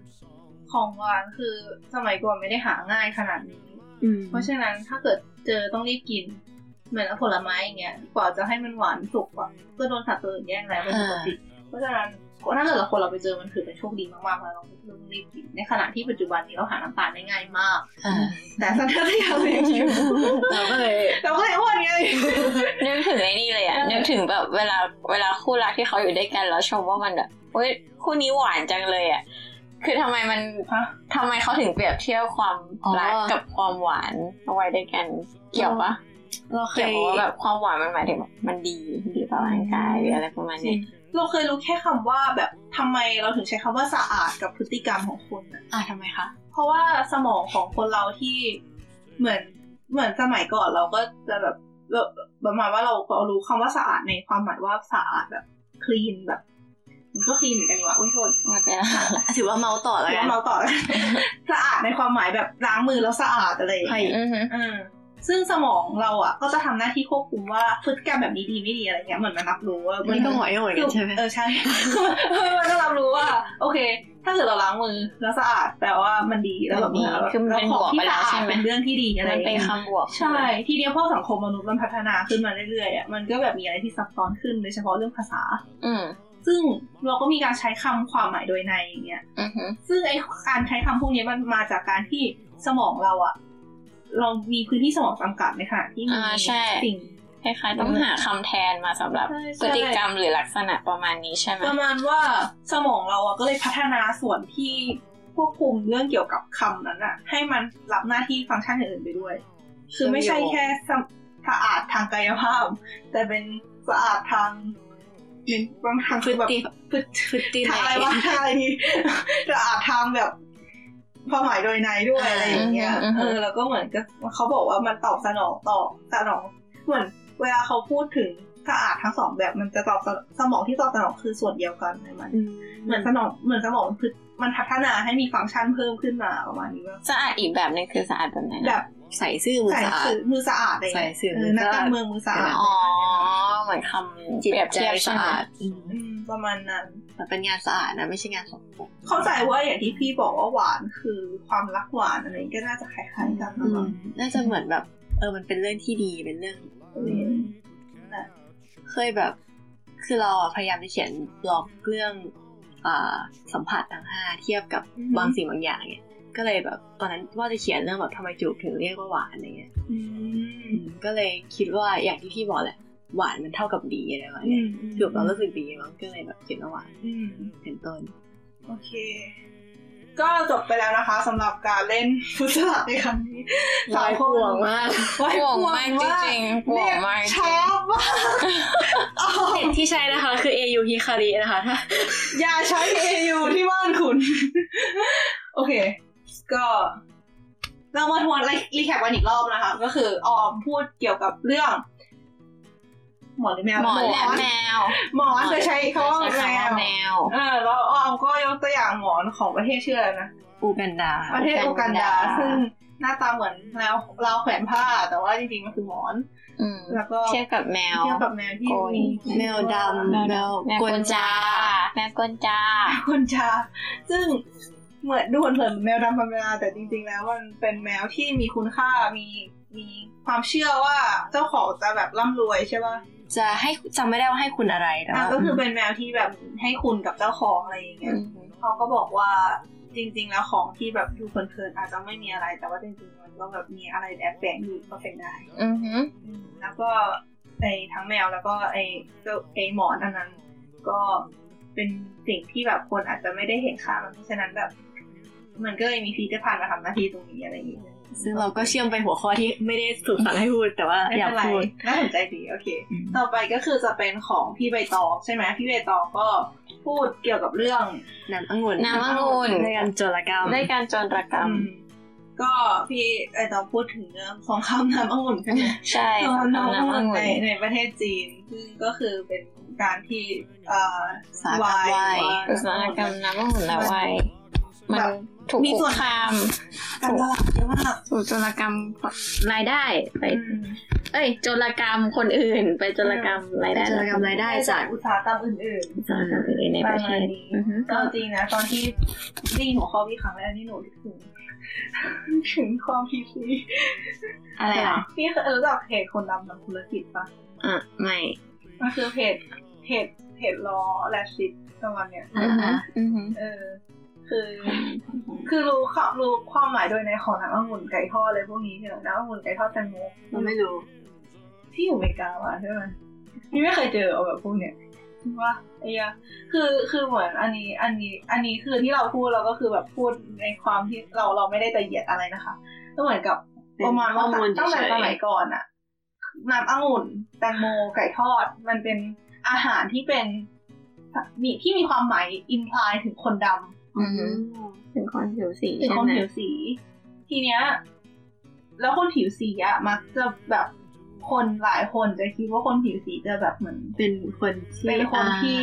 [SPEAKER 1] ของหวานคือสมัยก่อนไม่ได้หาง่ายขนาดนี้ เพราะฉะนั้นถ้าเกิดเจอต้องรีบกิน เหมือนผลไม้อย่างเงี้ยกว่าจะให้มันหวานสุกอะก็โดนสัตว์ตัวอื่นแย่งแล้วเป็นปกติเพราะฉะนั้นถ้าเกิดเราคนเราไปเจอมันถือเป็นโชคดีมากๆแล้วเราต้องรีบกินในขณะที่ปัจจุบันนี้เราหาน้ำตาลได้ง่ายมากแต่สัญชาตญาณเรายังหิว
[SPEAKER 4] เราก็เลย
[SPEAKER 1] เราก็เลยอ้วนไง
[SPEAKER 3] นึกถึงไอ้นี่เลยอะนึกถึงแบบเวลาเวลาคู่รักที่เขาอยู่ด้วยกันแล้วชมว่ามันแบบเฮ้ยคู่นี้หวานจังเลยอะคือทำไมมันทำไมเขาถึงเปรียบเทียบความ
[SPEAKER 4] อ๋อ
[SPEAKER 3] รักกับความหวานเอาไว้ด้วยกัน เกี่ยวปะ
[SPEAKER 4] เราเค
[SPEAKER 3] เกี่ยวย ปะว่าแบบความหวานมันหมายถึงแบบมันดีดีต่อร่างกายหรืออะไรประมาณนี้
[SPEAKER 1] เราเคยรู้แค่คำว่าแบบทำไมเราถึงใช้คำว่าสะอาดกับพฤติกรรมของคนอะ
[SPEAKER 4] อ่ะทำไมคะ
[SPEAKER 1] เพราะว่าสมองของคนเราที่เหมือนเหมือนสมัยก่อนเราก็จะแบบเราประมาณว่าเราเรารู้คำว่าสะอาดในความหมายว่าสะอาดแบบคลีนแบบ มันก็คลีนเหมือนกันนี่หว่าอุ้ยโทษ
[SPEAKER 3] มาเป็นอะไร
[SPEAKER 4] ถือว่าเมาส์ต่อแล้ว
[SPEAKER 1] แล้ว
[SPEAKER 4] กั
[SPEAKER 1] น เราต่อ สะอาดในความหมายแบบล้างมือแล้วสะอาดอะไรอย่าง
[SPEAKER 4] ใช่
[SPEAKER 1] เงี้ย
[SPEAKER 3] อือฮึ
[SPEAKER 1] เออซึ่งสมองเราอ่ะ ก็จะทำหน้าที่ควบคุมว่าพฤติกรรมแบบนี้ดีไม่ดีอะไรเงี้ยเหมือนมันรับรู้ว่ามั
[SPEAKER 4] นี่ก็หมอยเหมือนกันใช่ไหม
[SPEAKER 1] เออใช่ มันก็รับรู้ว่า โอเค ถ้าเกิดเราล้างมือแล้วสะอาดแปลว่ามันดีแล้วแบบ
[SPEAKER 3] คือมันเป็นบวกไปแล้วใช่ไหม
[SPEAKER 1] เป็นเรื่องที่ดีอะไร
[SPEAKER 3] มันเป็น
[SPEAKER 1] เงี้ย
[SPEAKER 3] คำบวก
[SPEAKER 1] ใช่ ทีเดียวพอสังคมมนุษย์มันพัฒนาขึ้นมาเรื่อยๆอ่ะมันก็แบบมีอะไรที่ซับซ้อนขึ้นโดยเฉพาะเรื่องภาษา
[SPEAKER 3] อืม
[SPEAKER 1] ซึ่งเราก็มีการใช้คำความหมายโดยในอย่างเงี้ย
[SPEAKER 3] อือฮึ
[SPEAKER 1] ซึ่งไอการใช้คำพวกนี้มันมาจากการที่สมองเราอะเรามีพื้นที่สมองจำกัดไหมคะที่มี
[SPEAKER 3] อ่าใช่
[SPEAKER 1] สิ่ง
[SPEAKER 3] คล้ายๆต้องหาคำแทนมาสำหรับ
[SPEAKER 1] ใช่ใช่
[SPEAKER 3] พฤติกรรมหรือลักษณะประมาณนี้ใช่ไหม
[SPEAKER 1] ประมาณว่าสมองเราอะก็เลยพัฒนาส่วนที่ควบคุมเรื่องเกี่ยวกับคำนั้นอะให้มันรับหน้าที่ฟังก์ชันอื่นๆไปด้วย คือไม่ใช่แค่สะสะอาดทางกายภาพ แต่เป็นสะอาดทางเน้นบางทางคือแบบพฤติ
[SPEAKER 4] พฤติ
[SPEAKER 1] ทางอะไรวะทางอะไรดีจะอาจทางแบบความหมายโดยในด้วยอะไรอย่างเงี้ย เออ แล้วก็เหมือนกับเขาบอกว่ามันตอบสนองตอบสนอง เหมือนเวลาเขาพูดถึงสะอาดทั้งสองแบบมันจะตอบสนองสมองที่ตอบสนองคือส่วนเดียวกันเลยมัน เหมือนสมองเหมือนสมองคือมันพัฒนาให้มีฟังก์ชันเพิ่มขึ้นมาประมาณนี้ว่า
[SPEAKER 3] สะอาดอีกแบบหนึงคือสะอาดแบบไหนนะ
[SPEAKER 1] แบบ
[SPEAKER 4] ใส่ซื่อมือ
[SPEAKER 1] ใส่
[SPEAKER 4] สะอาด
[SPEAKER 1] สื่อมือสะอาดอะไรอย่างเงี้ย
[SPEAKER 4] ใส่สื่อ
[SPEAKER 1] เอ
[SPEAKER 4] มื
[SPEAKER 1] อ
[SPEAKER 4] อ
[SPEAKER 1] นัก
[SPEAKER 4] สะอาด
[SPEAKER 1] การเมืองมือสะอาด
[SPEAKER 3] อ๋อเหมือนคำ
[SPEAKER 4] จิต
[SPEAKER 3] เปรียบ
[SPEAKER 4] ใจ
[SPEAKER 3] เทียบใช่ไห
[SPEAKER 4] สะ
[SPEAKER 3] ม
[SPEAKER 4] อาด
[SPEAKER 1] อืมประมาณนั้น
[SPEAKER 4] แต่เป็นงานสะอาดนะไม่ใช่งานสกปรก
[SPEAKER 1] เข้าใจว่าอย่างที่พี่บอกว่าหวานคือความรักหวานอะไรก็น่าจะคล้ายๆกันนะ
[SPEAKER 4] อื
[SPEAKER 1] คะ
[SPEAKER 4] มน่าจะเหมือนแบบ เออมันเป็นเรื่องที่ดีเป็นเรื่อง
[SPEAKER 1] อืม
[SPEAKER 4] เคยแบบ คือเราอะพยายามจะเขียนบล็อกเรื่องอ่าสัมผัสทั้งห้าเทียบกับบางสิ่งบางอย่างเนี่ยก็เลยแบบตอนนั้นว่าจะเขียนเรื่องแบบทำไมจูบถึงเรียกว่าหวานอะไรเงี้ย
[SPEAKER 1] อื
[SPEAKER 4] อืมก็เลยคิดว่าอย่างที่พี่บอกแหละ หวานมันเท่ากับดีอะไรประมาณเนี้ย
[SPEAKER 1] ม
[SPEAKER 4] จูบเรารู้สึกดีมั้งก็เลยแบบเขียนว่าหวาน
[SPEAKER 1] อืม
[SPEAKER 4] เป็นต้น
[SPEAKER 1] โอเค ก็จบไปแล้วนะคะสำหรับการเล่นฟุตบอลในครั้งนี้
[SPEAKER 4] ลอยพวงมาก
[SPEAKER 1] ลอย
[SPEAKER 3] ห่วง
[SPEAKER 1] พวง
[SPEAKER 3] มากจ
[SPEAKER 1] ว่า
[SPEAKER 3] ริงๆห่วงมากจ
[SPEAKER 1] ช
[SPEAKER 3] ริ
[SPEAKER 1] อง บมาก
[SPEAKER 4] เน็ตที่ใช้นะคะ คือ AU Hikari นะคะถ้า
[SPEAKER 1] อย่าใช้เอยูที่บ้านคุณ โอเค ก็เรามาทวนรีแคปกันอีกรอบนะคะ ก็คือออมพูดเกี่ยวกับเรื่อง
[SPEAKER 12] หมอนหรือแมว
[SPEAKER 3] หมอนและแมว
[SPEAKER 1] หมอนจะใช้คำว่า
[SPEAKER 3] ใช้คำว่า
[SPEAKER 1] แม
[SPEAKER 3] แม
[SPEAKER 1] ว
[SPEAKER 3] ว
[SPEAKER 1] เออแล้วออมก็ยกตัวอย่างหมอนของประเทศชื่ออะไรนะ
[SPEAKER 6] อูกันดา
[SPEAKER 1] ประเทศโอกันดา ซึ่งหน้าตาเหมือนแมวเราวแขวนผ้า แต่ว่าจริงๆมันคือหมอน
[SPEAKER 3] อืม
[SPEAKER 1] แล้วก็
[SPEAKER 3] เทียบกับแมว
[SPEAKER 1] เทียบกับแมวที่
[SPEAKER 3] โกน
[SPEAKER 1] มี
[SPEAKER 6] แมวดำแมว
[SPEAKER 3] แม
[SPEAKER 6] ก
[SPEAKER 3] วก
[SPEAKER 6] วน
[SPEAKER 3] วน
[SPEAKER 6] จา
[SPEAKER 3] จา แมวกวนจา
[SPEAKER 1] คนชา ซึ่งเหมือนดูเผินๆแมวดำธรรมดาแต่จริง ๆ แล้วมันเป็นแมวที่มีคุณค่ามีมีความเชื่อว่าเจ้าของจะแบบร่ำรวยใช่ป่ะ
[SPEAKER 6] จะให้จำไม่ได้ว่าให้คุณอะไรแต่
[SPEAKER 1] อ่ะ
[SPEAKER 6] ว่า
[SPEAKER 1] ก็คือเป็นแมวที่แบบให้คุณกับเจ้าของอะไรอย่างเงี้ย เขาก็บอกว่าจริง ๆ แล้วของที่แบบดูเพลินๆอาจจะไม่มีอะไร แต่ว่าจริงๆมันก็แบบมีอะไรแอบแฝงอยู่ก็เป็นได้
[SPEAKER 3] อือหือ
[SPEAKER 1] แล้วก็ไอ้ทั้งแมวแล้วก็ไอ้เจ้าไอ้หมอนอันนั้น ก็เป็นสิ่งที่แบบคนอาจจะไม่ได้เห็นค่ามันเพราะฉะนั้นแบบ มันก็เลยมีพิพิธภัณฑ์มาทำหน้าที่ตรงนี้อะไรอย่างเงี้ย
[SPEAKER 6] ซึ่งเราก็เชื่อมไปหัวข้อที่ไม่ได้ถูกสั่งให้พูดแต่ว่า
[SPEAKER 1] ไม่
[SPEAKER 6] อยาก
[SPEAKER 1] เป็นไร
[SPEAKER 6] พูด
[SPEAKER 1] น่าสนใจดีโอเค
[SPEAKER 6] อืม
[SPEAKER 1] ต่อไปก็คือจะเป็นของพี่ใบตองใช่ไหมพี่ใบตองก็พูดเกี่ยวกับเรื่อง
[SPEAKER 6] น้ำองุ่น
[SPEAKER 3] น้ำองุ่น
[SPEAKER 6] ในการโจรกรรม
[SPEAKER 3] ได้การโจรกรรม
[SPEAKER 1] ก็พี่ไอตอนพูดถึงเรื่องของคำน้ำองุ่นกันนะ
[SPEAKER 3] ใช่
[SPEAKER 1] ข อง
[SPEAKER 3] น้ำ
[SPEAKER 1] น้ำองุ่น
[SPEAKER 3] องุ่
[SPEAKER 1] ใน
[SPEAKER 3] น
[SPEAKER 1] ในประเทศจีนซึ่งก็คือเป็นการที่เอ่อ
[SPEAKER 6] สาขา
[SPEAKER 1] ห
[SPEAKER 6] วาย
[SPEAKER 1] รือ
[SPEAKER 3] อุตสาหกรรมน้ำองุ่นและไวน์มันถูกคุกคาม
[SPEAKER 1] การตลาดเยอะมาก
[SPEAKER 3] ถูกโจรกรรมรายได้ไป เอ้ยโจรกรรมคนอื่น ไปโจรกรรมรายได้
[SPEAKER 6] โจรกรรมรายได้จาก
[SPEAKER 1] อุตสาหกรรมอื่น
[SPEAKER 3] อุตสาหกรรมอื่นใน
[SPEAKER 1] ๆป
[SPEAKER 3] ประ ระเท
[SPEAKER 1] มาณ
[SPEAKER 3] ศ
[SPEAKER 1] นี้
[SPEAKER 3] อือหือ
[SPEAKER 1] ก็จริงนะตอนที่ได้ยินหัวข้อพี่ครั้งแรกนี่หนูนึกถึงนึกถึงความพีซี
[SPEAKER 3] อะไรอ่ะ
[SPEAKER 1] พี่เคยรู้จักเพจคนดำทำธุรกิจปะ
[SPEAKER 3] อ่ะไม่
[SPEAKER 1] มันคือเพจเพจเพจล้อและซิปประมาณเนี้ย
[SPEAKER 3] อ่าฮะอือหือ
[SPEAKER 1] เออ คือ คือรู้ข่าวรู้ความหมายโดยในของน้ำองุ่นไก่ทอดอะไรพวกนี้เนี่ยน้ำองุ่นไก่ทอดแตงโม
[SPEAKER 6] เราไม่รู้
[SPEAKER 1] ที่อยู่อเมริกามาใช่ไหมนี่ไม่เคยเจอเอาแบบพวกเนี้ยว่าไอ้เหี้ยคือคือเหมือนอันนี้อันนี้ อันนี้คือที่เราพูดเราก็คือแบบพูดในความที่เราเราไม่ได้จะเหยียดอะไรนะคะก็เหมือนกับประมาณว่า
[SPEAKER 6] เป็นข้อมูล
[SPEAKER 1] ตั้งแต่
[SPEAKER 6] เฉยๆ
[SPEAKER 1] สมัยก่อนอะน้ำองุ่นแตงโมไก่ทอด มันเป็นอาหารที่เป็นมีที่มีความหมายอินพลายถึงคนดำ
[SPEAKER 3] อือหือเป็นคนผิวสี
[SPEAKER 1] หรือ
[SPEAKER 3] ใช่
[SPEAKER 1] คน
[SPEAKER 3] ไหม
[SPEAKER 1] ผิวสี ทีเนี้ย แล้วคนผิวสีอะมักจะแบบคนหลายคนจะคิดว่าคนผิวสีจะแบบเหมือน
[SPEAKER 6] เป็นคนที่
[SPEAKER 1] เป็นคนที่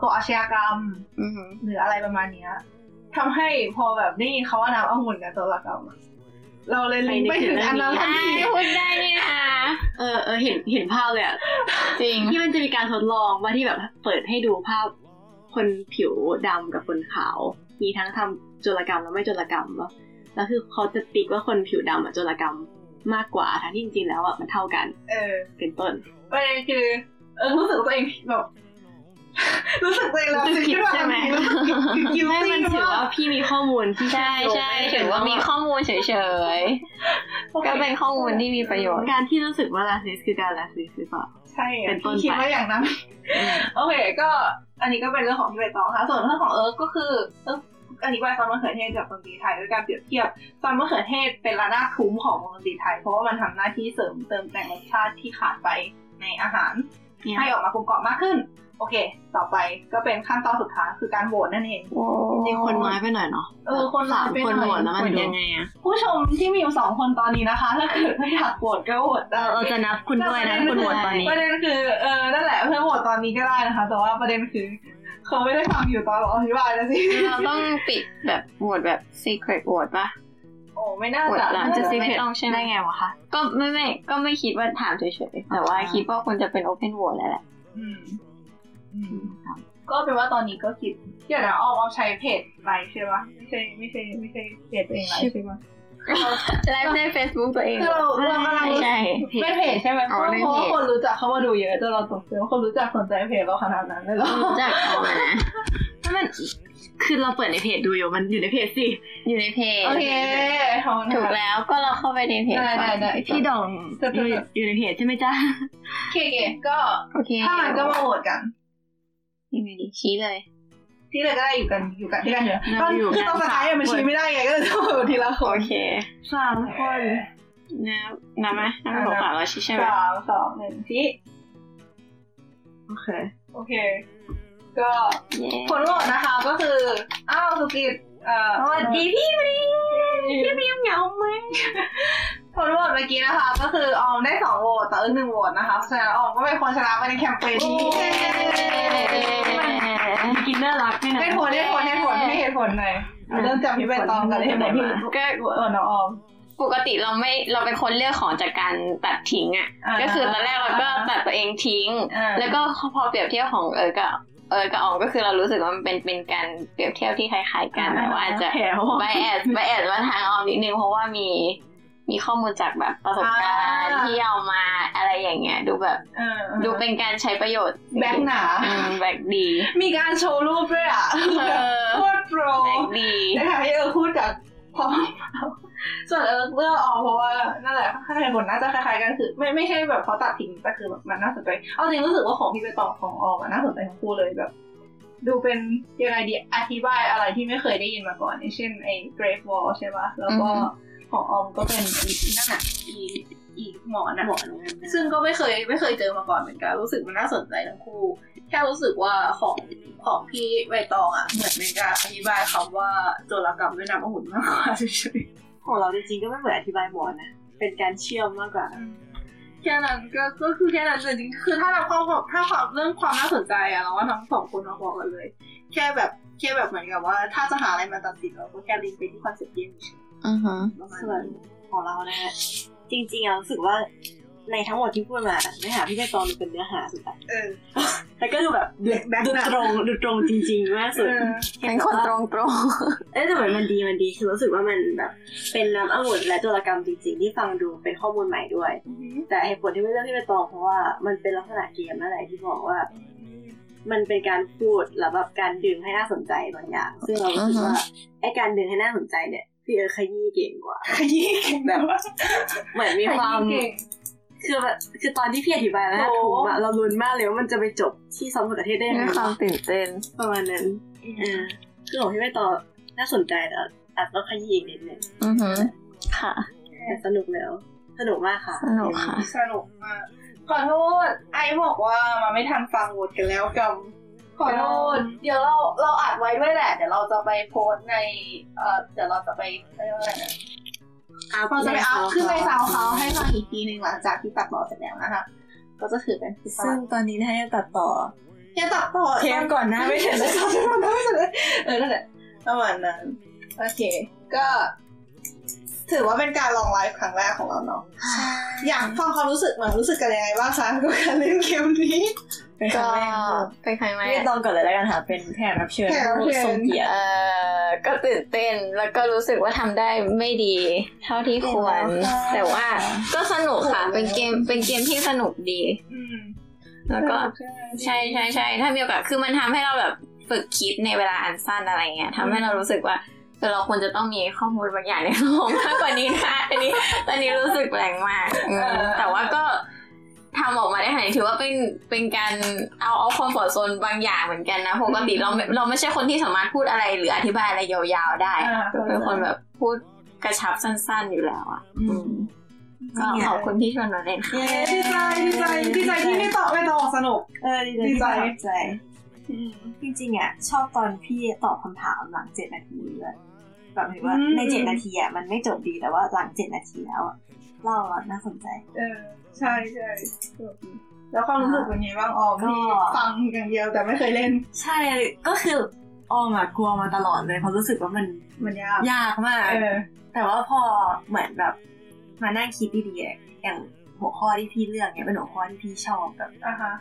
[SPEAKER 1] ก่ออาชญากรรม
[SPEAKER 3] อือหือ
[SPEAKER 1] หรืออะไรประมาณเนี้ยทำให้พอแบบได้ยินเขาว่าน้ำองุ่นกับตัวละกรรมอะเราเลยลิงก์ไปถึงอันนั้นทั
[SPEAKER 3] อ่าน
[SPEAKER 1] ที
[SPEAKER 3] พูดได้นี่นะ
[SPEAKER 6] เออเออเห็นเห็นภาพเลยอะ
[SPEAKER 3] จริง
[SPEAKER 6] ที่มันจะมีการทดลองว่าที่แบบเปิดให้ดูภาพ คนผิวดำกับคนขาว มีทั้งทำโจรกรรมและไม่โจรกรรมวะแล้วคือเขาจะติ๊กว่าคนผิวดำอะโจรกรรมมากกว่าทั้งที่จริงๆแล้วอะมันเท่ากัน
[SPEAKER 1] เออ
[SPEAKER 6] เป็นต้น
[SPEAKER 1] ประเด็นคือ เออรู้สึกตัวเองแบบ รู้สึกตัวเองแล้ว
[SPEAKER 6] รู้สึกผิดใช่ไหม
[SPEAKER 1] คือคิด
[SPEAKER 6] ไม่
[SPEAKER 1] ว่า
[SPEAKER 6] มันถือว่าพี่มีข้อมูลที่
[SPEAKER 3] ใช่ใช่ถือว่ามีข้อมูลเฉยๆ ก็เป็นข้อมูลที่มีประโยชน์
[SPEAKER 6] การที่รู้สึกว่าลาซิสคือการลาซิสหรือเปล่า
[SPEAKER 1] ใช่อะ
[SPEAKER 6] เป็นต้นไป
[SPEAKER 1] คิดว่าอย่างนั้น โอเคก็อันนี้ก็เป็นเรื่องของพี่ใบตองค่ะ ส่วนเรื่องของเอิร์กก็คือเอิร์กอันนี้ว่าซอนมะเขือเทศกับดนตรีไทยด้วยการเปรียบเทียบซอนมะเขือเทศเป็นระนาบทุ้มของวงดนตรีไทย เพราะว่ามันทำหน้าที่เสริมเติมแต่งรสชาติที่ขาดไปในอาหาร ให้ออกมากลมกล่อมมากขึ้น โอเค ต่อไปก็เป็นขั้นตอนสุดท้ายคือการโหวตนั่นเอง
[SPEAKER 6] จริงๆคนน้อยไปหน่อยเนาะ
[SPEAKER 1] เออคนน้
[SPEAKER 6] สา
[SPEAKER 1] อย
[SPEAKER 6] ม
[SPEAKER 1] ไปหน่อ
[SPEAKER 6] คนห
[SPEAKER 1] ย
[SPEAKER 6] มดแล้วมันดู
[SPEAKER 3] ยังไงอ่ะ
[SPEAKER 1] ผู้ชมที่มีอยู่สองคนตอนนี้นะคะ ถ้าเกิดไม่อยากโหวตก็โหวต
[SPEAKER 6] เอ
[SPEAKER 1] ได้
[SPEAKER 6] อเออจะนับคุณด้วยนะคุณหมดตอนนี้
[SPEAKER 1] ประเด็นคือเออนั่นแหละเพื่อนโหวตตอนนี้ก็ได้นะคะ แต่ว่าประเด็นคือเขาไม่ได้ฟังอยู่ตอนเราอธิบายนะสิ
[SPEAKER 3] เราต้องปิดแบบโหวตแบบ secret โหวตป่ะ
[SPEAKER 1] โอ้ไม่น่า
[SPEAKER 3] โหวต
[SPEAKER 1] จะ
[SPEAKER 3] หลัง
[SPEAKER 1] น่า
[SPEAKER 3] จะ
[SPEAKER 1] จะ
[SPEAKER 3] secret ต้องใช่ไหม
[SPEAKER 6] ได้ไงวะคะ
[SPEAKER 3] ก็ไม่ไม่ก็ไม่คิดว่าถามเฉยๆ แต่ว่าคิดว่าควรจะเป็น open โหวตแล้วแหละ
[SPEAKER 1] อืมอืมก็เป็นว่าตอนนี้ก็คิดเดี๋ยวนะออมเอาใช้เพจไลฟ์ใช่ปะไม่ใช่ไม่ใช่ไม่ใช่เพจตัวเองไลฟ์ใช่ปะ
[SPEAKER 3] ไลฟ์ใน Facebook ตัวเอง
[SPEAKER 1] คือเราเรากำลัง
[SPEAKER 3] ใช่
[SPEAKER 1] ไม่เพจใช่ไหมเพ
[SPEAKER 3] อ๋อ
[SPEAKER 1] ราะ
[SPEAKER 3] ในเพจ
[SPEAKER 1] ว่าคนรู้จักเขามาดูเยอะจนเราตกใจว่าคนรู้จักสนใจเพจเราขนาดนั้นเลยเหรอ
[SPEAKER 3] รู้จักเอามานะ
[SPEAKER 6] ถ้ามันคือเราเปิดในเพจดูอยู่มันอยู่ในเพจสิ
[SPEAKER 3] อยู่ในเพจ
[SPEAKER 1] โอเคขอบคุณ
[SPEAKER 3] ถูก
[SPEAKER 1] ค่ะ
[SPEAKER 3] แล้วก็เราเข้าไปในเพจ
[SPEAKER 1] ได้ได้ได้
[SPEAKER 6] พี่ดอง
[SPEAKER 1] จะจะ
[SPEAKER 6] อยู่อยู่ในเพจใช่ไหมจ๊ะ
[SPEAKER 1] โอเคก็
[SPEAKER 3] โอเค
[SPEAKER 1] ถ้ามันก็มาโหวตกัน
[SPEAKER 3] ยังไงดีชี้เลย
[SPEAKER 1] ที่เหลยก็ได้อยู่กันอยู่กันที่กันเถอะ
[SPEAKER 6] เรา
[SPEAKER 1] ตอน
[SPEAKER 6] อยู่
[SPEAKER 1] คือ
[SPEAKER 6] กั
[SPEAKER 1] ตอน
[SPEAKER 6] น
[SPEAKER 1] สุดท้ายอะมัน
[SPEAKER 6] สามคน
[SPEAKER 1] ชี้ไม่ได้ไงก็เลยต้องอยู่ทีละค
[SPEAKER 3] โอน เค
[SPEAKER 6] สามคน
[SPEAKER 3] น้ำน้ำไหมน้ำของฝากเราชี้ใช่ไหม
[SPEAKER 1] สามสองหนึ่งชี้
[SPEAKER 6] โอเค
[SPEAKER 1] โอเค ก็
[SPEAKER 3] เย้
[SPEAKER 1] ผลโหวตนะคะก็คือ อ้าวสุกิตเอ่อ
[SPEAKER 6] สวัสดีพี่
[SPEAKER 1] พี่พี่เหงาไหม ผลโหวตเมื่อกี้นะคะ ก็คือออมได้สองโหวตแต่อึ้งหนึ่งโหวตนะคะเพราะฉะนั้นออมก็เป็นคนชนะไปในแคมเปญนี้
[SPEAKER 13] กินน่ารักด้วยนะ
[SPEAKER 1] ได้ผลได้ผลได้ผลให้เหตุผลหน่อยเอาเริ่มจากพี่ใบตองกันเลยไหนพี่
[SPEAKER 3] ก็
[SPEAKER 1] เออน้องออม
[SPEAKER 3] ปกติเราไม่เราเป็นคนเลือกของจากการตัดทิ้งอ่ะ
[SPEAKER 1] อ่า
[SPEAKER 3] ก็คือตอนแรกเราก็ตัดตัวเองทิ้ง
[SPEAKER 1] อ่า
[SPEAKER 3] แล้วก็พอเปรียบเทียบของเออกับเออกับออมก็คือเรารู้สึกว่ามันเป็นเป็นการเปรียบเทียบที่คล้ายๆกันแต่ว่าอาจจะ
[SPEAKER 13] แถว
[SPEAKER 3] ไปแอดไปแอดมาทางออมนิดนึงเพราะว่ามีมีข้อมูลจากแบบประสบการณ์
[SPEAKER 1] อ่า
[SPEAKER 3] ที่เอามาอะไรอย่างเงี้ย ดูแบบ
[SPEAKER 1] เออเออ
[SPEAKER 3] ดูเป็นการใช้ประโยชน์
[SPEAKER 1] แบ็คหนา
[SPEAKER 3] อืมแบกดี
[SPEAKER 1] มีการโชว์รูปด้วยอ่ะ
[SPEAKER 3] เออ
[SPEAKER 1] โคตรโปร
[SPEAKER 3] แบกดี
[SPEAKER 1] นะคะที่เออพูดจากพอส่วนเออเลือกออกเพราะว่านั่นแหละข้างในผลน่าจะคล้ายๆกันคือ ไม่ไม่ใช่แบบเขาตัดทิ้งแต่คือแบบมันน่าสนใจเอาจริงรู้สึกว่าของพี่ไปต่อของออกอะน่าสนใจทั้งคู่เลยแบบ ดูเป็นยังไงดีอธิบายอะไรที่ไม่เคยได้ยินมาก่อนอย่างเช่นไอ้ Grave Wall ใช่ปะแล้วก็ของออมก็เป็นอีนั่นอะอีอีหมอนอะ
[SPEAKER 4] หมอน
[SPEAKER 1] ซึ่งก็ไม่เคยไม่เคยเจอมาก่อนเหมือนกัน รู้สึกมันน่าสนใจทั้งคู่ แค่รู้สึกว่าของของพี่ใบตองอ่ะ เหมือนเป็นการอธิบายคำว่าโจรกรรมด้วยน้ำองุ่นมากกว่าเฉย
[SPEAKER 4] ของเราจริงๆก็ไม่เหมือนอธิบายหมอนนะ เป็นการเชื่อมมากกว่า
[SPEAKER 1] ๆแค่นั้นก็ก็คือแค่นั้นเลยจริงๆคือถ้าเราความถ้าความเรื่องความน่าสนใจอ่ะเราว่าทั้งสองคนเราบอกกันเลย แค่แบบแค่แบบเหมือนกับว่า ถ้าจะหาอะไรมาตัดสินเราก็แค่ลิงก์ไปที่คอนเซ็ปต์เกมเฉย
[SPEAKER 3] อือฮะ
[SPEAKER 1] ๆประมาณ
[SPEAKER 4] ส่ว
[SPEAKER 1] นั้น น
[SPEAKER 4] ของเรานะฮะจริงๆอะรู้สึกว่าในทั้งหมดที่พูดมาเนื้อหาที่ไม่ตองดูเป็นเนื้อหาสุดอะ
[SPEAKER 1] เออ
[SPEAKER 4] แล้วก็ดูแบบดู
[SPEAKER 1] แบ็ค
[SPEAKER 4] ดู
[SPEAKER 1] หนัก
[SPEAKER 4] ตรงดูตรงจริงๆมากสุด
[SPEAKER 1] เออ
[SPEAKER 3] เป็นคนตรงตรง
[SPEAKER 4] เอ้ยแต่เหมือนมันดีมันดีคือรู้สึกว่ามันแบบ เป็นน้ำองุ่นและโจรกรรมจริงๆ ที่ฟังดูเป็นข้อมูลใหม่ด้วย แต่เหตุผลที่ไม่เลือกที่ไปตองเพราะว่ามันเป็นลักษณะเกมนั่นแหละที่บอกว่า มันเป็นการพูดหรือแบบการดึงให้น่าสนใจบางอย่าง ซึ่งเรารู้สึกว่าไอการดึงให้น่าสนใจเนี่ยพี่เออขยี้เก่งกว่า
[SPEAKER 1] ขยี้เก่งแบบว่า
[SPEAKER 4] เหมือนมี
[SPEAKER 1] ข
[SPEAKER 4] ความ
[SPEAKER 1] ยี้เก่ง
[SPEAKER 4] คือแบบคือตอนที่พี่อธิบายแล้ว
[SPEAKER 1] โอ้
[SPEAKER 4] ถูกอะเราลุ้นมากเลยว่ามันจะไปจบที่ซ้อมมะเขือเทศได้ยัง
[SPEAKER 3] ด้
[SPEAKER 4] ไง
[SPEAKER 3] วยความ
[SPEAKER 4] วะ
[SPEAKER 3] ตื่นเต้น
[SPEAKER 4] ประมาณนั้นเออคือของพี่ไม่ต่อน่าสนใจแต่อาจต้องขยี้อีกนิดนึง
[SPEAKER 3] อือฮะค่ะ
[SPEAKER 4] แต่สนุกแล้ว สนุกมากค่ะ
[SPEAKER 3] สนุกค่ะ
[SPEAKER 1] สนุกมาก ขอโทษ ไอบอกว่ามาไม่ทันฟังโหวตกันแล้วกำขอโทษ เดี๋ยวเราเราอัดไว้ด้วยแหละ เดี๋ยวเราจะไปโพสต์ใน เอ่อ เดี๋ยวเราจะไปเขาเรียกว่าอะไรนะเราจะไปอัพขึ้นในซาวเขาให้ฟังอีกทีหนึ่งหลังจากที่ตัดต่อเสร็จแล้วนะคะ ก็จะถือเป็นพิซซ่า
[SPEAKER 13] ซึ่งตอนนี้นะคะยังตัดต่อ
[SPEAKER 1] ยังตัดต่อ
[SPEAKER 13] เทปก่อนหน้าไม่เสร็จเลย
[SPEAKER 1] ตัดต่อไม่เสร็จเลยเออนั่นแหละประมาณนั้น โอเค ก็ ถือว่าเป็นการลองไลฟ์ครั้งแรกของเราเนาะ อยากฟังความรู้สึกมารู้สึกกันยังไงบ้างคะกับการเล่นเกมนี้
[SPEAKER 13] เป็นค
[SPEAKER 3] ก็
[SPEAKER 13] รั้งแรกเลย
[SPEAKER 3] เป็นใครไหม
[SPEAKER 13] พี่ตองก่อนเลยแล้วกันค่ะ เป็นแขกรับเชิญ
[SPEAKER 1] แขกรับเชิญ
[SPEAKER 13] ผู้ทรงเกียรติ
[SPEAKER 3] เออก็ตื่นเต้นแล้วก็รู้สึกว่าทำได้ไม่ดี เท่าที่ควร แต่ว่าก็สนุกค่ะ เป็นเกมเป็นเกมที่สนุกดี
[SPEAKER 1] อืม
[SPEAKER 3] แล้วก็ใช่ใช่ใช่ถ้ามีโอกาสคือมันทำให้เราแบบฝึกคิดในเวลาอันสั้นอะไรเงี้ยทำให้เรารู้สึกว่าเออเราควรจะต้องมีข้อมูลบางอย่างในสมองมากกว่านี้นะ อันนี้ตอนนี้รู้สึกแรงมากอืมแต่ว่าก็ทำออกมาได้ขนาดนี้ถือว่าเป็นเป็นการเอาเอาความปลอดโซนบางอย่างเหมือนกันนะปกติเราไม่เราไม่ใช่คนที่สามารถพูดอะไรหรืออธิบายอะไรยาวๆได้เราเป็นคนแบบพูดกระชับสั้น ๆอยู่แล้วอ่ะอืมก็ขอบคุณที่ชวนมาเล่นค่ะ
[SPEAKER 1] ดีใจดีใจดีใจที่ไม่ตอบไม่ตอบสนุก
[SPEAKER 4] เออดี
[SPEAKER 1] ดีใจ
[SPEAKER 4] ใจดีใจจริงๆอ่ะชอบตอนพี่ตอบคำถามหลังเจ็ดนาทีด้วยแบบหมายถึงว่าในเจ็ดนาทีอ่ะมันไม่จบดีแต่ว่าหลังเจ็ดนาทีแล้วอะเล่าอะน่าสนใจ
[SPEAKER 1] เออใช่ใช่แล้วความรู้สึกเป็นไงบ้างออม
[SPEAKER 4] ก็
[SPEAKER 1] ที่ฟังอย่างเดียวแต่ไม่เคยเล่น
[SPEAKER 4] ใช่ก็คือออมอะกลัวมาตลอดเลยเพราะรู้สึกว่ามัน
[SPEAKER 1] มันยาก
[SPEAKER 4] ยากมาก
[SPEAKER 1] เออ
[SPEAKER 4] แต่ว่าพอเหมือนแบบมานั่งคิดดีๆอะอย่างหัวข้อที่พี่เลือกเนี่ยเป็นหัวข้อที่พี่ชอบแบบ
[SPEAKER 1] อ่ะฮะ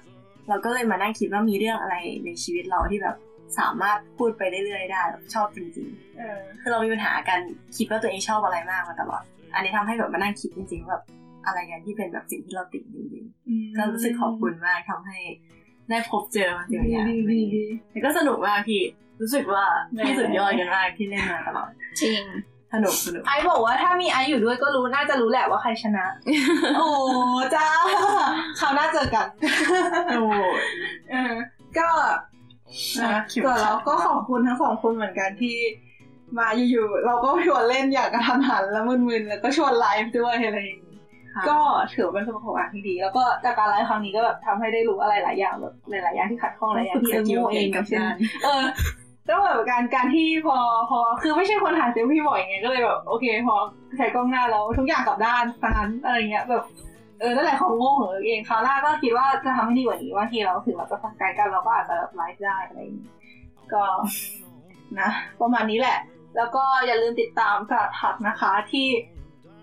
[SPEAKER 4] เราก็เลยมานั่งคิดว่ามีเรื่องอะไรในชีวิตเราที่แบบสามารถพูดไปเรื่อยๆได้แบบชอบจริง
[SPEAKER 1] เออ
[SPEAKER 4] ๆ คือเรามีปัญหาการคิดว่าตัวเองชอบอะไรมากมาตลอด อันนี้ทำให้แบบมานั่งคิดจริงๆว่าแบบอะไรกันที่เป็นแบบสิ่งที่เราติดจริงๆก็รู้สึกขอบคุณมากทำให้ได้พบเจอมันเยอะแยะแล้วก็สนุกมากพี่รู้สึกว่าพี่สุดยอดกันมากที่เล่นมาตลอด
[SPEAKER 3] จริง
[SPEAKER 4] สนุกสนุก
[SPEAKER 1] ไอบอกว่าถ้ามีไออยู่ด้วยก็รู้น่าจะรู้แหละว่าใครชนะ โอ้จ้า คราวหน้าเจอกัน
[SPEAKER 4] โอ้ย
[SPEAKER 1] เออก็นะ
[SPEAKER 4] คิว
[SPEAKER 1] ส่วนเรา
[SPEAKER 4] ขาด
[SPEAKER 1] ก็ขอบคุณทั้งสองคนเหมือนกันที่มาอยู่ๆเราก็ชวนเล่นอย่างกระทันหันแล้วมึนๆ แล้วก็ชวนไลฟ์ด้วยอะไรอย่างนี้ก็ถือเป็นประสบการณ์ที่ดี แล้วก็จากการไลฟ์ครั้งนี้ก็แบบทำให้ได้รู้อะไรหลายอย่างแบบหลายๆอย่างที่ขัดข้องหลายอย่างที่เออโง่เองกับเช่นเออ ไป ก็แบบการการที่พอพอคือไม่ใช่คนถ่ายเซลฟี่บ่อยไงก็เลยแบบโอเค พอใช้กล้องหน้าแล้วทุกอย่างกลับด้านทางนั้นอะไรเงี้ยแบบเออนั่นแหละของโง่ของเอิร์กเองคราวหน้าก็คิดว่าจะทำให้ดีกว่านี้ว่าทีเราถึงเราจะสังกายกันเราก็อาจจะแบบไลฟ์ได้อะไรอย่างงี้ก็ นะ ประมาณนี้แหละ แล้วก็อย่าลืมติดตามสลัดผักนะคะที่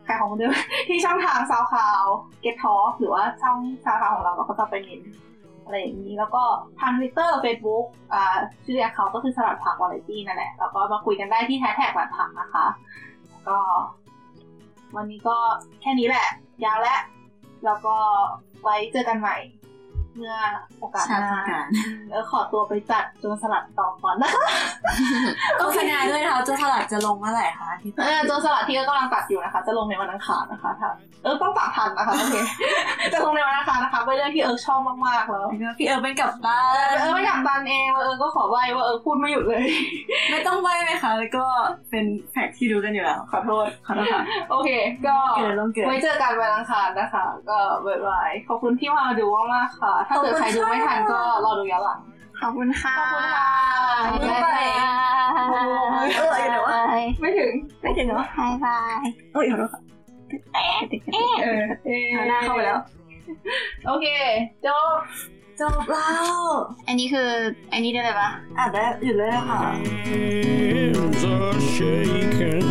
[SPEAKER 1] ขายของเดิม ที่ช่องทางซาวคาวเกตทอหรือว่าช่องซาวคาวของเราเราก็จะไปเน้น อะไรอย่างนี้แล้วก็ทาง Twitter Facebook อ่าชื่อเขาก็คือสลัดผักวาไรตี้นั่นแหละ แล้วก็มาคุยกันได้ที่แฮชแท็กสลัดผักนะคะ ก็ วันนี้ก็แค่นี้แหละ ยาวแล้ว แล้วก็ไว้เจอกันใหม่ เมื่อโอกาสห
[SPEAKER 3] ชาติ
[SPEAKER 1] น้า
[SPEAKER 3] การ
[SPEAKER 1] เออขอตัวไปจัดโจนสลัดต่อก่อนนะคะ
[SPEAKER 3] โฆษณาด้วยนะคะจะสลัดจะลงเมื่อไหร่คะที่
[SPEAKER 1] เออโจรสลัดที่ก็กำลังตัดอยู่นะคะ จะลงในวันอังคารนะคะถ้าเออต้องฝากทันนะคะโอเค จะลงในวันอังคารนะคะเป็นเรื่องที่เออชอบมากๆแล้ว
[SPEAKER 3] พี่เอิร์ธเป็นกับบ้า
[SPEAKER 1] เออน เออไม่กลับบันเองแล้วเออก็ขอไหว้ว่าเออพูดไม่หยุดเลย
[SPEAKER 3] ไม่ต้องไปเลยค่ะ แล้วก็เป็นแพ็กที่รู้กันอยู่แล้ว
[SPEAKER 1] ขอโทษ
[SPEAKER 3] ขอโทษค่ะ
[SPEAKER 1] โอเค ก็
[SPEAKER 3] เกิดลงเกิด
[SPEAKER 1] ไว้เจอกันวันอังคารนะคะ ก็บ๊ายบายขอบคุณที่มาดูมากๆค่ะ ถ้าเกิดใครดูไม่ทันก็รอดูย้อนหลัง
[SPEAKER 3] ขอบคุณค่ะ
[SPEAKER 1] ขอบคุณค่ะ
[SPEAKER 3] ขอบคุณ
[SPEAKER 1] บ๊าย
[SPEAKER 3] ค่ะ
[SPEAKER 1] บาย
[SPEAKER 3] เออเดี๋ยวว่า
[SPEAKER 1] ไม่ถึง
[SPEAKER 3] ไม่ถึงเหรอบายบายโอ้ยขอโทษค่ะแอ๊ะเอ๊ะ
[SPEAKER 1] เออเออ
[SPEAKER 3] หน้าเข้าไปแล้ว
[SPEAKER 1] โอเคจบ
[SPEAKER 3] จบแล้ว อันนี้คือ อันนี้ได้เลยปะอ่ะได้อยู่เลยค่ะ
[SPEAKER 2] Hands are shaking. Oh,